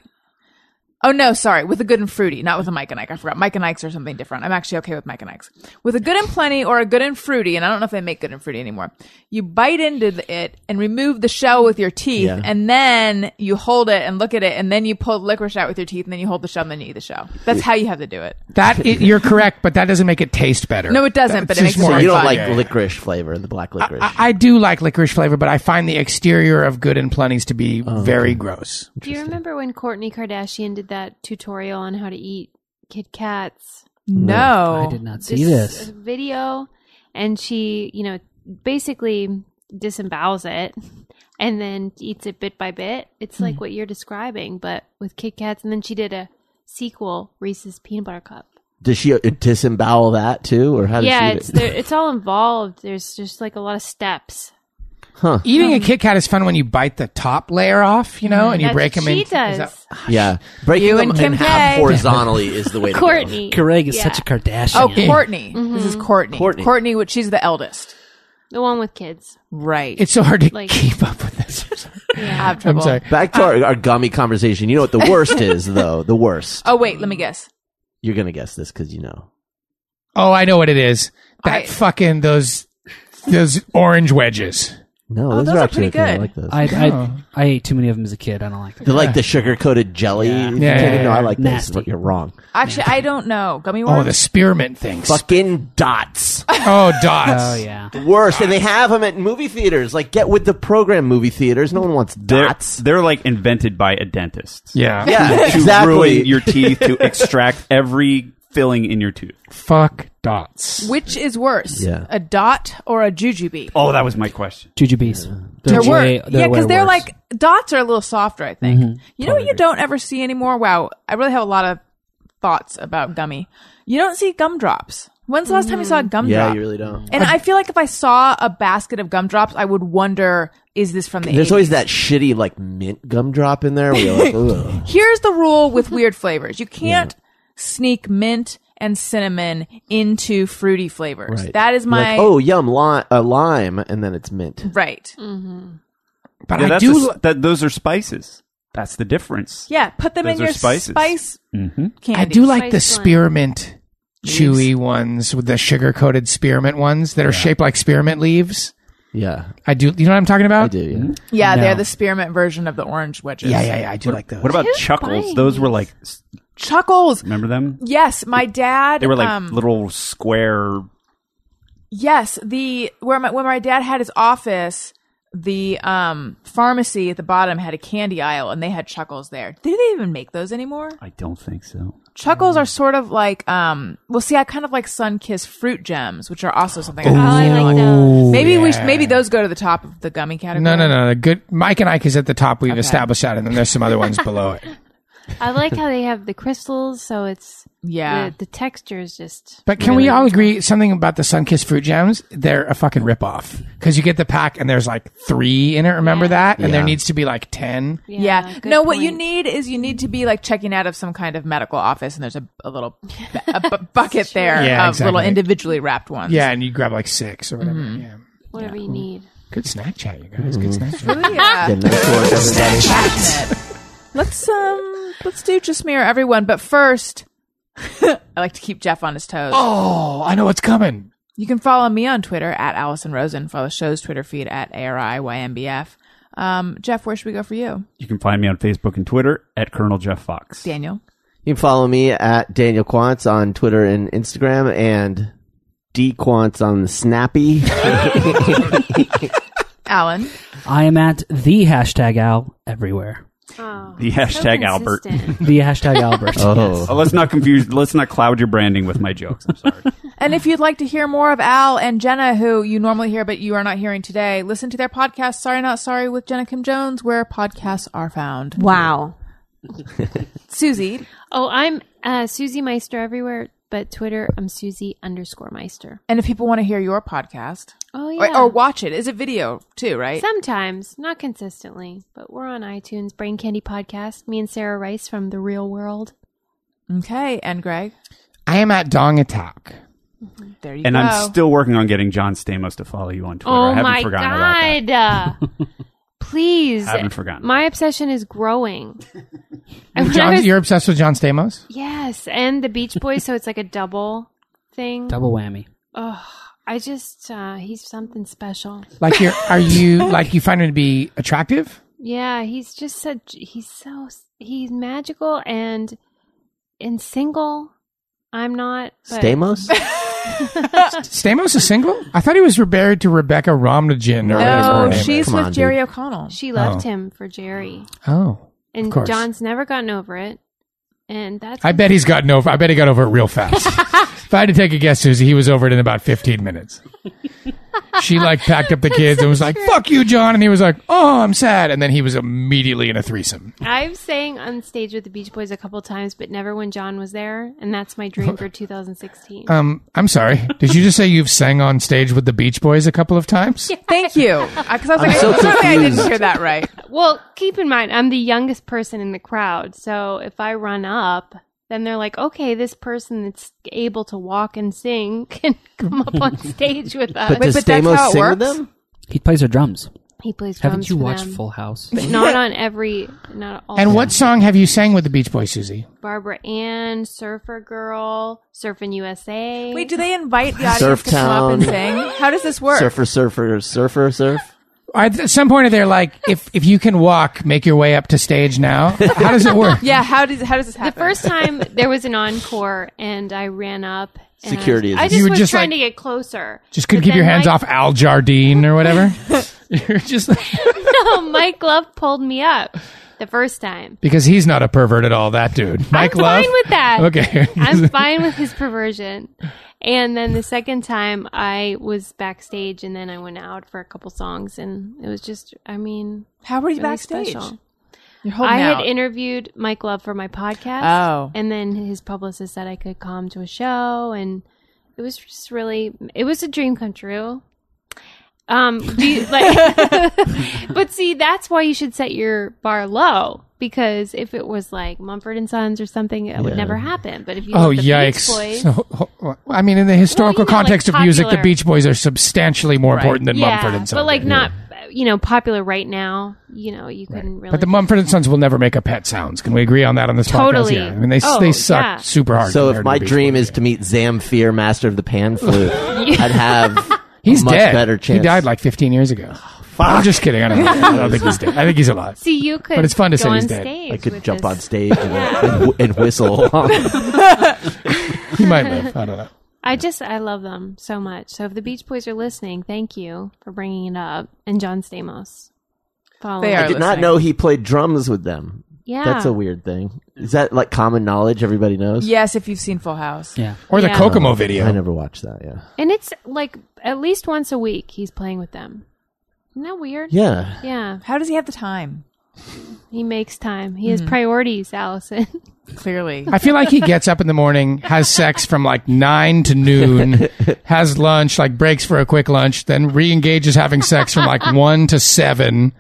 Speaker 3: Oh no, sorry, with a good and fruity, not with a Mike and Ike. I forgot. Mike and Ike's are something different. I'm actually okay with Mike and Ike's. With a good and plenty or a good and fruity, and I don't know if they make good and fruity anymore. You bite into the, it and remove the shell with your teeth,
Speaker 1: Yeah.
Speaker 3: and then you hold it and look at it, and then you pull the licorice out with your teeth, and then you hold the shell, and then you eat the shell. That's how you have to do it.
Speaker 1: <laughs>
Speaker 4: That i you're correct, but that doesn't make it taste better.
Speaker 3: No, it doesn't, but
Speaker 4: That's
Speaker 3: it makes
Speaker 4: just
Speaker 3: it
Speaker 1: So
Speaker 4: more
Speaker 1: you don't
Speaker 4: fun.
Speaker 1: like
Speaker 4: Yeah, yeah.
Speaker 1: licorice flavor, the black licorice.
Speaker 4: I, I do like licorice flavor, but I find the exterior of Good and Plenty's to be very gross.
Speaker 5: Do you remember when Courtney Kardashian did that tutorial on how to eat Kit Kats?
Speaker 3: No,
Speaker 6: I did not see this.
Speaker 5: video, and she, you know, basically disembowels it <laughs> and then eats it bit by bit. It's like what you're describing, but with Kit Kats. And then she did a sequel, Reese's Peanut Butter Cup.
Speaker 1: Does she uh, disembowel that too, or how does
Speaker 5: yeah,
Speaker 1: she?
Speaker 5: it's there, it's all involved. There's just like a lot of steps.
Speaker 4: Eating a Kit Kat is fun when you bite the top layer off, you know, and you
Speaker 5: That's
Speaker 4: break
Speaker 5: what
Speaker 4: them in.
Speaker 5: she
Speaker 4: is
Speaker 5: does.
Speaker 4: that-
Speaker 1: <laughs> yeah, breaking
Speaker 3: You
Speaker 1: them <laughs>
Speaker 3: and Kim
Speaker 1: in half
Speaker 3: K.
Speaker 1: horizontally is the way to go.
Speaker 5: Courtney.
Speaker 6: Greg is
Speaker 5: Yeah.
Speaker 6: such a Kardashian.
Speaker 3: Oh, Courtney. This is Courtney.
Speaker 1: Courtney.
Speaker 3: Courtney. which she's the eldest.
Speaker 5: The one with kids.
Speaker 3: Right.
Speaker 4: It's so hard to
Speaker 5: Like-
Speaker 4: keep up with this.
Speaker 5: <laughs>
Speaker 4: I'm sorry.
Speaker 3: I have
Speaker 4: I'm
Speaker 3: trouble.
Speaker 4: sorry.
Speaker 1: Back to our, our gummy conversation. You know what the worst
Speaker 3: <laughs>
Speaker 1: is, though. The worst.
Speaker 3: Oh wait, let me guess.
Speaker 1: You're gonna guess this because you know.
Speaker 4: Oh, I know what it is. That
Speaker 3: I-
Speaker 4: fucking those those orange wedges.
Speaker 1: No,
Speaker 3: Oh,
Speaker 1: those,
Speaker 3: those
Speaker 1: are
Speaker 3: are
Speaker 1: actually
Speaker 3: pretty
Speaker 1: okay. I
Speaker 3: good.
Speaker 1: like those.
Speaker 6: I,
Speaker 4: Oh.
Speaker 6: I, I ate too many of them as a kid. I don't like them.
Speaker 1: They're like the sugar coated jelly.
Speaker 6: Yeah.
Speaker 1: You
Speaker 4: Yeah,
Speaker 1: can't-
Speaker 4: yeah,
Speaker 1: no, I
Speaker 4: yeah.
Speaker 1: like this.
Speaker 6: Nasty.
Speaker 1: You're wrong.
Speaker 3: Actually, I don't know. Gummy worms.
Speaker 4: Oh, the spearmint things.
Speaker 1: Fucking dots.
Speaker 4: Oh, dots.
Speaker 6: Oh yeah.
Speaker 1: <laughs> Worse, and they have them at movie theaters. Like, get with the program, movie theaters. No one wants
Speaker 7: They're,
Speaker 1: dots.
Speaker 7: they're like invented by a dentist.
Speaker 4: Yeah.
Speaker 1: <laughs> yeah,
Speaker 7: to
Speaker 1: <laughs> exactly.
Speaker 7: ruin your teeth to extract every filling in your tooth.
Speaker 4: Fuck dots.
Speaker 3: Which is worse,
Speaker 1: Yeah.
Speaker 3: a dot or a jujube?
Speaker 7: Oh, that was my question.
Speaker 6: Jujubes.
Speaker 3: They're wor-
Speaker 6: way-
Speaker 3: yeah, because
Speaker 6: way
Speaker 3: they're
Speaker 6: worse.
Speaker 3: like dots are a little softer. I think. You know what you don't ever see anymore? Wow, I really have a lot of thoughts about gummy. You don't see gumdrops. When's the last time you saw a gumdrop?
Speaker 1: Yeah, you really don't.
Speaker 3: And I feel like if I saw a basket of gumdrops, I would wonder, is this from the?
Speaker 1: There's
Speaker 3: 80s?
Speaker 1: always that shitty like mint gumdrop in there. Where you're
Speaker 3: <laughs>
Speaker 1: like, Ugh.
Speaker 3: Here's the rule with weird flavors: you can't sneak mint and cinnamon into fruity flavors.
Speaker 1: Right.
Speaker 3: That is
Speaker 1: You're like,
Speaker 3: my
Speaker 1: oh yum lime, uh, lime, and then it's mint.
Speaker 3: right.
Speaker 4: But
Speaker 7: Yeah,
Speaker 4: I
Speaker 7: that's
Speaker 4: do.
Speaker 7: a-
Speaker 4: li-
Speaker 7: that, those are spices. That's the difference.
Speaker 3: Yeah, put them
Speaker 7: Those
Speaker 3: in
Speaker 7: are
Speaker 3: your
Speaker 7: spices.
Speaker 3: spice candy.
Speaker 4: I do like the
Speaker 5: Spice one.
Speaker 4: spearmint chewy ones with the sugar coated spearmint ones that are shaped like spearmint leaves.
Speaker 1: Yeah,
Speaker 4: I do. You know what I'm
Speaker 3: Uh,
Speaker 4: talking about?
Speaker 1: I do. Yeah.
Speaker 3: Yeah,
Speaker 4: No.
Speaker 3: they're the spearmint version of the orange wedges.
Speaker 4: Yeah, yeah, yeah. I do like those.
Speaker 7: What about
Speaker 5: Who's
Speaker 7: chuckles?
Speaker 5: buying
Speaker 7: Those were
Speaker 5: these?
Speaker 7: like, s-
Speaker 3: Chuckles.
Speaker 7: remember them?
Speaker 3: Yes, my dad.
Speaker 7: They were like
Speaker 3: um,
Speaker 7: little square.
Speaker 3: Yes, the where my when my dad had his office, the um pharmacy at the bottom had a candy aisle, and they had chuckles there. Do they even make those anymore?
Speaker 7: I don't think so.
Speaker 3: Chuckles are sort of like um. Well, see, I kind of like sun kissed fruit gems, which are also something.
Speaker 5: Oh,
Speaker 3: I
Speaker 5: I like
Speaker 4: Oh,
Speaker 5: those.
Speaker 3: Maybe we
Speaker 4: yeah.
Speaker 3: sh- maybe those go to the top of the gummy category.
Speaker 4: No, no, no. The good Mike and Ike is at the top. We've established that, and then there's some other ones
Speaker 1: <laughs>
Speaker 4: below it.
Speaker 5: I like how they have the crystals, so it's
Speaker 3: Yeah.
Speaker 5: the, the texture is just.
Speaker 4: But can we all agree something about the Sunkissed Fruit Gems? They're a fucking ripoff because you get the pack and there's like three in it. Remember that? And there
Speaker 1: Yeah.
Speaker 4: needs to be like ten.
Speaker 3: Yeah.
Speaker 5: good
Speaker 3: No, what you
Speaker 5: point.
Speaker 3: need is you need to be like checking out of some kind of medical office, and there's a, a little bu- a
Speaker 5: <laughs>
Speaker 3: bu- bucket there
Speaker 4: Yeah,
Speaker 3: of
Speaker 4: exactly.
Speaker 3: little individually wrapped ones.
Speaker 4: Yeah, and you grab like six or whatever.
Speaker 1: Mm-hmm.
Speaker 4: Yeah.
Speaker 5: whatever you need.
Speaker 4: Good snack chat, you guys. Good snack
Speaker 1: Mm-hmm.
Speaker 4: chat.
Speaker 5: <laughs>
Speaker 3: Yeah.
Speaker 1: Yeah, nice work,
Speaker 3: <laughs>
Speaker 1: everybody.
Speaker 3: Let's um let's do just me or everyone, but first <laughs> I like to keep Jeff on his toes.
Speaker 4: Oh, I know what's coming.
Speaker 3: You can follow me on Twitter at Allison Rosen, follow the show's Twitter feed at ARIYMBF. Um, Jeff, where should we go for you?
Speaker 7: You can find me on Facebook and Twitter at Colonel Jeff Fox.
Speaker 3: Daniel.
Speaker 1: You can follow me at Daniel Quantz on Twitter and Instagram and D Quantz on the Snappy.
Speaker 3: Alan.
Speaker 6: I am at the hashtag Al everywhere.
Speaker 5: Oh,
Speaker 7: The hashtag Albert. <laughs>
Speaker 5: consistent.
Speaker 6: The hashtag Albert.
Speaker 1: oh.
Speaker 7: Oh, let's not confuse. Let's not cloud your branding with my jokes. I'm sorry.
Speaker 3: And if you'd like to hear more of Al and Jenna, who you normally hear but you are not hearing today, listen to their podcast, Sorry Not Sorry with Jenna Kim Jones, where podcasts are found.
Speaker 9: Wow.
Speaker 3: <laughs> Susie.
Speaker 5: oh, I'm uh, Susie Meister everywhere, but Twitter I'm Susie underscore Meister.
Speaker 3: And if people want to hear your podcast
Speaker 5: Oh
Speaker 3: or,
Speaker 5: yeah.
Speaker 3: or watch it, is it video too, right?
Speaker 5: Sometimes, not consistently, but we're on iTunes, Brain Candy Podcast. Me and Sarah Rice from The Real World.
Speaker 3: okay. And Greg.
Speaker 4: I am at Dong Attack.
Speaker 3: There you
Speaker 7: And
Speaker 3: go.
Speaker 7: I'm still working on getting John Stamos to follow you on Twitter. I
Speaker 5: Oh
Speaker 7: haven't
Speaker 5: my
Speaker 7: forgotten about that.
Speaker 5: god!
Speaker 7: <laughs>
Speaker 5: Please,
Speaker 7: Haven't forgotten.
Speaker 5: My obsession is
Speaker 7: <laughs>
Speaker 5: growing. And when I
Speaker 4: John,
Speaker 5: was-
Speaker 4: you're obsessed with John Stamos.
Speaker 5: yes, and the Beach Boys, so it's like a double thing.
Speaker 6: Double whammy.
Speaker 5: Oh, I just uh, he's something special.
Speaker 4: Like you're, are you like you find him to be attractive?
Speaker 5: Yeah, he's just such. He's so he's magical and and single. I'm not. but-
Speaker 1: Stamos?
Speaker 3: Uh,
Speaker 4: Stamos is single. I thought he was married to Rebecca Romnagin. Or whatever her
Speaker 3: No,
Speaker 4: name is.
Speaker 3: she's
Speaker 1: Come
Speaker 3: with
Speaker 1: on, dude.
Speaker 3: Jerry O'Connell.
Speaker 5: She left
Speaker 4: Oh.
Speaker 5: him for Jerry,
Speaker 4: Oh,
Speaker 5: and
Speaker 4: course.
Speaker 5: John's never gotten over it. And that's
Speaker 4: I bet
Speaker 5: <laughs>
Speaker 4: he's gotten over. I bet he got over it real <laughs> fast. if I had to take a guess, Susie, he was over it in about fifteen minutes. She like packed <laughs> up the kids and was like, "Fuck you, John," and he was like, "Oh, I'm sad," and then he was immediately in a threesome.
Speaker 5: I've sang on stage with the Beach Boys a couple times, but never when John was there, and that's
Speaker 4: <laughs>
Speaker 5: my dream for 2016.
Speaker 4: Um, I'm sorry. Did you just say you've sang on stage with the Beach Boys a couple of times?
Speaker 3: Thank you. Because I was like,
Speaker 1: so
Speaker 3: I- sorry I didn't
Speaker 1: confused.
Speaker 3: hear that right.
Speaker 5: well, keep in mind, I'm the youngest person in the crowd, so if I run up, then they're like, "Okay, this person that's able to walk and sing <laughs> can come up
Speaker 1: <laughs>
Speaker 5: on stage with us."
Speaker 1: But does
Speaker 3: but that's how
Speaker 1: Stamos
Speaker 3: it
Speaker 1: sing
Speaker 3: works?
Speaker 1: with them?
Speaker 6: He plays the drums.
Speaker 5: he plays drums.
Speaker 6: Haven't you
Speaker 5: for
Speaker 6: watched
Speaker 5: them,
Speaker 6: Full House?
Speaker 5: But <laughs>
Speaker 4: <laughs>
Speaker 5: not on every, not all.
Speaker 4: And what song have you sang with the Beach Boys, Susie?
Speaker 5: Barbara Ann, Surfer Girl, Surfing USA.
Speaker 3: Wait, do they invite the audience
Speaker 1: Surf
Speaker 3: to come up and
Speaker 1: Town.
Speaker 3: sing? How does this work?
Speaker 1: Surfer, surfer, surfer, surf.
Speaker 4: At some point, they're like, "If if you can walk, make your way up to stage <laughs> now." How does it work?
Speaker 3: Yeah, how does how does this
Speaker 5: The
Speaker 3: happen?
Speaker 5: first time there was an encore, and I ran up. And
Speaker 1: Security is-
Speaker 5: I just
Speaker 4: You were
Speaker 5: was
Speaker 4: just
Speaker 5: trying
Speaker 4: like-
Speaker 5: to get closer.
Speaker 4: Just couldn't
Speaker 5: But
Speaker 4: keep your
Speaker 5: then
Speaker 4: hands
Speaker 5: <laughs> Mike-
Speaker 4: off Al
Speaker 5: <laughs>
Speaker 4: Jardine or whatever. You're just like,
Speaker 5: Mike Love pulled me up. the first time.
Speaker 4: because he's not a pervert at all. That dude, Mike
Speaker 5: I'm
Speaker 4: Love.
Speaker 5: fine with that.
Speaker 4: Okay.
Speaker 5: I'm fine with his perversion. And then the second time I was backstage and then I went out for a couple songs and it was just I mean
Speaker 3: How were you
Speaker 5: really
Speaker 3: backstage?
Speaker 5: special.
Speaker 3: You're holding
Speaker 5: I had
Speaker 3: out.
Speaker 5: interviewed Mike Love for my podcast.
Speaker 3: Oh.
Speaker 5: And then his publicist said I could come to a show and it was just really it was a dream come true. Um do
Speaker 3: <laughs>
Speaker 5: you, like <laughs> But see, that's why you should set your bar low because if it was like Mumford and Sons or something, it would never happen. But if you
Speaker 4: Oh
Speaker 5: look at the
Speaker 4: yikes! <laughs>
Speaker 5: Beach Boys,
Speaker 4: So, ho- ho- I mean, in the historical
Speaker 5: Well, you know, like
Speaker 4: context of music, the
Speaker 5: popular-
Speaker 4: Beach Boys are substantially more important than Mumford and Sons.
Speaker 5: But like not you know popular right now. You know you couldn't really.
Speaker 4: But the Mumford and Sons will never make a pet sounds. Can we agree on that on this
Speaker 5: Totally.
Speaker 4: podcast? Yeah. I mean, they
Speaker 5: Oh,
Speaker 4: they suck
Speaker 5: yeah.
Speaker 4: super hard.
Speaker 1: So
Speaker 4: compared to
Speaker 1: if my
Speaker 4: the Beach
Speaker 1: dream
Speaker 4: Boys.
Speaker 1: is to meet Zamfir, master of the pan flute,
Speaker 3: <laughs>
Speaker 1: I'd have
Speaker 4: he's
Speaker 1: a much
Speaker 4: dead.
Speaker 1: better chance.
Speaker 4: He died like 15 years ago. I'm just kidding. I don't, know. I don't think he's dead. I think he's alive.
Speaker 5: see you could.
Speaker 4: But it's fun to
Speaker 5: go
Speaker 4: say
Speaker 5: on
Speaker 4: he's dead.
Speaker 5: stage
Speaker 1: I could
Speaker 5: with
Speaker 1: jump
Speaker 5: this-
Speaker 1: on stage and, and, and
Speaker 3: <laughs>
Speaker 1: whistle.
Speaker 4: He might live. I don't know.
Speaker 5: I just I love them so much. So if the Beach Boys are listening, thank you for bringing it up. And John Stamos, follow.
Speaker 3: They
Speaker 5: up.
Speaker 1: I did not know he played drums with them.
Speaker 5: Yeah,
Speaker 1: That's a weird thing. Is that like common knowledge? Everybody knows.
Speaker 3: Yes, if you've seen Full House.
Speaker 6: Yeah.
Speaker 4: Or the
Speaker 5: Yeah.
Speaker 4: Kokomo video.
Speaker 1: I never watched that. Yeah.
Speaker 5: and it's like at least once a week he's playing with them. Isn't that weird?
Speaker 1: Yeah.
Speaker 5: Yeah,
Speaker 3: How does he have the time?
Speaker 5: he makes time. He has
Speaker 3: Mm-hmm.
Speaker 5: priorities, Allison. <laughs>
Speaker 3: Clearly.
Speaker 4: I feel like he gets up in the morning, has sex from like nine to noon, has lunch, like breaks for a quick lunch, then re-engages having sex from like <laughs> one to seven.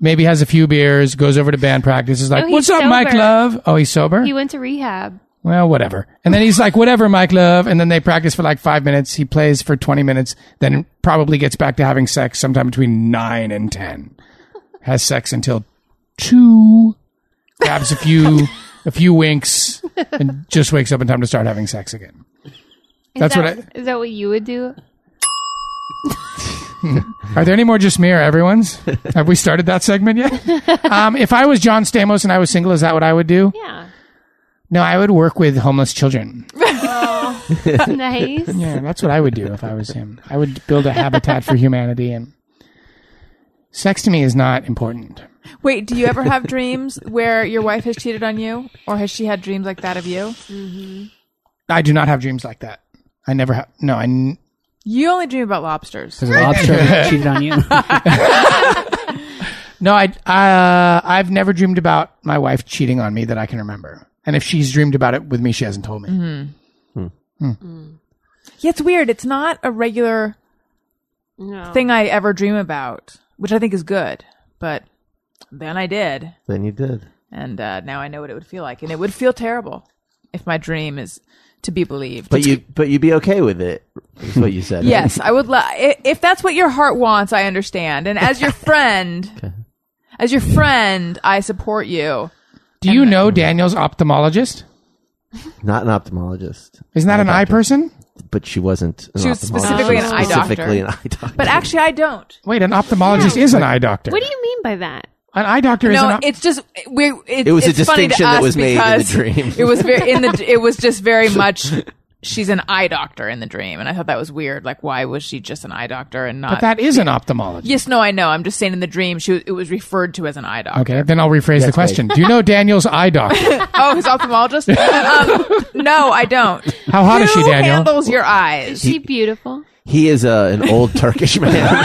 Speaker 4: Maybe has a few beers, goes over to band practice. Is like,
Speaker 5: No, he's
Speaker 4: "What's up, Mike
Speaker 5: sober.
Speaker 4: Love?" Oh, he's sober.
Speaker 5: he went to rehab.
Speaker 4: well, whatever. And then he's like, "Whatever, Mike Love." And then they practice for like five minutes. He plays for twenty minutes, then probably gets back to having sex sometime between nine and ten. Has sex until two, grabs a few, a few winks, and just wakes up in time to start having sex again.
Speaker 5: Is
Speaker 4: That's
Speaker 5: that,
Speaker 4: what I-
Speaker 5: is that what you would do?
Speaker 4: Are there any more just me or everyone's? Have we started that segment
Speaker 5: <laughs>
Speaker 4: yet? Um, if I was John Stamos and I was single, is that what I would do?
Speaker 3: <laughs>
Speaker 5: Yeah.
Speaker 4: No, I would work with homeless children.
Speaker 5: nice.
Speaker 4: Yeah, that's what I would do if I was him. I would build a habitat for humanity and sex to me is not important.
Speaker 3: Wait, do you ever have dreams where your wife has cheated on you? Or has she had dreams like that of you?
Speaker 4: I do not have dreams like that. I never have. No, I n-
Speaker 3: You only dream about lobsters.
Speaker 6: Because lobster cheated on you.
Speaker 4: no, I uh, I've never dreamed about my wife cheating on me that I can remember. And if she's dreamed about it with me, she hasn't told me.
Speaker 3: Mm-hmm. Yeah, it's weird. It's not a regular
Speaker 5: No.
Speaker 3: thing I ever dream about, which I think is good. But then I did.
Speaker 1: Then you did.
Speaker 3: And uh, now I know what it would feel like. And it would feel terrible if my dream is to be believed.
Speaker 1: But you but you'd be okay with it. Is what you said.
Speaker 3: <laughs> Yes, I would. La- i- if that's what your heart wants, I understand.
Speaker 1: <laughs>
Speaker 3: And as your friend, as your friend, I support you.
Speaker 4: Do you know Daniel's ophthalmologist?
Speaker 1: Not an ophthalmologist,
Speaker 4: Isn't that an eye person?
Speaker 1: but she wasn't. An
Speaker 3: She was
Speaker 1: ophthalmologist.
Speaker 3: specifically
Speaker 1: She was
Speaker 3: an eye doctor.
Speaker 1: Specifically an eye doctor.
Speaker 3: But actually, I don't.
Speaker 4: Wait, an ophthalmologist is an eye doctor.
Speaker 5: What do you mean by that?
Speaker 4: an eye doctor is an
Speaker 3: No,
Speaker 4: op-
Speaker 3: it's just we. It,
Speaker 1: It was a
Speaker 3: it's funny to
Speaker 1: distinction that
Speaker 3: us
Speaker 1: was made in the
Speaker 3: because
Speaker 1: dream.
Speaker 3: It was very
Speaker 1: <laughs>
Speaker 3: in the. It was just very much. She's an eye doctor in the dream, and I thought that was weird. Like, why was she just an eye doctor and not?
Speaker 4: but that is an ophthalmologist.
Speaker 3: yes, no, I know. I'm just saying in the dream, she was- it was referred to as an eye doctor.
Speaker 4: Okay, then I'll rephrase the question. Do you know Daniel's eye doctor?
Speaker 3: <laughs> Oh, his ophthalmologist. <laughs> um, no, I don't.
Speaker 4: How hot
Speaker 3: Who
Speaker 4: is she, Daniel?
Speaker 3: handles your eyes?
Speaker 5: She beautiful.
Speaker 1: he is a, an old Turkish
Speaker 3: <laughs>
Speaker 1: man,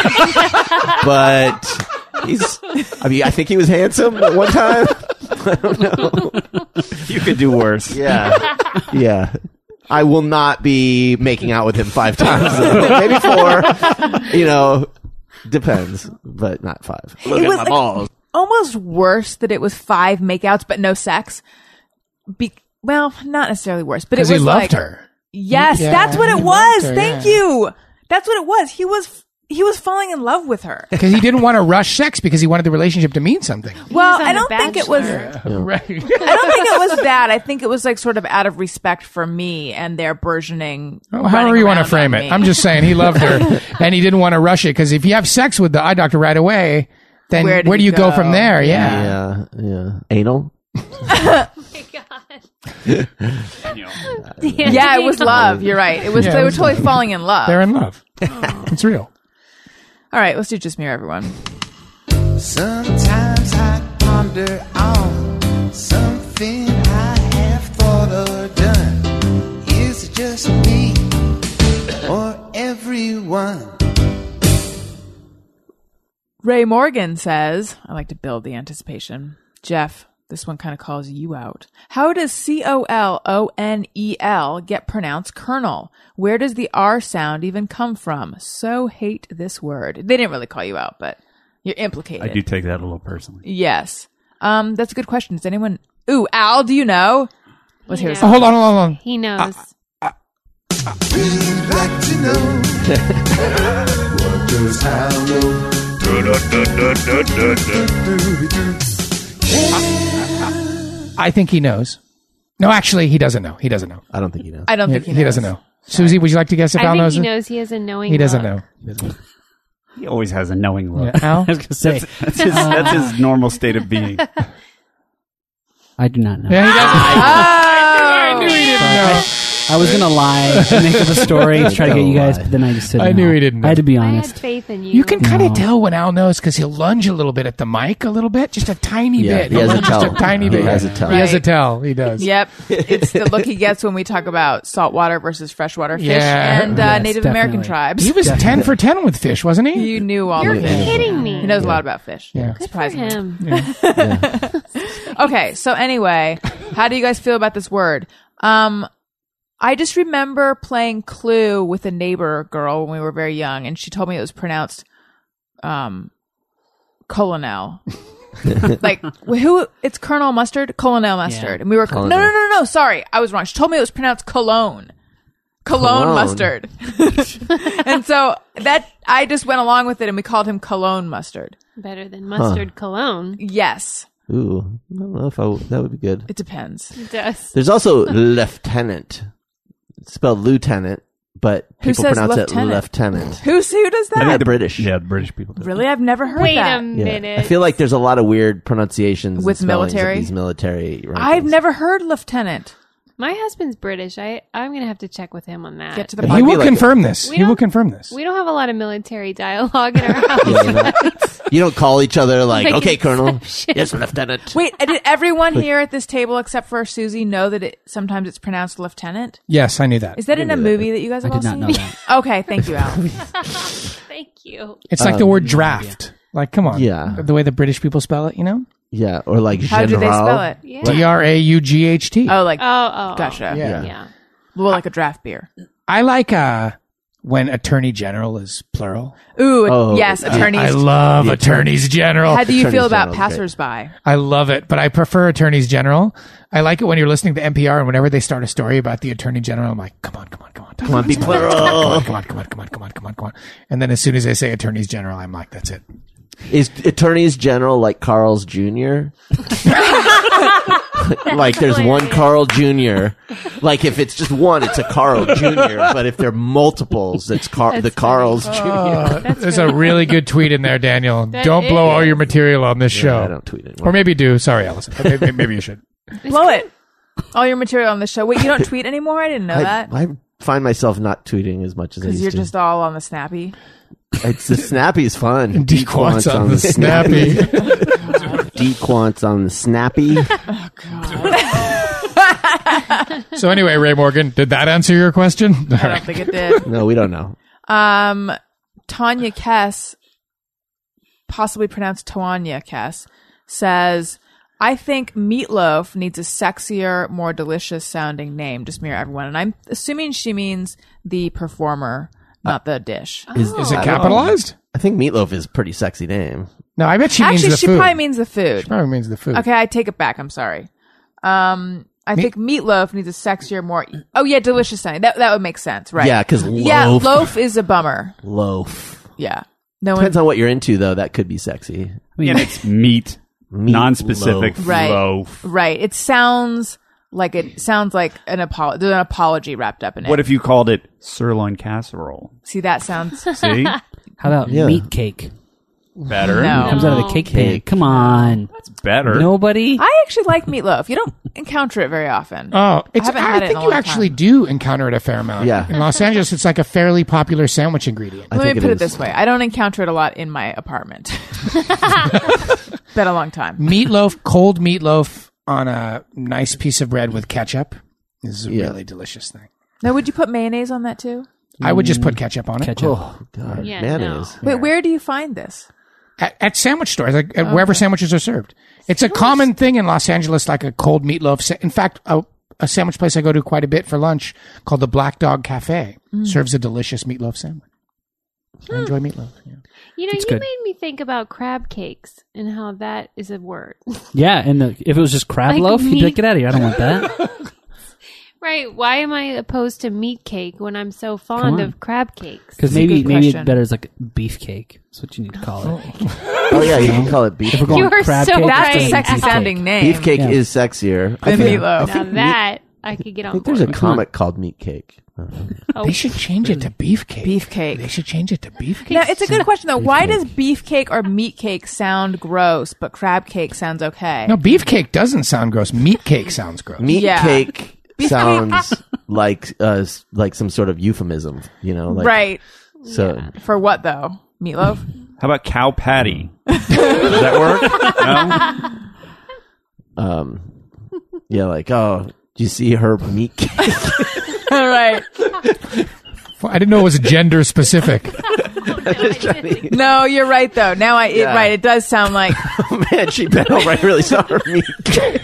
Speaker 1: but he's. I mean, I think he was handsome at one time.
Speaker 7: You could
Speaker 1: <laughs>
Speaker 7: do worse.
Speaker 1: Yeah, yeah. I will not be making out with him five
Speaker 3: <laughs>
Speaker 1: times, maybe four. You know, depends, but not five. Look
Speaker 3: It
Speaker 1: at
Speaker 3: was
Speaker 1: my
Speaker 3: like-
Speaker 1: balls.
Speaker 3: almost worse that it was five makeouts but no sex. Be- well, not necessarily worse, but it
Speaker 4: Because
Speaker 3: was
Speaker 4: he
Speaker 3: like,
Speaker 4: loved her.
Speaker 3: Yes,
Speaker 4: Yeah,
Speaker 3: that's what
Speaker 4: he
Speaker 3: it
Speaker 4: loved
Speaker 3: was.
Speaker 4: her,
Speaker 3: Thank
Speaker 4: yeah.
Speaker 3: you. That's what it was. He was he was falling in love with <laughs> her.
Speaker 4: Because he didn't want to rush sex because he wanted the relationship to mean something.
Speaker 3: well,
Speaker 5: on
Speaker 3: I
Speaker 5: The
Speaker 3: don't think it was.
Speaker 5: Bachelor. <laughs>
Speaker 4: Right.
Speaker 3: I don't think it was <laughs> that. I think it was like sort of out of respect for me and their burgeoning.
Speaker 4: <laughs> However
Speaker 3: running
Speaker 4: you want to
Speaker 3: around
Speaker 4: frame
Speaker 3: on
Speaker 4: it.
Speaker 3: me.
Speaker 4: I'm just saying he loved her and he didn't want to rush it because if you have sex with the eye doctor right away, then
Speaker 3: Where do
Speaker 4: where, do
Speaker 3: you
Speaker 4: you go,
Speaker 3: go?
Speaker 4: from there? Yeah.
Speaker 1: Yeah, yeah. Anal.
Speaker 3: yeah, it was love. You're right. It was
Speaker 4: Yeah,
Speaker 3: they
Speaker 4: it
Speaker 3: were
Speaker 4: was
Speaker 3: totally falling in love.
Speaker 4: They're in love. it's real.
Speaker 3: All right, let's do just me or everyone.
Speaker 2: Sometimes I ponder on something I have thought or done. Is it just me or everyone?
Speaker 3: Ray Morgan says, I like to build the anticipation. Jeff, this one kind of calls you out. How does C O L O N E L get pronounced colonel? Where does the R sound even come from? So hate this word. They didn't really call you out, but you're implicated.
Speaker 7: I do take that a little personally.
Speaker 3: Yes. Um, that's a good question. Does anyone? Ooh, Al, do you know? Let's
Speaker 5: He
Speaker 3: hear
Speaker 5: knows.
Speaker 4: Oh, hold on, hold on, hold on.
Speaker 5: He knows.
Speaker 2: Really like to know. what does hello
Speaker 4: I think he knows. No, actually, he doesn't know. He doesn't know.
Speaker 1: I don't think he knows.
Speaker 3: I don't
Speaker 4: He,
Speaker 3: think he,
Speaker 4: he doesn't know. Susie, would you like to guess if
Speaker 5: I
Speaker 4: Al
Speaker 5: think
Speaker 4: knows?
Speaker 5: he
Speaker 4: it?
Speaker 5: knows. He has a knowing.
Speaker 4: He doesn't
Speaker 5: look.
Speaker 4: know.
Speaker 7: He always has a knowing look.
Speaker 4: Yeah, Al?
Speaker 6: I was gonna say
Speaker 7: <laughs> That's, his, that's his normal state of <laughs> being.
Speaker 6: I do not know.
Speaker 4: <laughs> Yeah, he doesn't.
Speaker 3: Oh,
Speaker 6: I was gonna lie and make up a story to try to get you guys,
Speaker 1: Don't
Speaker 6: but then I just said
Speaker 4: I
Speaker 6: no.
Speaker 4: knew he didn't
Speaker 6: I had to be
Speaker 5: I had
Speaker 6: honest.
Speaker 5: faith in you.
Speaker 4: You can kind of
Speaker 6: No.
Speaker 4: tell when Al knows because he'll lunge a little bit at the mic, a little bit, just a tiny
Speaker 1: Yeah,
Speaker 4: bit.
Speaker 1: he has a
Speaker 4: lunge just
Speaker 1: tell.
Speaker 4: a tiny
Speaker 1: He
Speaker 4: bit.
Speaker 1: has a tell.
Speaker 4: He has a
Speaker 3: Right.
Speaker 4: tell. He does.
Speaker 3: Yep. It's the look he gets when we talk about saltwater versus freshwater fish
Speaker 4: Yeah.
Speaker 3: and uh,
Speaker 6: Yes,
Speaker 3: Native American
Speaker 6: definitely.
Speaker 3: tribes.
Speaker 4: He was ten for ten with fish, wasn't he?
Speaker 3: You knew all
Speaker 5: You're
Speaker 3: the fish.
Speaker 5: kidding me.
Speaker 3: He knows a lot about fish.
Speaker 4: Yeah.
Speaker 5: Good for
Speaker 3: Surprisingly.
Speaker 5: him.
Speaker 3: Okay, so anyway, how do you guys feel about this word? Um I just remember playing Clue with a neighbor girl when we were very young and she told me it was pronounced um
Speaker 1: <laughs>
Speaker 3: colonel. like who it's Colonel Mustard? Colonel Mustard. And we were
Speaker 1: Colonel.
Speaker 3: No, no, no, no, sorry. I was wrong. She told me it was pronounced cologne. Cologne,
Speaker 1: Cologne.
Speaker 3: mustard. <laughs> and so that I just went along with it and we called him cologne mustard.
Speaker 5: <laughs> Better than mustard cologne.
Speaker 3: Yes,
Speaker 1: Ooh, I don't know if I w- that would be good.
Speaker 3: it depends.
Speaker 5: It does.
Speaker 1: There's also lieutenant, It's spelled lieutenant, but
Speaker 3: Who
Speaker 1: people
Speaker 3: says
Speaker 1: pronounce
Speaker 3: lieutenant?
Speaker 1: it
Speaker 3: <laughs>
Speaker 1: lieutenant.
Speaker 3: Who's who does
Speaker 1: I
Speaker 3: that?
Speaker 1: think the British.
Speaker 7: Yeah, British people. Do.
Speaker 3: <laughs> Really, I've never heard
Speaker 5: Wait
Speaker 3: that.
Speaker 1: Yeah.
Speaker 5: a minute.
Speaker 1: I feel like there's a lot of weird pronunciations
Speaker 3: With
Speaker 1: and spellings of
Speaker 3: military?
Speaker 1: These military. rankings.
Speaker 3: I've never heard lieutenant.
Speaker 5: my husband's British. I I'm gonna have to check with him on that.
Speaker 3: Get to the
Speaker 1: It
Speaker 4: He
Speaker 1: might
Speaker 3: point.
Speaker 1: be
Speaker 4: will
Speaker 1: like-
Speaker 4: confirm this.
Speaker 5: We
Speaker 4: He will
Speaker 5: don't-
Speaker 4: confirm this.
Speaker 5: we don't have a lot of military dialogue in our house.
Speaker 1: Yeah, you, know? You don't call each other like,
Speaker 5: Like
Speaker 1: okay,
Speaker 3: <laughs>
Speaker 1: Colonel.
Speaker 5: Inception.
Speaker 1: Yes, lieutenant.
Speaker 3: Wait, uh, did everyone here at this table except for Susie know that it sometimes it's pronounced lieutenant?
Speaker 4: Yes, I knew that.
Speaker 3: Is that in a movie that you guys
Speaker 6: I
Speaker 3: have
Speaker 6: did
Speaker 3: all
Speaker 6: not know
Speaker 3: seen? <laughs>
Speaker 6: that.
Speaker 3: Okay, thank you, Al.
Speaker 5: Thank you.
Speaker 4: It's like the word draft. Like, come on.
Speaker 1: Yeah.
Speaker 4: The way the British people spell it, you know?
Speaker 1: Yeah, or like
Speaker 3: How do
Speaker 1: general.
Speaker 3: they spell it?
Speaker 5: Yeah.
Speaker 4: D R A U G H T.
Speaker 3: Oh, like
Speaker 5: Oh, oh, oh.
Speaker 3: gotcha.
Speaker 4: Yeah.
Speaker 5: Yeah.
Speaker 3: Well, like a draft beer.
Speaker 4: I like uh, when attorney general is plural.
Speaker 3: Ooh,
Speaker 1: Oh,
Speaker 3: yes,
Speaker 1: I-
Speaker 3: attorneys.
Speaker 4: I love attorneys general.
Speaker 3: How do you
Speaker 1: Attorneys
Speaker 3: feel about
Speaker 1: General, okay.
Speaker 3: passersby?
Speaker 4: I love it, but I prefer attorneys general. I like it when you're listening to NPR and whenever they start a story about the attorney general, I'm like, come on, come on, come on, come on, be
Speaker 3: <laughs>
Speaker 4: plural. Come on, come on, come on, come on, come on, come on. And then as soon as they say attorneys general, I'm like, that's it.
Speaker 1: Is attorneys general like Carl's Jr.?
Speaker 3: <laughs>
Speaker 1: like there's one Carl Jr. Like if it's just one, it's a Carl Jr. But if they're multiples, it's Car- the Carl's Jr.
Speaker 4: There's a really good tweet in
Speaker 3: <laughs>
Speaker 4: there, Daniel. Don't blow all your material on this show.
Speaker 1: I don't tweet it.
Speaker 4: Or maybe do. Sorry, Allison. But <laughs> Maybe, maybe you should.
Speaker 3: Blow it. All your material on the show. Wait, you don't tweet anymore? I didn't know
Speaker 1: I,
Speaker 3: that.
Speaker 1: I find myself not tweeting as much as I
Speaker 3: Because
Speaker 1: used
Speaker 3: you're
Speaker 1: to.
Speaker 3: just all on the snappy.
Speaker 1: <laughs> it's the snappy's fun.
Speaker 4: Dequants on the snappy.
Speaker 1: <laughs> Dequants on the snappy.
Speaker 4: <laughs> so anyway, Ray Morgan, did that answer
Speaker 3: <laughs>
Speaker 4: your question? All
Speaker 3: I don't
Speaker 4: right.
Speaker 3: think it did.
Speaker 1: No, we don't know.
Speaker 3: Um, Tanya Kess, possibly pronounced Tanya Kess, says, I think meatloaf needs a sexier, more delicious sounding name to smear everyone. And I'm assuming she means the performer, not the dish.
Speaker 4: Is it
Speaker 1: I don't-
Speaker 4: capitalized?
Speaker 1: I think meatloaf is a pretty sexy name.
Speaker 4: No, I bet she means
Speaker 3: Actually,
Speaker 4: the
Speaker 3: she
Speaker 4: food.
Speaker 3: probably means the food.
Speaker 4: probably means the food.
Speaker 3: Okay, I take it back. I'm sorry. Um, I think meatloaf needs a sexier, more. Oh yeah, delicious sounding. That that would make sense, right?
Speaker 1: Yeah, 'cause
Speaker 3: yeah,
Speaker 1: loaf-
Speaker 3: loaf is a bummer.
Speaker 1: Loaf.
Speaker 3: Yeah, no one
Speaker 1: Depends on what you're into, though. That could be sexy.
Speaker 7: And it's meat, non-specific
Speaker 1: loaf.
Speaker 3: Right.
Speaker 7: loaf.
Speaker 3: Right. It sounds like it sounds like an apolo- there's an apology wrapped up in it.
Speaker 7: What if you called it sirloin casserole?
Speaker 3: See that sounds
Speaker 7: See,
Speaker 6: How about
Speaker 1: Yeah.
Speaker 6: meat cake?
Speaker 7: <laughs> better,
Speaker 3: no.
Speaker 6: Comes out of the cake pan. Come on,
Speaker 7: better.
Speaker 6: nobody.
Speaker 3: I actually like meatloaf. You don't encounter it very often.
Speaker 4: Oh, it's,
Speaker 3: haven't
Speaker 4: I,
Speaker 3: had it in
Speaker 4: think
Speaker 3: a
Speaker 4: you
Speaker 3: long
Speaker 4: actually
Speaker 3: time.
Speaker 4: do encounter it a fair amount.
Speaker 1: Yeah.
Speaker 4: In Los Angeles, it's like a fairly popular sandwich ingredient.
Speaker 1: I
Speaker 3: Let me
Speaker 1: think
Speaker 3: put it,
Speaker 1: is.
Speaker 3: this way: I don't encounter it a lot in my apartment. Been a long time.
Speaker 4: meatloaf, cold meatloaf on a nice piece of bread with ketchup is a really delicious thing.
Speaker 3: Now, would you put mayonnaise on that too?
Speaker 4: I would just put ketchup on it
Speaker 6: Ketchup.
Speaker 1: Oh God,
Speaker 5: Yeah,
Speaker 1: mayonnaise.
Speaker 3: Wait, where do you find this?
Speaker 4: at, at sandwich stores, like at wherever sandwiches are served. It's a common thing in Los Angeles, like a cold meatloaf. Sa- in fact, a, a sandwich place I go to quite a bit for lunch called the Black Dog Cafe
Speaker 3: Mm.
Speaker 4: serves a delicious meatloaf sandwich. I
Speaker 3: Hmm.
Speaker 4: enjoy meatloaf. yeah.
Speaker 5: You know,
Speaker 6: It's
Speaker 5: you
Speaker 6: good.
Speaker 5: made me think about crab cakes and how that is a word. <laughs>
Speaker 6: Yeah, and the, if it was just crab
Speaker 5: Like
Speaker 6: loaf, you'd be
Speaker 5: meat-
Speaker 6: like, get out of here. I don't want that.
Speaker 5: right. Why am I opposed to meat cake when I'm so
Speaker 6: on.
Speaker 5: fond of crab cakes?
Speaker 6: Because
Speaker 3: a
Speaker 6: maybe
Speaker 3: good
Speaker 6: maybe it's
Speaker 3: question.
Speaker 6: better is like beef cake. That's what you need to call it.
Speaker 1: Oh yeah, you can call it beef.
Speaker 6: If we're going
Speaker 5: You are
Speaker 6: crab
Speaker 5: so
Speaker 6: cake,
Speaker 5: right.
Speaker 3: That's a
Speaker 5: Beefcake.
Speaker 3: sexy
Speaker 6: beefcake.
Speaker 3: sounding name.
Speaker 1: Beefcake
Speaker 6: Yeah.
Speaker 1: is sexier. I
Speaker 3: Than
Speaker 1: think,
Speaker 3: meatloaf.
Speaker 1: I
Speaker 5: Now
Speaker 1: think,
Speaker 5: that I could get
Speaker 1: I
Speaker 5: on
Speaker 1: think there's
Speaker 5: board.
Speaker 1: a comic called Meat
Speaker 6: <laughs>
Speaker 1: Cake.
Speaker 4: They should change it to beefcake.
Speaker 3: Beefcake.
Speaker 4: They should change it to beefcake.
Speaker 3: Now, it's a good question though. Why does beefcake or meat cake sound gross, but crab cake sounds okay?
Speaker 4: No, beefcake doesn't sound gross. Meatcake sounds gross.
Speaker 1: Meat
Speaker 3: Yeah.
Speaker 1: Cake
Speaker 5: <laughs>
Speaker 1: sounds like uh, s- like some sort of euphemism, you know? Like,
Speaker 3: right.
Speaker 1: So
Speaker 3: For what though? Meatloaf? <laughs>
Speaker 7: How about cow patty? Does that work? <laughs> No?
Speaker 1: um, yeah, like oh, do you see her meat <laughs> cake?
Speaker 3: All right.
Speaker 4: I didn't know it was gender specific.
Speaker 3: No, you're right though. Now I it,
Speaker 1: Yeah.
Speaker 3: right, it does sound like
Speaker 1: oh man, she bent over. I really saw her meat cake.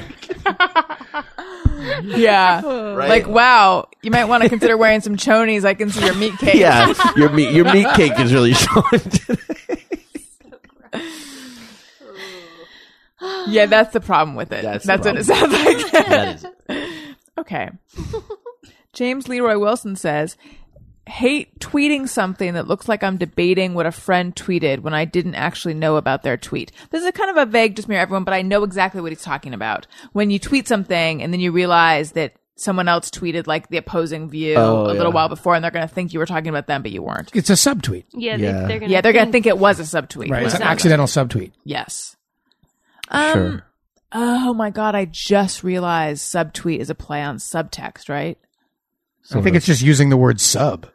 Speaker 3: yeah.
Speaker 1: Right?
Speaker 3: Like wow, you might want to consider wearing some chonies. I can see your meat cake.
Speaker 1: yeah, your meat your meat cake is really <laughs> showing.
Speaker 6: <laughs>
Speaker 1: today.
Speaker 3: Yeah, that's the problem with it.
Speaker 1: That's
Speaker 3: That's,
Speaker 1: the
Speaker 3: what it sounds like. <laughs>
Speaker 1: that is
Speaker 3: Okay. James Leroy Wilson says, "Hate tweeting something that looks like I'm debating what a friend tweeted when I didn't actually know about their tweet." This is kind of a vague just mirror everyone, but I know exactly what he's talking about. When you tweet something and then you realize that someone else tweeted like the opposing view
Speaker 1: Oh,
Speaker 3: a
Speaker 1: yeah.
Speaker 3: little while before and they're going to think you were talking about them but you weren't.
Speaker 4: It's a subtweet,
Speaker 5: Yeah,
Speaker 1: Yeah.
Speaker 5: They, are gonna
Speaker 3: Yeah, they're going to
Speaker 5: think,
Speaker 3: think it was a subtweet.
Speaker 4: right? It's an
Speaker 3: Whatever.
Speaker 4: accidental subtweet.
Speaker 3: Yes. Um,
Speaker 1: Sure.
Speaker 3: Oh my God, I just realized subtweet is a play on subtext, right?
Speaker 4: I think it's just using the word <laughs> sub.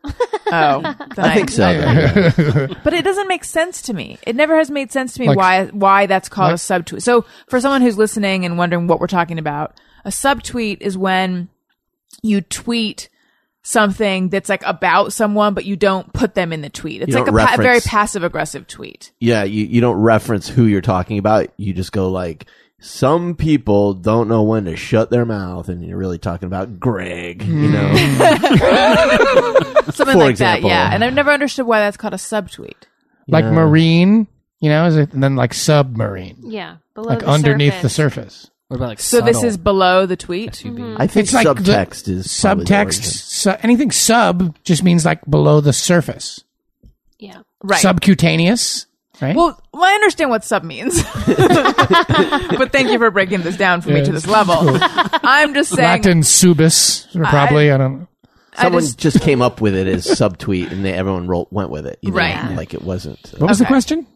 Speaker 3: Oh, then
Speaker 1: I think so. yeah.
Speaker 3: But it doesn't make sense to me. It never has made sense to me
Speaker 4: Like-
Speaker 3: why why that's called a subtweet. So for someone who's listening and wondering what we're talking about, a subtweet is when you tweet something that's like about someone, but you don't put them in the tweet. It's
Speaker 1: You
Speaker 3: like a
Speaker 1: don't
Speaker 3: pa- very
Speaker 1: reference.
Speaker 3: passive aggressive tweet.
Speaker 1: yeah, you, you don't reference who you're talking about. You just go like, some people don't know when to shut their mouth, and you're really talking about Greg. You
Speaker 4: Hmm.
Speaker 1: know, <laughs>
Speaker 3: Something
Speaker 1: For
Speaker 3: like
Speaker 1: example.
Speaker 3: that, yeah. And I've never understood why that's called a subtweet.
Speaker 4: like
Speaker 1: Yeah.
Speaker 4: marine, you know, is it, and then like
Speaker 3: Oh,
Speaker 4: submarine,
Speaker 5: Yeah, below
Speaker 4: like
Speaker 5: the
Speaker 4: underneath the
Speaker 5: surface.
Speaker 4: surface.
Speaker 6: What about like
Speaker 3: So this
Speaker 6: subtle
Speaker 3: is below the tweet.
Speaker 6: SUV?
Speaker 1: I think
Speaker 4: It's like the-
Speaker 1: subtext is probably the
Speaker 4: Subtext,
Speaker 1: origin.
Speaker 4: su- anything sub just means like below the surface.
Speaker 5: Yeah,
Speaker 3: Right.
Speaker 4: Subcutaneous, right?
Speaker 3: Well, well, I understand what
Speaker 1: <laughs>
Speaker 3: sub means, but thank you for breaking this down for me to this level.
Speaker 1: <laughs>
Speaker 3: I'm just saying,
Speaker 4: Latin subis, or probably.
Speaker 3: Uh,
Speaker 4: I, don't know.
Speaker 1: Someone
Speaker 3: I
Speaker 1: just,
Speaker 3: just-
Speaker 1: came up with it as subtweet, and they, everyone roll, went with it. You know?
Speaker 3: Right.
Speaker 1: Like it wasn't. uh,
Speaker 4: What was the
Speaker 3: Okay.
Speaker 4: question?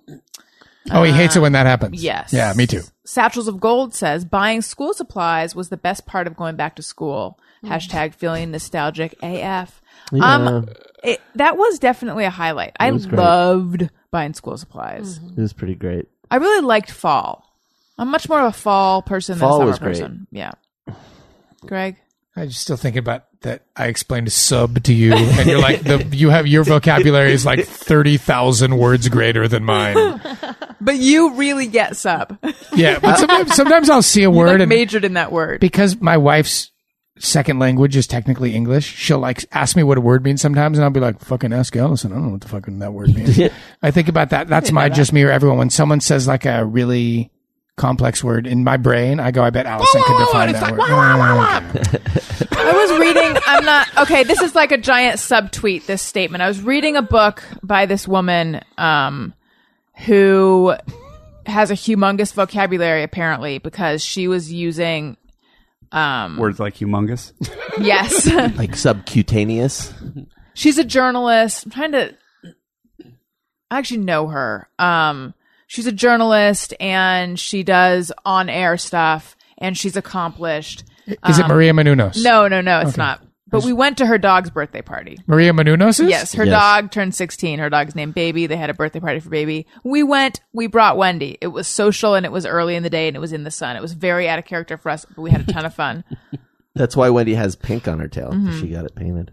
Speaker 4: Oh, he hates it when that happens.
Speaker 3: yes.
Speaker 4: Yeah, me too.
Speaker 3: Satchels of Gold says buying school supplies was the best part of going back to school. Hashtag feeling nostalgic AF. Um, it, that was definitely a highlight. I loved buying school supplies.
Speaker 1: It was pretty great.
Speaker 3: I really liked fall. I'm much more of a fall person
Speaker 1: Fall
Speaker 3: than a
Speaker 1: was
Speaker 3: summer
Speaker 1: great.
Speaker 3: person. Yeah. Greg?
Speaker 4: I'm just still thinking about that. I explained sub to you, and you're like, <laughs> the, you have your vocabulary is like thirty thousand words greater
Speaker 3: <laughs>
Speaker 4: than mine.
Speaker 3: But you really get sub. <laughs> You
Speaker 4: Yeah, but sometimes, sometimes I'll see a word
Speaker 3: like
Speaker 4: and
Speaker 3: majored in that word.
Speaker 4: because my wife's second language is technically English, she'll like ask me what a word means sometimes, and I'll be like, "Fucking ask Allison. I don't know what the fucking that
Speaker 3: <laughs>
Speaker 4: word means." I think about that. That's my just me or everyone. When someone says like a really complex word in my brain, I go, "I bet Allison could define that word." <laughs>
Speaker 3: I was reading. I'm not okay. This is like a giant subtweet. This statement. I was reading a book by this woman um, who has a humongous vocabulary apparently because she was using
Speaker 7: Words like humongous.
Speaker 3: yes. <laughs>
Speaker 1: Like subcutaneous.
Speaker 3: she's a journalist. I'm trying to. I actually know her. Um, she's a journalist and she does on air stuff and she's accomplished. um,
Speaker 4: Is it Maria Menounos?
Speaker 3: No, no, no, it's not. But we went to her dog's birthday party.
Speaker 4: Maria Menounos?
Speaker 3: Yes, her
Speaker 1: Yes.
Speaker 3: dog turned 16. Her dog's named Baby. They had a birthday party for Baby. We went, we brought Wendy. It was social and it was early in the day and it was in the sun. It was very out of character for us, but we had a ton of fun.
Speaker 1: That's why Wendy has pink on her tail. 'cause She got it painted.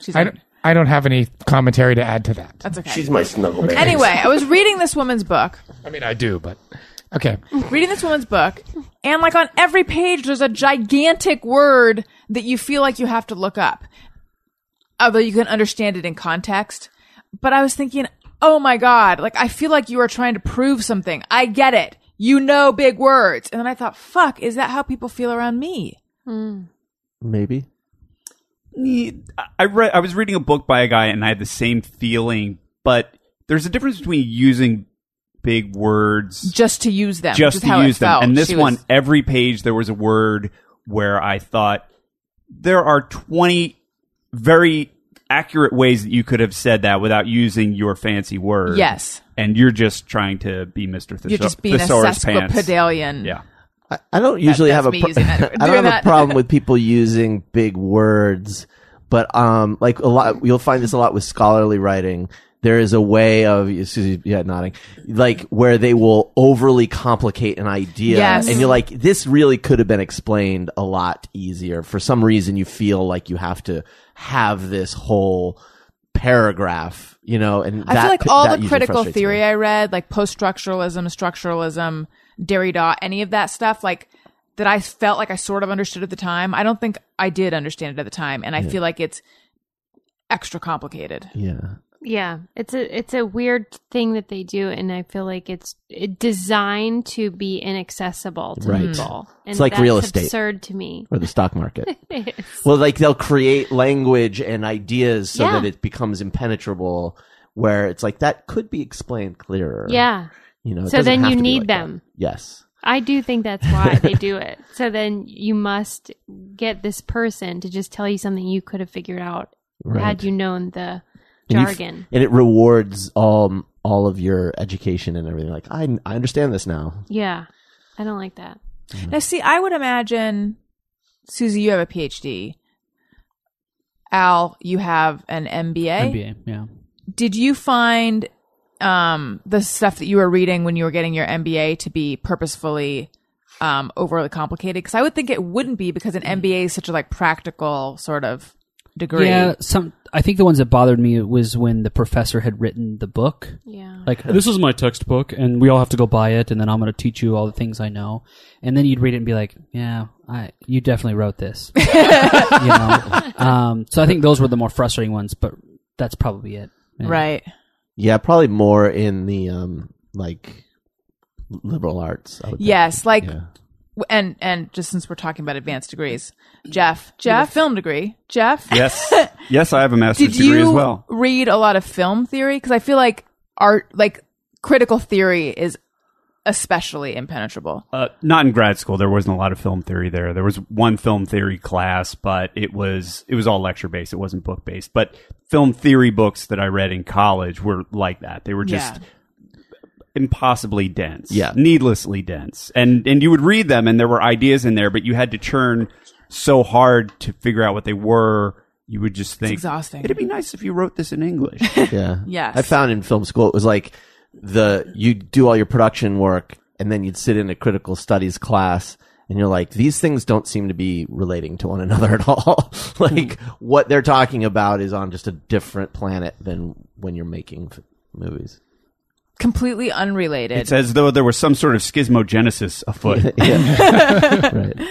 Speaker 3: She's
Speaker 4: I
Speaker 3: like,
Speaker 4: don't, I don't have any commentary to add to that.
Speaker 3: that's <laughs> okay.
Speaker 10: She's my snuggle bear.
Speaker 3: anyway, I was reading this woman's book.
Speaker 4: I mean, I do, but okay.
Speaker 3: reading this woman's book, and like on every page, there's a gigantic word that you feel like you have to look up, although you can understand it in context. But I was thinking, oh my God, like I feel like you are trying to prove something. I get it. You know big words. And then I thought, fuck, is that how people feel around me?
Speaker 1: Maybe.
Speaker 7: I read. I was reading a book by a guy, and I had the same feeling. But there's a difference between using big words
Speaker 3: Just to use them.
Speaker 7: just
Speaker 3: which
Speaker 7: to
Speaker 3: is how
Speaker 7: use
Speaker 3: it
Speaker 7: them.
Speaker 3: felt.
Speaker 7: And this
Speaker 3: She was-
Speaker 7: one, every page there was a word where I thought there are 20 very accurate ways that you could have said that without using your fancy word.
Speaker 3: Yes.
Speaker 7: And you're just trying to be mister Thesaur-
Speaker 3: you're just being a
Speaker 7: Thesaurus pants.
Speaker 3: sesquipedalian.
Speaker 7: Yeah.
Speaker 1: I, I don't usually
Speaker 3: that's
Speaker 1: have a
Speaker 3: me
Speaker 1: pro- <laughs>
Speaker 3: using that-
Speaker 1: I
Speaker 3: doing
Speaker 1: don't have
Speaker 3: that.
Speaker 1: a problem with people using big words, but um, like a lot, you'll find this a lot with scholarly writing. There is a way of, excuse me, yeah, nodding, like where they will overly complicate an idea,
Speaker 3: Yes.
Speaker 1: and you're like, this really could have been explained a lot easier. For some reason, you feel like you have to have this whole paragraph, you know, and
Speaker 3: I
Speaker 1: that
Speaker 3: feel like
Speaker 1: could- that
Speaker 3: all the
Speaker 1: usually
Speaker 3: critical
Speaker 1: frustrates me.
Speaker 3: theory I read, like post structuralism, structuralism, Derrida, any of that stuff, like that I felt like I sort of understood at the time. I don't think I did understand it at the time, and I feel like it's extra complicated.
Speaker 1: yeah.
Speaker 5: Yeah, it's a it's a weird thing that they do, and I feel like it's it designed to be inaccessible to
Speaker 1: Right.
Speaker 5: people. And
Speaker 1: It's like
Speaker 5: that's
Speaker 1: real estate.
Speaker 5: Absurd to me.
Speaker 1: or the stock
Speaker 5: <laughs>
Speaker 1: market.
Speaker 5: It is.
Speaker 1: well, like they'll create language and ideas so
Speaker 5: Yeah.
Speaker 1: that it becomes impenetrable, where it's like that could be explained clearer.
Speaker 5: Yeah,
Speaker 1: you know. it
Speaker 5: So
Speaker 1: doesn't
Speaker 5: then
Speaker 1: have
Speaker 5: you
Speaker 1: to be
Speaker 5: need
Speaker 1: like that.
Speaker 5: them.
Speaker 1: Yes,
Speaker 5: I do think that's why
Speaker 1: <laughs>
Speaker 5: they do it. So then you must get this person to just tell you something you could have figured out had you known the
Speaker 1: And you f-
Speaker 5: jargon.
Speaker 1: and it rewards um all of your education and everything. Like I, I understand this now.
Speaker 5: yeah, I don't like that.
Speaker 3: Now, see, I would imagine, Susie, you have a PhD. Al, you have an MBA.
Speaker 6: NBA, yeah.
Speaker 3: Did you find um, the stuff that you were reading when you were getting your MBA to be purposefully um, overly complicated? Because I would think it wouldn't be because an MBA is such a like practical sort of degree.
Speaker 6: Yeah, some. I think the ones that bothered me was when the professor had written the book.
Speaker 5: Yeah,
Speaker 6: Like this is my textbook, and we all have to go buy it, and then I'm going to teach you all the things I know, and then you'd read it and be like, "Yeah, I you definitely wrote
Speaker 3: <laughs>
Speaker 6: this." you know? um, so I think those were the more frustrating ones, but that's probably it. Yeah.
Speaker 3: Right.
Speaker 1: Yeah, probably more in the um like liberal arts. I would think.
Speaker 3: Yes. Like,
Speaker 1: Yeah.
Speaker 3: w- and and just since we're talking about advanced degrees, Jeff, Jeff, film degree, Jeff. <laughs>
Speaker 7: Yes. yes, I have a master's
Speaker 3: Did
Speaker 7: degree
Speaker 3: you
Speaker 7: as well.
Speaker 3: read a lot of film theory? Because I feel like art, like critical theory, is especially impenetrable.
Speaker 7: Uh, not in grad school. There wasn't a lot of film theory there. There was one film theory class, but it was it was all lecture based. It wasn't book based. But film theory books that I read in college were like that. They were just impossibly dense,
Speaker 1: Yeah.
Speaker 7: needlessly dense. And and you would read them, and there were ideas in there, but you had to churn so hard to figure out what they were. You would just think
Speaker 3: exhausting.
Speaker 7: It'd be nice if you wrote this in English.
Speaker 1: Yeah.
Speaker 3: Yes.
Speaker 1: I found in film school it was like the you do all your production work and then you'd sit in a critical studies class and you're like these things don't seem to be relating to one <laughs> another at all. like
Speaker 3: Hmm.
Speaker 1: what they're talking about is on just a different planet than when you're making f- movies.
Speaker 3: Completely unrelated.
Speaker 7: it's as though there was some sort of schismogenesis afoot.
Speaker 1: Right.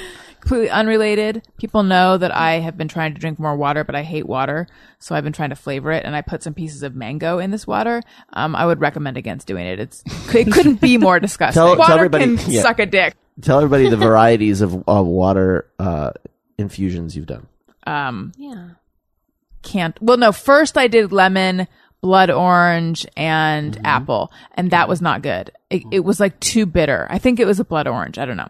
Speaker 3: completely unrelated. People know that I have been trying to drink more water, but I hate water, so I've been trying to flavor it, and I put some pieces of mango in this water. Um, I would recommend against doing it. It's it couldn't
Speaker 1: <laughs>
Speaker 3: be more disgusting.
Speaker 1: Tell- tell
Speaker 3: water
Speaker 1: everybody-
Speaker 3: can
Speaker 1: yeah.
Speaker 3: suck a dick.
Speaker 1: Tell everybody
Speaker 3: <laughs>
Speaker 1: the varieties of uh, water uh, infusions you've done.
Speaker 3: Um,
Speaker 5: yeah.
Speaker 3: can't. Well, no. First, I did lemon, blood orange, and apple, and that was not good. It, it was like too bitter. I think it was a blood orange. I don't know.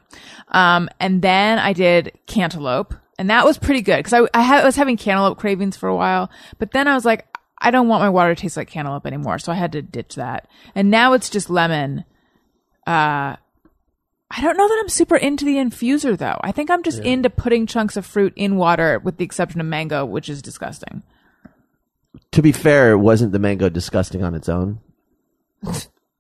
Speaker 3: Um, and then I did cantaloupe, and that was pretty good because I I, ha- I was having cantaloupe cravings for a while, but then I was like, I don't want my water to taste like cantaloupe anymore, so I had to ditch that. And now it's just lemon, uh, I don't know that I'm super into the infuser though. I think I'm just into putting chunks of fruit in water, with the exception of mango, which is disgusting.
Speaker 1: To be fair, wasn't the mango disgusting on its own?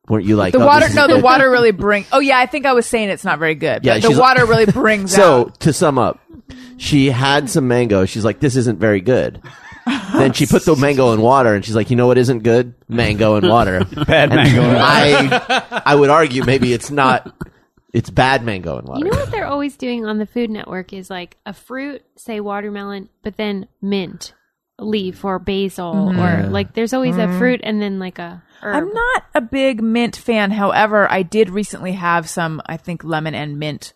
Speaker 1: Weren't you like
Speaker 3: The
Speaker 1: oh,
Speaker 3: water,
Speaker 1: this is
Speaker 3: no, the
Speaker 1: good? <laughs>
Speaker 3: water really brings. Oh yeah, I think I was saying it's not very good.
Speaker 1: Yeah,
Speaker 3: but the
Speaker 1: she's- <laughs>
Speaker 3: water really brings
Speaker 1: So
Speaker 3: out.
Speaker 1: to sum up, she had some mango. She's like, this isn't very good. then she put the mango in water, and she's like, you know what isn't good? Mango and water.
Speaker 7: <laughs> Bad mango. and water.
Speaker 1: I I would argue maybe it's not. It's bad mango and water.
Speaker 5: You know what they're always doing on the Food Network is like a fruit, say watermelon, but then mint leaf or basil or like there's always a fruit and then like a herb.
Speaker 3: Mm-hmm. I'm not a big mint fan. However, I did recently have some, I think, lemon and mint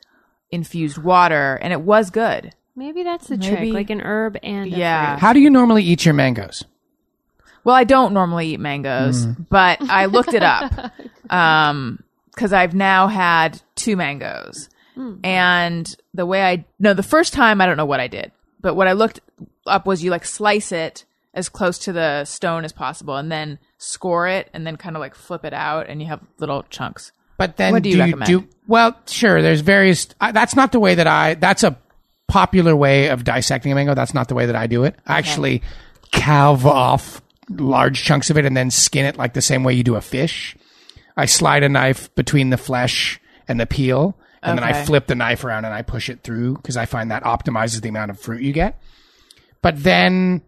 Speaker 3: infused water, and it was good.
Speaker 5: Maybe that's the
Speaker 3: Maybe-
Speaker 5: trick, like an herb and a
Speaker 3: Yeah.
Speaker 5: fruit.
Speaker 4: How do you normally eat your mangoes?
Speaker 3: Well, I don't normally eat mangoes, but I looked it up because I've now had two mangoes. And the way I no, the first time I don't know what I did, but what I looked up was you like slice it as close to the stone as possible, and then score it, and then kind of like flip it out, and you have little chunks.
Speaker 4: But then
Speaker 3: What do you recommend?
Speaker 4: well, sure. There's various. I, that's not the way that I. That's a popular way of dissecting a mango. That's not the way that I do it. I actually calve off large chunks of it and then skin it like the same way you do a fish. I slide a knife between the flesh and the peel, and then I
Speaker 3: Okay.
Speaker 4: flip the knife around and I push it through because I find that optimizes the amount of fruit you get. But then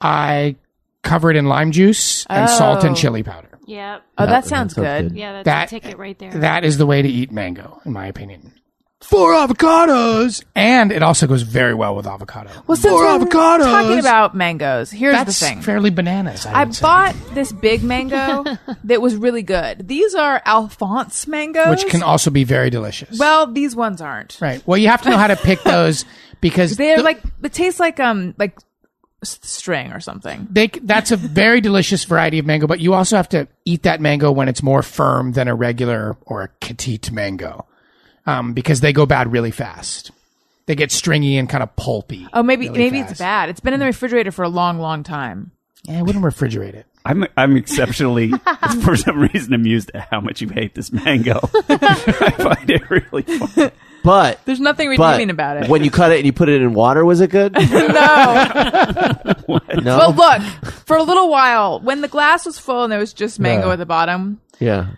Speaker 4: I cover it in lime juice and salt and
Speaker 3: Oh.
Speaker 4: chili powder.
Speaker 5: Yeah.
Speaker 3: Oh, that, sounds, good.
Speaker 5: Yeah, that's
Speaker 4: That-
Speaker 5: the ticket right there.
Speaker 4: That is the way to eat mango, in my opinion. Four avocados, and it also goes very well with avocado.
Speaker 3: Well, since
Speaker 4: Four
Speaker 3: we're
Speaker 4: avocados.
Speaker 3: talking about mangoes, here's
Speaker 4: that's
Speaker 3: the thing.
Speaker 4: fairly bananas. I,
Speaker 3: I
Speaker 4: would say.
Speaker 3: bought this big mango that was really good. These are Alphonse mangoes,
Speaker 4: which can also be very delicious.
Speaker 3: well, these ones aren't.
Speaker 4: right. Well, you have to know how
Speaker 3: <laughs>
Speaker 4: to pick those because
Speaker 3: They're
Speaker 4: the-
Speaker 3: like it tastes like um like s- string or something.
Speaker 4: they, c- that's a very delicious variety of mango. But you also have to eat that mango when it's more firm than a regular or a petite mango, um, because they go bad really fast. They get stringy and kind of pulpy.
Speaker 3: Oh, maybe
Speaker 4: really
Speaker 3: maybe
Speaker 4: fast.
Speaker 3: it's bad. It's been in the refrigerator for a long, long time.
Speaker 4: Yeah, I wouldn't refrigerate it.
Speaker 7: I'm I'm exceptionally <laughs> for some reason amused at how much you hate this mango. <laughs> I find it really funny.
Speaker 1: But
Speaker 3: There's nothing
Speaker 1: but
Speaker 3: redeeming about <laughs> it.
Speaker 1: when you cut it and you put it in water, was it good?
Speaker 3: <laughs> no,
Speaker 1: <laughs> No.
Speaker 4: <laughs>
Speaker 3: but look, for a little while, when the glass was full and there was just mango
Speaker 4: Yeah.
Speaker 3: at the bottom,
Speaker 1: yeah.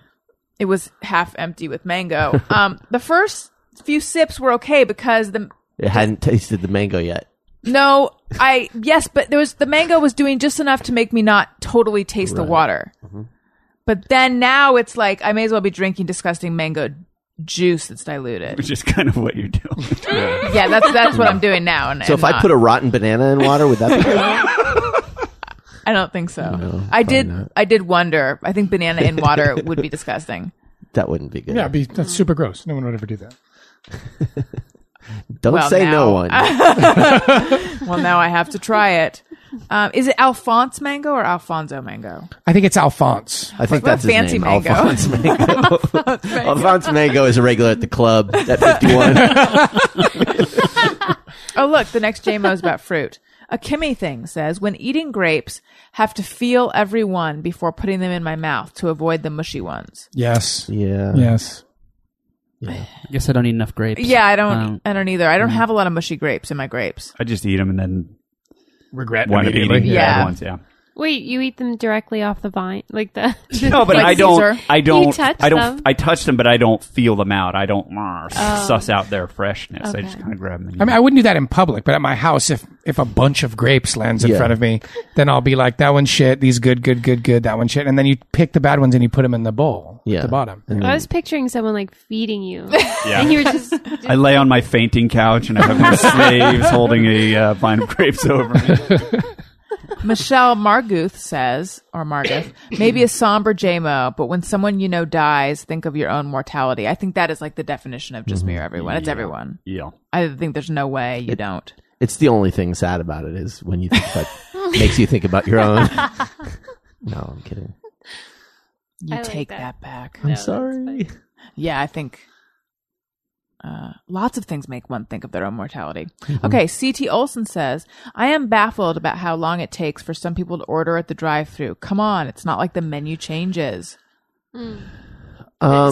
Speaker 3: it was half empty with
Speaker 4: <laughs>
Speaker 3: mango. Um, the first few sips were okay because the
Speaker 1: It hadn't tasted the mango yet.
Speaker 3: No, I yes, but there was the mango was doing just enough to make me not totally taste the water.
Speaker 1: Mm-hmm.
Speaker 3: But then now it's like I may as well be drinking disgusting mango juice that's
Speaker 1: <laughs>
Speaker 3: diluted.
Speaker 7: Which is kind of what you're doing.
Speaker 3: yeah, that's that's what I'm doing now. And,
Speaker 1: So if I put a rotten banana in water, would
Speaker 3: <laughs>
Speaker 1: that be good?
Speaker 3: I don't think so. I did I did wonder. I think banana
Speaker 1: <laughs>
Speaker 3: in water would be disgusting.
Speaker 1: that wouldn't be good.
Speaker 4: Yeah, it'd be, that's super gross. No one would ever do that.
Speaker 1: Don't
Speaker 3: Well,
Speaker 1: say no
Speaker 3: now-
Speaker 1: one.
Speaker 3: <laughs> Well, now I have to try it. Um, is it Alphonse mango or Alfonso mango?
Speaker 4: I think it's Alphonse.
Speaker 1: I think
Speaker 3: What
Speaker 1: that's his
Speaker 3: fancy
Speaker 1: name.
Speaker 3: mango. <laughs>
Speaker 1: Alphonse Mango. Alphonse Mango is a regular at the club
Speaker 3: <laughs>
Speaker 1: at 51.
Speaker 3: Oh, look, the next JMO is about fruit. A Kimmy thing says, when eating grapes, have to feel every one before putting them in my mouth to avoid the mushy ones.
Speaker 4: Yes.
Speaker 1: yeah.
Speaker 4: Yes.
Speaker 6: I guess I don't eat enough grapes.
Speaker 3: Yeah, I don't, e-
Speaker 6: Um,
Speaker 3: I don't either. I don't have a lot of mushy grapes in my grapes.
Speaker 7: I just eat them and then
Speaker 4: Regret
Speaker 7: wind up
Speaker 4: immediately.
Speaker 7: eating the
Speaker 3: Yeah.
Speaker 7: other ones. Yeah.
Speaker 5: Wait, you eat them directly off the vine, like
Speaker 4: <laughs>
Speaker 5: the.
Speaker 7: No, but
Speaker 3: Like
Speaker 7: I don't.
Speaker 3: Caesar.
Speaker 7: I don't.
Speaker 5: You touch
Speaker 7: I don't.
Speaker 5: them.
Speaker 7: I touch them, but I don't feel them out. I don't uh, suss out their freshness. I
Speaker 5: Okay.
Speaker 7: just kind of grab them. and
Speaker 4: I mean,
Speaker 7: eat
Speaker 4: I wouldn't do that in public, but at my house, if if a bunch of grapes lands in
Speaker 1: Yeah.
Speaker 4: front of me, then I'll be like, "That one's shit. These good, good, good, good. That one shit." And then you pick the bad ones and you put them in the bowl
Speaker 1: Yeah.
Speaker 4: at the bottom.
Speaker 5: I was picturing someone like
Speaker 3: <laughs>
Speaker 5: feeding you,
Speaker 7: them.
Speaker 5: and
Speaker 7: yeah.
Speaker 5: you were just.
Speaker 7: I lay on my fainting couch and I have my slaves holding a uh, vine <laughs> of grapes over me.
Speaker 3: Michelle Marguth says, or Marguth, maybe a somber JMO, but when someone you know dies, think of your own mortality. I think that is like the definition of
Speaker 5: Mm-hmm.
Speaker 3: just me or everyone. It's everyone.
Speaker 7: Yeah.
Speaker 3: I think there's no way you don't.
Speaker 1: It's the only thing sad about it is when you think
Speaker 3: <laughs>
Speaker 1: about, makes you think about your own. no, I'm kidding.
Speaker 3: You
Speaker 5: I like
Speaker 3: take
Speaker 5: that.
Speaker 3: that back.
Speaker 1: I'm sorry.
Speaker 3: Yeah, I think uh, lots of things make one think of their own mortality.
Speaker 1: Mm-hmm.
Speaker 3: Okay, C.T. Olson says, I am baffled about how long it takes for some people to order at the drive thru. Come on, it's not like the menu changes.
Speaker 1: Um,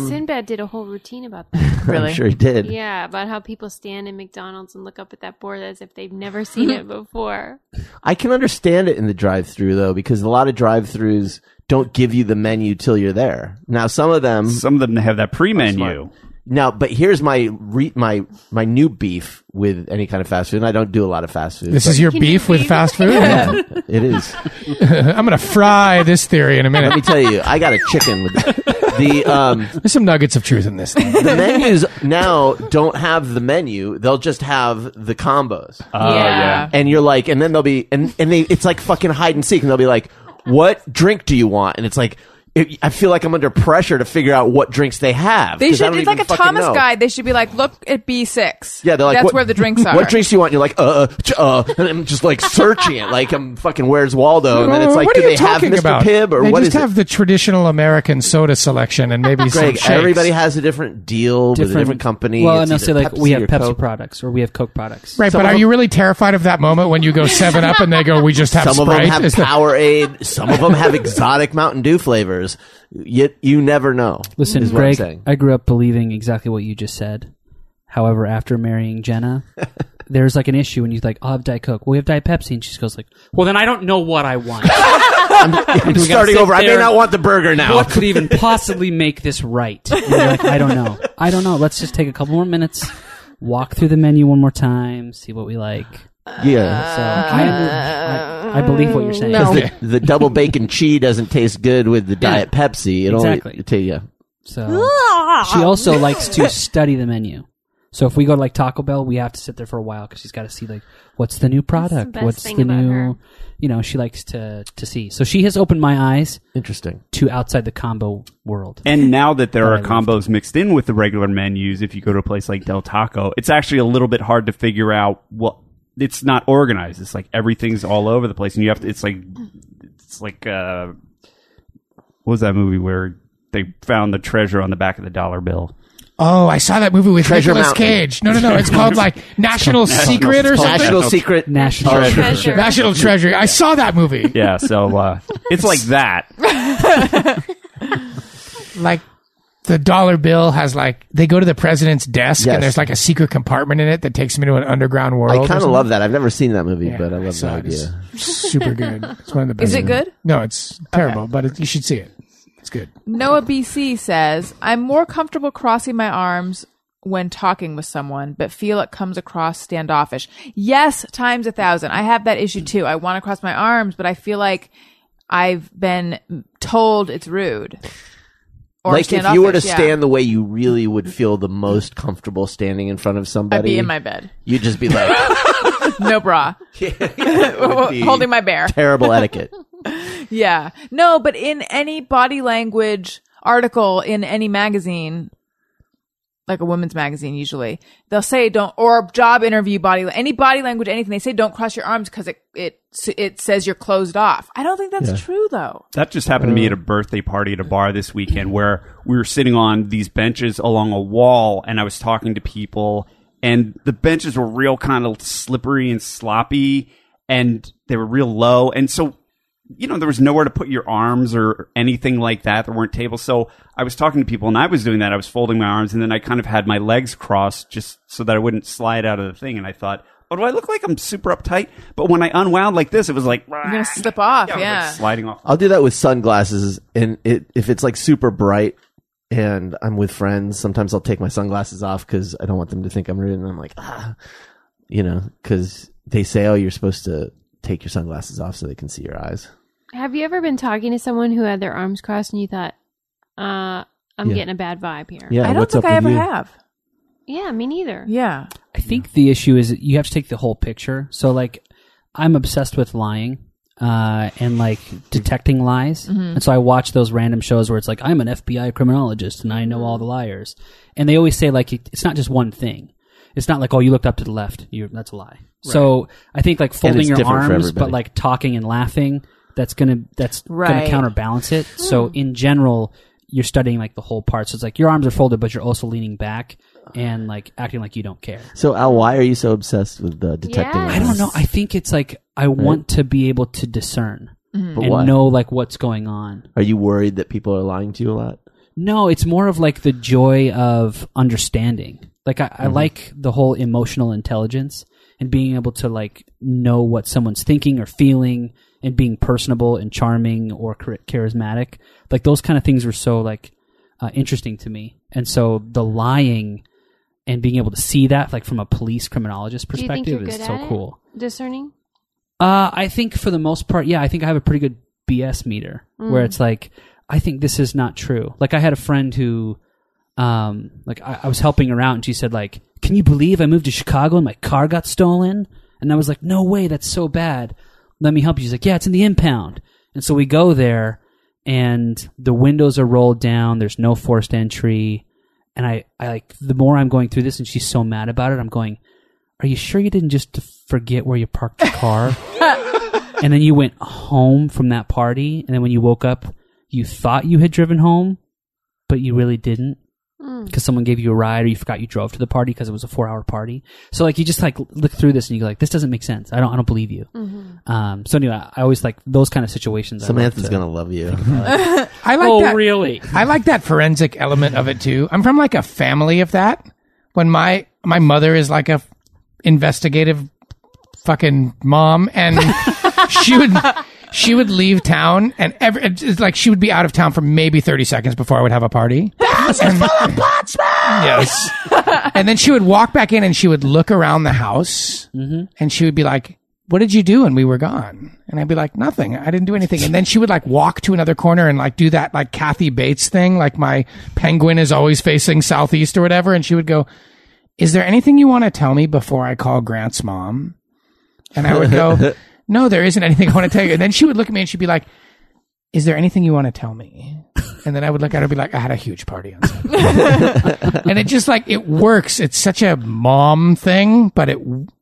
Speaker 5: Sinbad did a whole routine about
Speaker 4: <laughs>
Speaker 5: that.
Speaker 1: <laughs>
Speaker 3: Really?
Speaker 1: I'm sure he did.
Speaker 5: yeah, about how people stand in McDonald's and look up at that board as if they've
Speaker 4: <laughs>
Speaker 5: never seen it before.
Speaker 1: I can understand it in the drive-through though, because a lot of drive-throughs don't give you the menu till you're there. Now, some of them,
Speaker 7: Some of them have that pre-menu.
Speaker 1: Smart. now, but here's my re- my my new beef with any kind of fast food. And I don't do a lot of fast food.
Speaker 4: This
Speaker 1: but
Speaker 4: is your beef with
Speaker 1: <laughs>
Speaker 4: fast food?
Speaker 1: it is.
Speaker 4: <laughs> I'm going to fry this theory in a
Speaker 1: Let me <laughs>
Speaker 4: minute.
Speaker 1: tell you, I got a chicken with the um,
Speaker 4: There's some nuggets of truth in this. Thing.
Speaker 1: the menus now don't have the menu; they'll just have the combos.
Speaker 7: Uh,
Speaker 3: yeah.
Speaker 1: and you're like, and then they'll be, and and they, it's like fucking hide and seek, and they'll be like, "What drink do you want?" And it's like, it, I feel like I'm under pressure to figure out what drinks they have.
Speaker 3: They
Speaker 1: 'cause I
Speaker 3: should.
Speaker 1: don't
Speaker 3: It's
Speaker 1: even
Speaker 3: like a
Speaker 1: fucking
Speaker 3: Thomas
Speaker 1: know.
Speaker 3: guide. They should be like, look at B six.
Speaker 1: Yeah, they're like,
Speaker 3: that's
Speaker 1: what-
Speaker 3: where the drinks
Speaker 1: <laughs>
Speaker 3: are.
Speaker 1: What drinks do you want? You're like, uh, j- uh, and I'm just like searching it, like I'm fucking. Where's Waldo? <laughs> And then it's like,
Speaker 4: what
Speaker 1: do
Speaker 4: are you
Speaker 1: they have
Speaker 4: talking
Speaker 1: Mr.
Speaker 4: about?
Speaker 1: Pibb or
Speaker 4: they
Speaker 1: what
Speaker 4: just
Speaker 1: is
Speaker 4: have
Speaker 1: it?
Speaker 4: the traditional American soda selection and maybe
Speaker 1: <laughs>
Speaker 4: some
Speaker 1: Greg,
Speaker 4: shakes.
Speaker 1: everybody has a different deal with a different company.
Speaker 6: Well,
Speaker 1: It's
Speaker 6: and they'll
Speaker 1: either
Speaker 6: say like we
Speaker 1: Pepsi
Speaker 6: have
Speaker 1: or
Speaker 6: Pepsi
Speaker 1: Coke.
Speaker 6: products or we have Coke products.
Speaker 4: Right,
Speaker 1: Some
Speaker 4: but
Speaker 1: of
Speaker 4: are
Speaker 1: them-
Speaker 4: you really terrified of that moment when you go Seven Up and they go, "We just have
Speaker 1: Some of
Speaker 4: Sprite"?
Speaker 1: them have
Speaker 4: Is that-
Speaker 1: Powerade. some of them have exotic Mountain Dew flavors. Yet you never
Speaker 6: <laughs>
Speaker 1: know.
Speaker 6: Listen,
Speaker 1: is what I'm
Speaker 6: Greg,
Speaker 1: saying.
Speaker 6: I grew up believing exactly what you just said. However, after
Speaker 1: <laughs>
Speaker 6: marrying Jenna, there's like an issue when you like, I'll have Diet Coke. Well, we have Diet Pepsi. And she goes like, well, then I don't know what
Speaker 1: <laughs>
Speaker 6: I want.
Speaker 1: I'm
Speaker 6: gotta
Speaker 1: starting
Speaker 6: sit
Speaker 1: over. I may
Speaker 6: there.
Speaker 1: not want the burger now.
Speaker 6: what could even possibly make this right? And you're like, I don't know. I don't know. Let's just take a couple more minutes, walk through the menu one more time, see what we like.
Speaker 1: Yeah.
Speaker 6: <laughs> So I, under- I, I believe what you're saying.
Speaker 9: No.
Speaker 1: The, the double bacon cheese doesn't taste good with the Diet Pepsi. It
Speaker 6: Exactly.
Speaker 1: only it ta- yeah.
Speaker 6: So she also likes to study the menu. So if we go to like Taco Bell, we have to sit there for a while because she's got to see like what's the new product,
Speaker 5: best
Speaker 6: what's
Speaker 5: thing
Speaker 6: the
Speaker 5: about
Speaker 6: new,
Speaker 5: her.
Speaker 6: you know, she likes to to see. So she has opened my eyes
Speaker 1: Interesting.
Speaker 6: to outside the combo world.
Speaker 7: And now that there
Speaker 6: That
Speaker 7: are
Speaker 6: I love.
Speaker 7: combos mixed in with the regular menus, if you go to a place like Del Taco, it's actually a little bit hard to figure out what it's not organized. It's like everything's all over the place, and you have to. It's like it's like uh, what was that movie where they found the treasure on the back of the dollar bill?
Speaker 4: Oh, I saw that movie with
Speaker 1: Treasure
Speaker 4: Nicolas
Speaker 1: Mountain.
Speaker 4: Cage. No,
Speaker 1: <laughs>
Speaker 4: no, no. It's called like National Secret or something.
Speaker 1: National secret.
Speaker 6: National
Speaker 1: treasure.
Speaker 5: Treasure.
Speaker 4: National Treasure. I saw that movie.
Speaker 7: Yeah, so uh, it's like that.
Speaker 4: like the dollar bill has like they go to the president's desk
Speaker 1: Yes.
Speaker 4: and there's like a secret compartment in it that takes them into an underground world.
Speaker 1: I
Speaker 4: or
Speaker 1: kind of
Speaker 4: something.
Speaker 1: love that. I've never seen that movie, but I
Speaker 4: I
Speaker 1: love
Speaker 4: saw
Speaker 1: that
Speaker 4: it.
Speaker 1: idea.
Speaker 4: It's super good. It's one of the best.
Speaker 3: Is
Speaker 1: Mm-hmm.
Speaker 3: it good?
Speaker 4: No, it's terrible, but it, you should see it. It's good.
Speaker 3: Noah BC says, I'm more comfortable crossing my arms when talking with someone, but feel it comes across standoffish. Yes, times a thousand. I have that issue too. I want to cross my arms, but I feel like I've been told it's rude. Or
Speaker 1: Like if you were to
Speaker 3: standoffish, yeah.
Speaker 1: stand the way you really would feel the most comfortable standing in front of somebody,
Speaker 3: I'd be in my bed.
Speaker 1: you'd just be
Speaker 3: <laughs>
Speaker 1: like <laughs>
Speaker 3: No bra. <laughs>
Speaker 1: would be
Speaker 3: Holding my bear.
Speaker 1: terrible <laughs> etiquette.
Speaker 3: Yeah. No, but in any body language article in any magazine, like a women's magazine usually, they'll say don't or job interview body any body language anything they say don't cross your arms because it it it says you're closed off. I don't think that's true though.
Speaker 7: That just happened to me at a birthday party at a bar this weekend where we were sitting on these benches along a wall and I was talking to people and the benches were real kind of slippery and sloppy and they were real low and so you know there was nowhere to put your arms or anything like that there weren't tables so I was talking to people and I was doing that I was folding my arms and then I kind of had my legs crossed just so that I wouldn't slide out of the thing and I thought Oh, do I look like I'm super uptight? But when I unwound like this, it was like
Speaker 3: You're gonna slip off. Yeah.
Speaker 7: <laughs> sliding off.
Speaker 1: I'll do that with sunglasses, and it, if it's like super bright and I'm with friends, sometimes I'll take my sunglasses off because I don't want them to think I'm rude, and I'm like, ah, you know, because they say, oh, you're supposed to take your sunglasses off so they can see your eyes.
Speaker 5: Have you ever been talking to someone who had their arms crossed and you thought, uh, I'm getting a bad vibe here?
Speaker 1: Yeah,
Speaker 3: I don't
Speaker 1: what's
Speaker 3: think
Speaker 1: up
Speaker 3: I
Speaker 1: with
Speaker 3: ever
Speaker 1: you?
Speaker 3: have.
Speaker 5: Yeah, me neither.
Speaker 3: Yeah.
Speaker 6: I think the issue is that you have to take the whole picture. So like I'm obsessed with lying uh, and like detecting lies,
Speaker 3: Mm-hmm.
Speaker 6: and so I watch those random shows where it's like I'm an FBI criminologist and I
Speaker 3: Mm-hmm.
Speaker 6: know all the liars, and they always say like it- it's not just one thing. It's not like oh you looked up to the left, you that's a lie. So I think like folding
Speaker 1: it's
Speaker 6: your
Speaker 1: different for
Speaker 6: arms, but
Speaker 1: everybody.
Speaker 6: like talking and laughing, that's gonna that's gonna
Speaker 3: Right. Hmm.
Speaker 6: counterbalance it. So in general. You're studying like the whole part, so it's like your arms are folded, but you're also leaning back and like acting like you don't care.
Speaker 1: So Al, why are you so obsessed with the detecting?
Speaker 5: Yes.
Speaker 6: I
Speaker 1: lies?
Speaker 6: don't know. I think it's like I want to be able to discern
Speaker 1: But
Speaker 6: and
Speaker 1: why?
Speaker 5: Mm-hmm.
Speaker 6: know like what's going on.
Speaker 1: Are you worried that people are lying to you a lot?
Speaker 6: No, it's more of like the joy of understanding. Like I,
Speaker 1: Mm-hmm.
Speaker 6: I like the whole emotional intelligence and being able to like know what someone's thinking or feeling and being personable and charming or char- charismatic. Like those kind of things were so like uh, interesting to me. And so the lying and being able to see that like from a police criminologist
Speaker 5: Do you think you're
Speaker 6: perspective
Speaker 5: good
Speaker 6: is so
Speaker 5: at it?
Speaker 6: cool.
Speaker 5: Discerning.
Speaker 6: Uh, I think for the most part, yeah, I think I have a pretty good BS meter where it's like, I think this is not true. Like I had a friend who, um, like I, I was helping her out and she said like, can you believe I moved to Chicago and my car got stolen? And I was like, no way, that's so bad. Let me help you. She's like, yeah, it's in the impound. And so we go there and the windows are rolled down. There's no forced entry. And I, I like, the more I'm going through this and she's so mad about it, I'm going, are you sure you didn't just forget where you parked your
Speaker 3: <laughs>
Speaker 6: car? and then you went home from that party, and then when you woke up, you thought you had driven home, but you really didn't
Speaker 3: Mm.
Speaker 6: because someone gave you a ride or you forgot you drove to the party because it was a four hour party. So like you just like look through this and you go like this doesn't make sense. I don't I don't believe you.
Speaker 3: Mm-hmm.
Speaker 6: Um, so anyway, I, I always like those kind of situations. I love
Speaker 1: Samantha's
Speaker 6: to-
Speaker 1: gonna love you.
Speaker 4: I like
Speaker 6: Oh
Speaker 4: that.
Speaker 6: really?
Speaker 4: I like that forensic element of it too. I'm from like a family of that. When my my mother is like a investigative fucking mom, and <laughs> she would she would leave town, and every it's just like she would be out of town for maybe 30 seconds before I would have a party. and, Yes. and then she would walk back in, and she would look around the house, and she would be like. What did you do when we were gone? And I'd be like, nothing. I didn't do anything. And then she would like walk to another corner and like do that like Kathy Bates thing, like my penguin is always facing southeast or whatever. And she would go, Is there anything you want to tell me before I call Grant's mom? And I
Speaker 1: <laughs>
Speaker 4: would go, No, there isn't anything I want to tell you. And then she would look at me and she'd be like, Is there anything you want to tell me? And then I would look at her and be like, I had a huge party on
Speaker 1: <laughs>
Speaker 4: Sunday. and it just like, it works. It's such a mom thing, but it,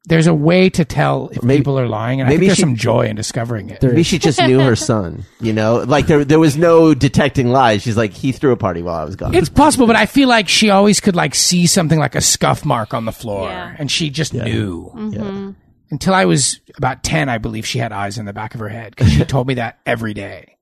Speaker 4: there's a way to tell if
Speaker 1: Maybe-
Speaker 4: people are lying. And I
Speaker 1: maybe
Speaker 4: think there's
Speaker 1: she-
Speaker 4: some joy in discovering it.
Speaker 1: Maybe she just knew
Speaker 3: <laughs>
Speaker 1: her son. You know, like there there was no detecting lies. She's like, he threw a party while I was gone.
Speaker 4: It's possible, but I feel like she always could like see something like a scuff mark on the floor,
Speaker 5: Yeah.
Speaker 4: and she just knew. Until I was about ten, I believe she had eyes in the back of her head because she told me that every day.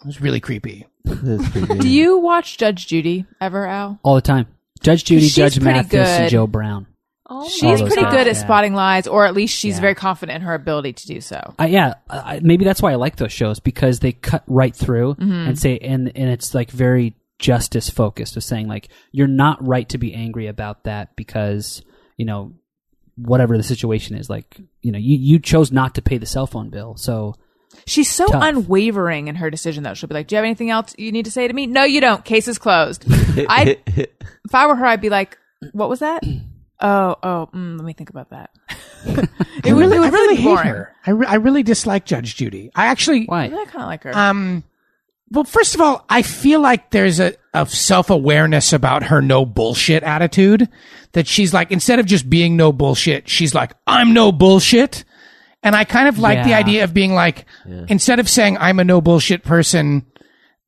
Speaker 4: It was really creepy.
Speaker 1: That's pretty good.
Speaker 3: <laughs> Do you watch Judge Judy ever, Al?
Speaker 6: All the time. Judge Judy,
Speaker 3: She's
Speaker 6: Judge
Speaker 3: pretty
Speaker 6: Mathis,
Speaker 3: good.
Speaker 6: and Joe Brown.
Speaker 5: Oh, my
Speaker 3: She's
Speaker 6: those
Speaker 3: pretty
Speaker 6: guys,
Speaker 3: good at
Speaker 6: yeah.
Speaker 3: spotting lies, or at least she's
Speaker 6: Yeah.
Speaker 3: very confident in her ability to do so.
Speaker 6: I, yeah, I, I- maybe that's why I like those shows because they cut right through
Speaker 1: Mm-hmm.
Speaker 6: and say, and and it's like very justice focused of saying like you're not right to be angry about that because you know whatever the situation is, like you know you you chose not to pay the cell phone bill, so
Speaker 3: She's so
Speaker 6: Tough.
Speaker 3: unwavering in her decision, though. She'll be like, "Do you have anything else you need to say to me?" No, you don't. Case is
Speaker 6: <laughs>
Speaker 3: closed. I, if I were her, I'd be like, "What was that?" Oh, oh, mm, let me think about that. <laughs> it really, it would
Speaker 4: I really
Speaker 3: really be
Speaker 4: hate
Speaker 3: boring.
Speaker 4: her. I, re- I really dislike Judge Judy. I actually
Speaker 6: why?
Speaker 3: I kind of like her.
Speaker 4: Um, well, first of all, I feel like there's a, a self awareness about her no bullshit attitude that she's like, instead of just being no bullshit, she's like, I'm no bullshit. And I kind of like the
Speaker 6: Yeah.
Speaker 4: idea of being like, instead of saying I'm a no bullshit person,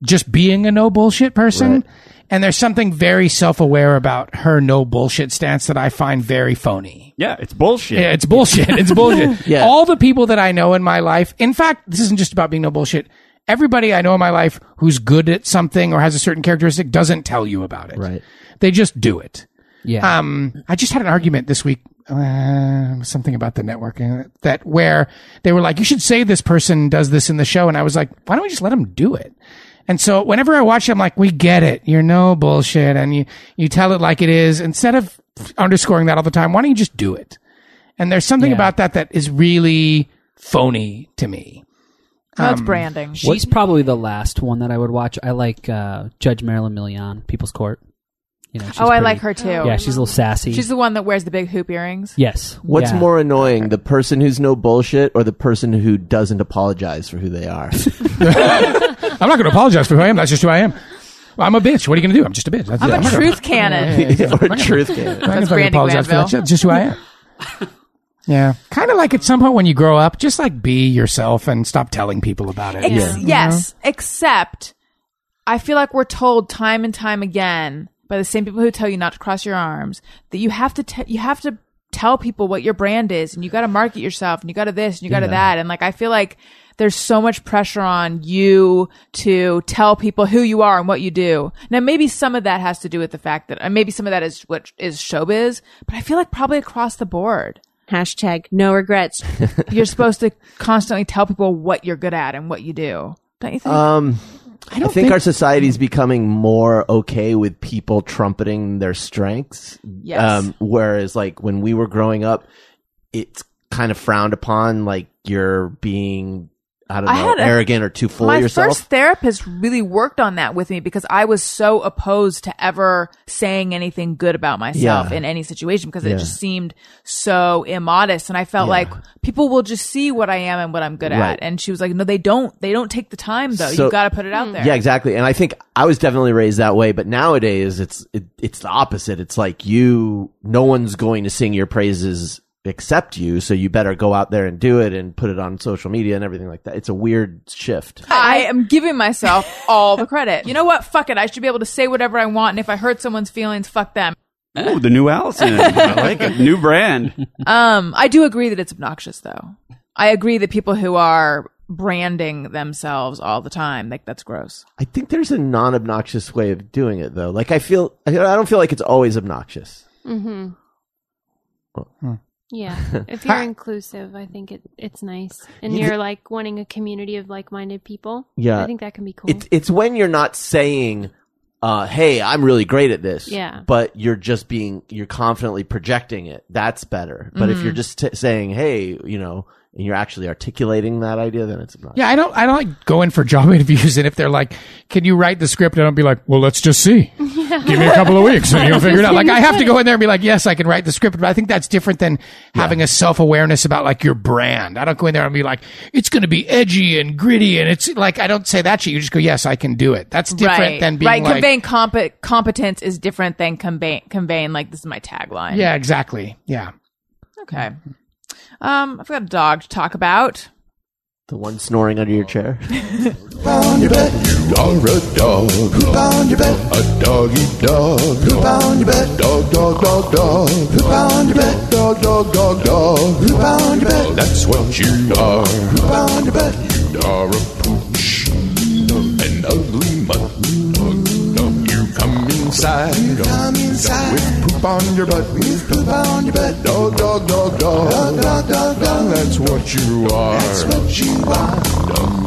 Speaker 4: just being a no bullshit person. And there's something very self aware about her no bullshit stance that I find very phony.
Speaker 7: Yeah, it's bullshit.
Speaker 4: Yeah, it's bullshit. It's bullshit.
Speaker 1: Yeah.
Speaker 4: All the people that I know in my life, in fact, this isn't just about being no bullshit. Everybody I know in my life who's good at something or has a certain characteristic doesn't tell you about it.
Speaker 1: Right.
Speaker 4: They just do it.
Speaker 6: Yeah,
Speaker 4: Um, I just had an argument this week, uh, something about the networking that where they were like, you should say this person does this in the show. And I was like, why don't we just let them do it? And so whenever I watch it, I'm like, we get it. You're no bullshit. And you, you tell it like it is instead of underscoring that all the time. Why don't you just do it? And there's something
Speaker 6: Yeah.
Speaker 4: about that that is really phony to me.
Speaker 3: no, Oh, it's branding.
Speaker 6: Um, she's probably the last one that I would watch. I like uh, Judge Marilyn Millian, People's Court. You know, she's
Speaker 3: oh, I
Speaker 6: pretty-
Speaker 3: like her too.
Speaker 6: Yeah, she's a little sassy.
Speaker 3: she's the one that wears the big hoop earrings.
Speaker 6: yes.
Speaker 1: <laughs> What's
Speaker 6: Yeah.
Speaker 1: more annoying, the person who's no bullshit or the person who doesn't apologize for who they <laughs> are?
Speaker 4: I'm not going to apologize for who I am. That's just who I am. I'm a bitch. What are you going to do? I'm just a bitch. That's-
Speaker 3: I'm
Speaker 4: not
Speaker 3: a
Speaker 4: gonna-
Speaker 3: truth
Speaker 6: <laughs>
Speaker 3: cannon.
Speaker 1: or truth game.
Speaker 4: I
Speaker 3: That's
Speaker 4: can fucking
Speaker 3: Brandy
Speaker 4: apologize for that.
Speaker 3: Glanville.
Speaker 4: That's just who I am. <laughs> yeah. Kind of like at some point when you grow up, just like be yourself and stop telling people about it.
Speaker 3: Ex- Yes, except I feel like we're told time and time again by the same people who tell you not to cross your arms that you have to te- you have to tell people what your brand is and you got to market yourself and you got to this and you got to that. And like, I feel like there's so much pressure on you to tell people who you are and what you do. Now, maybe some of that has to do with the fact that, and maybe some of that is what is showbiz, but I feel like probably across the board,
Speaker 9: Hashtag no regrets.
Speaker 1: <laughs>
Speaker 3: you're supposed to constantly tell people what you're good at and what you do. Don't you think?
Speaker 1: Um, I, think, our society's becoming more okay with people trumpeting their strengths. Um,
Speaker 3: Yes.
Speaker 1: whereas, like when we were growing up, it's kind of frowned upon, like you're being, I don't know,
Speaker 3: I had a-
Speaker 1: arrogant or too full
Speaker 3: my
Speaker 1: of yourself.
Speaker 3: first therapist really worked on that with me because I was so opposed to ever saying anything good about myself
Speaker 1: Yeah.
Speaker 3: in any situation because
Speaker 1: Yeah.
Speaker 3: it just seemed so immodest and I felt like people will just see what I am and what I'm good
Speaker 1: Right.
Speaker 3: at and she was like no they don't they don't take the time though
Speaker 1: So-
Speaker 3: you got to put it out there
Speaker 1: Yeah, exactly. And I think I was definitely raised that way, but nowadays it's it, it's the opposite. It's like you no one's going to sing your praises except you, so you better go out there and do it and put it on social media and everything like that. It's a weird shift.
Speaker 3: I am giving myself all the credit you know what fuck it I should be able to say whatever I want and if I hurt someone's feelings fuck them
Speaker 7: Ooh, the new Allison. I like it. New brand.
Speaker 3: Um, I do agree that it's obnoxious, though. I agree that people who are branding themselves all the time, like that's gross.
Speaker 1: I think there's a non-obnoxious way of doing it though. Like I feel I don't feel like it's always obnoxious.
Speaker 5: Mm-hmm.
Speaker 3: <laughs>
Speaker 5: Yeah, if you're inclusive, I think it, it's nice, and
Speaker 1: Yeah.
Speaker 5: you're like wanting a community of like-minded people.
Speaker 1: Yeah.
Speaker 5: I think that can be cool.
Speaker 1: It's it's when you're not saying uh, hey, I'm really great at this.
Speaker 5: Yeah.
Speaker 1: But you're just being, you're confidently projecting it. That's better. But if
Speaker 5: Mm-hmm.
Speaker 1: you're just t- saying, hey, you know, and you're actually articulating that idea, then it's not.
Speaker 4: Yeah, I don't. I don't like go in for job <laughs> interviews, and if they're like, "Can you write the script?" I don't be like, "Well, let's just see. Give me a
Speaker 3: <laughs>
Speaker 4: couple of weeks, and you'll figure it out." Like, I have to go in there and be like, "Yes, I can write the script," but I think that's different than having a self awareness about like your brand. I don't go in there and be like, "It's going to be edgy and gritty," and it's like I don't say that shit. You just go, "Yes, I can do it." That's different than being
Speaker 3: right.
Speaker 4: like,
Speaker 3: conveying comp- competence is different than convey- conveying like this is my tagline.
Speaker 4: "Yeah, exactly. Yeah,
Speaker 3: Okay. Um, I've got a dog to talk about.
Speaker 1: The one snoring under
Speaker 5: Oh.
Speaker 1: your chair.
Speaker 2: on your butt? You are a dog. Poop on your butt. A doggy dog. Poop on your butt. Dog, dog, dog, dog. Poop on your butt. Dog, dog, dog, dog. Poop on your butt. That's what you are. Poop on your butt. You are a pooch. An ugly mutt. You come inside. You come inside. With poop on your butt. With poop on your butt. Dog, dog, dog, dog. Dog, dog, dog, dog. That's what you are. That's what you are.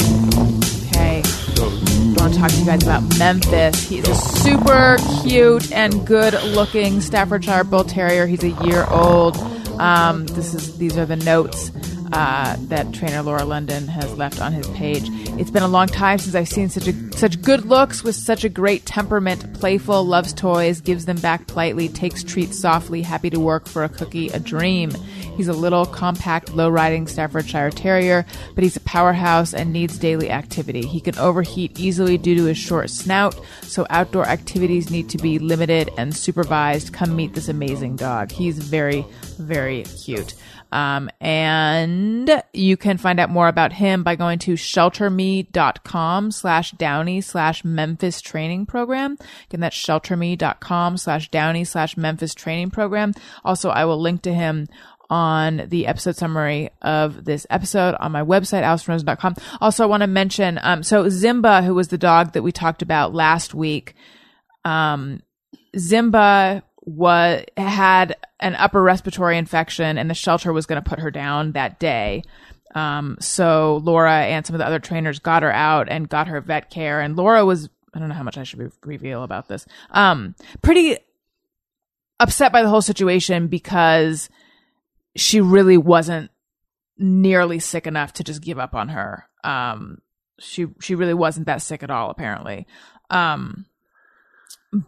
Speaker 3: Okay. I want to talk to you guys about Memphis. He's a super cute and good-looking Staffordshire Bull Terrier. He's a year old. Um, this is these are the notes uh, that trainer Laura London has left on his page. It's been a long time since I've seen such a such good looks with such a great temperament. Playful, loves toys, gives them back politely, takes treats softly, happy to work for a cookie, a dream. He's a little, compact, low riding Staffordshire Terrier, but he's a powerhouse and needs daily activity. He can overheat easily due to his short snout, so outdoor activities need to be limited and supervised. Come meet this amazing dog. He's very, very cute. Um, and you can find out more about him by going to shelterme.com slash downy slash Memphis training program. Again, that's shelterme.com slash downy slash Memphis training program. Also, I will link to him on the episode summary of this episode on my website, alistairrosen.com. Also, I want to mention, um, so Zimba, who was the dog that we talked about last week, um, Zimba was had an upper respiratory infection, and the shelter was going to put her down that day. Um, so Laura and some of the other trainers got her out and got her vet care. And Laura was I don't know how much I should re- reveal about this. Um, pretty upset by the whole situation because she really wasn't nearly sick enough to just give up on her. Um, she she really wasn't that sick at all apparently. Um,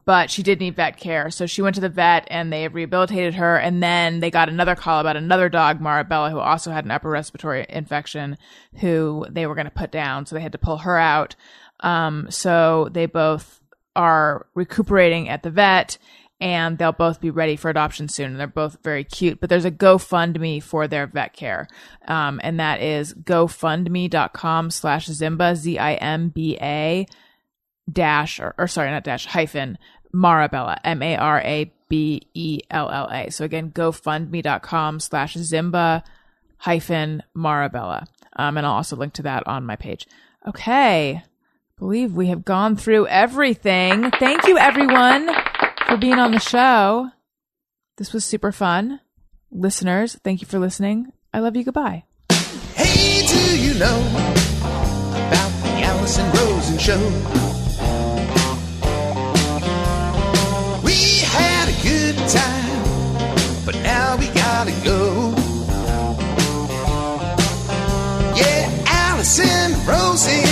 Speaker 3: but she did need vet care. So she went to the vet and they rehabilitated her. And then they got another call about another dog, Marabella, who also had an upper respiratory infection, who they were going to put down. So they had to pull her out. Um, so they both are recuperating at the vet and they'll both be ready for adoption soon. And they're both very cute, but there's a GoFundMe for their vet care. Um, and that is gofundme.com slash Zimba, Z I M B A dash or, or sorry not dash hyphen Marabella, M A R A B E L L A. So again, gofundme.com slash Zimba hyphen Marabella. Um, and I'll also link to that on my page. Okay. Believe we have gone through everything. Thank you everyone for being on the show. This was super fun. Listeners, thank you for listening. I love you. Goodbye.
Speaker 2: Hey, do you know about the Allison Rosen show? We had a good time, but now we gotta go. Yeah, Allison Rosen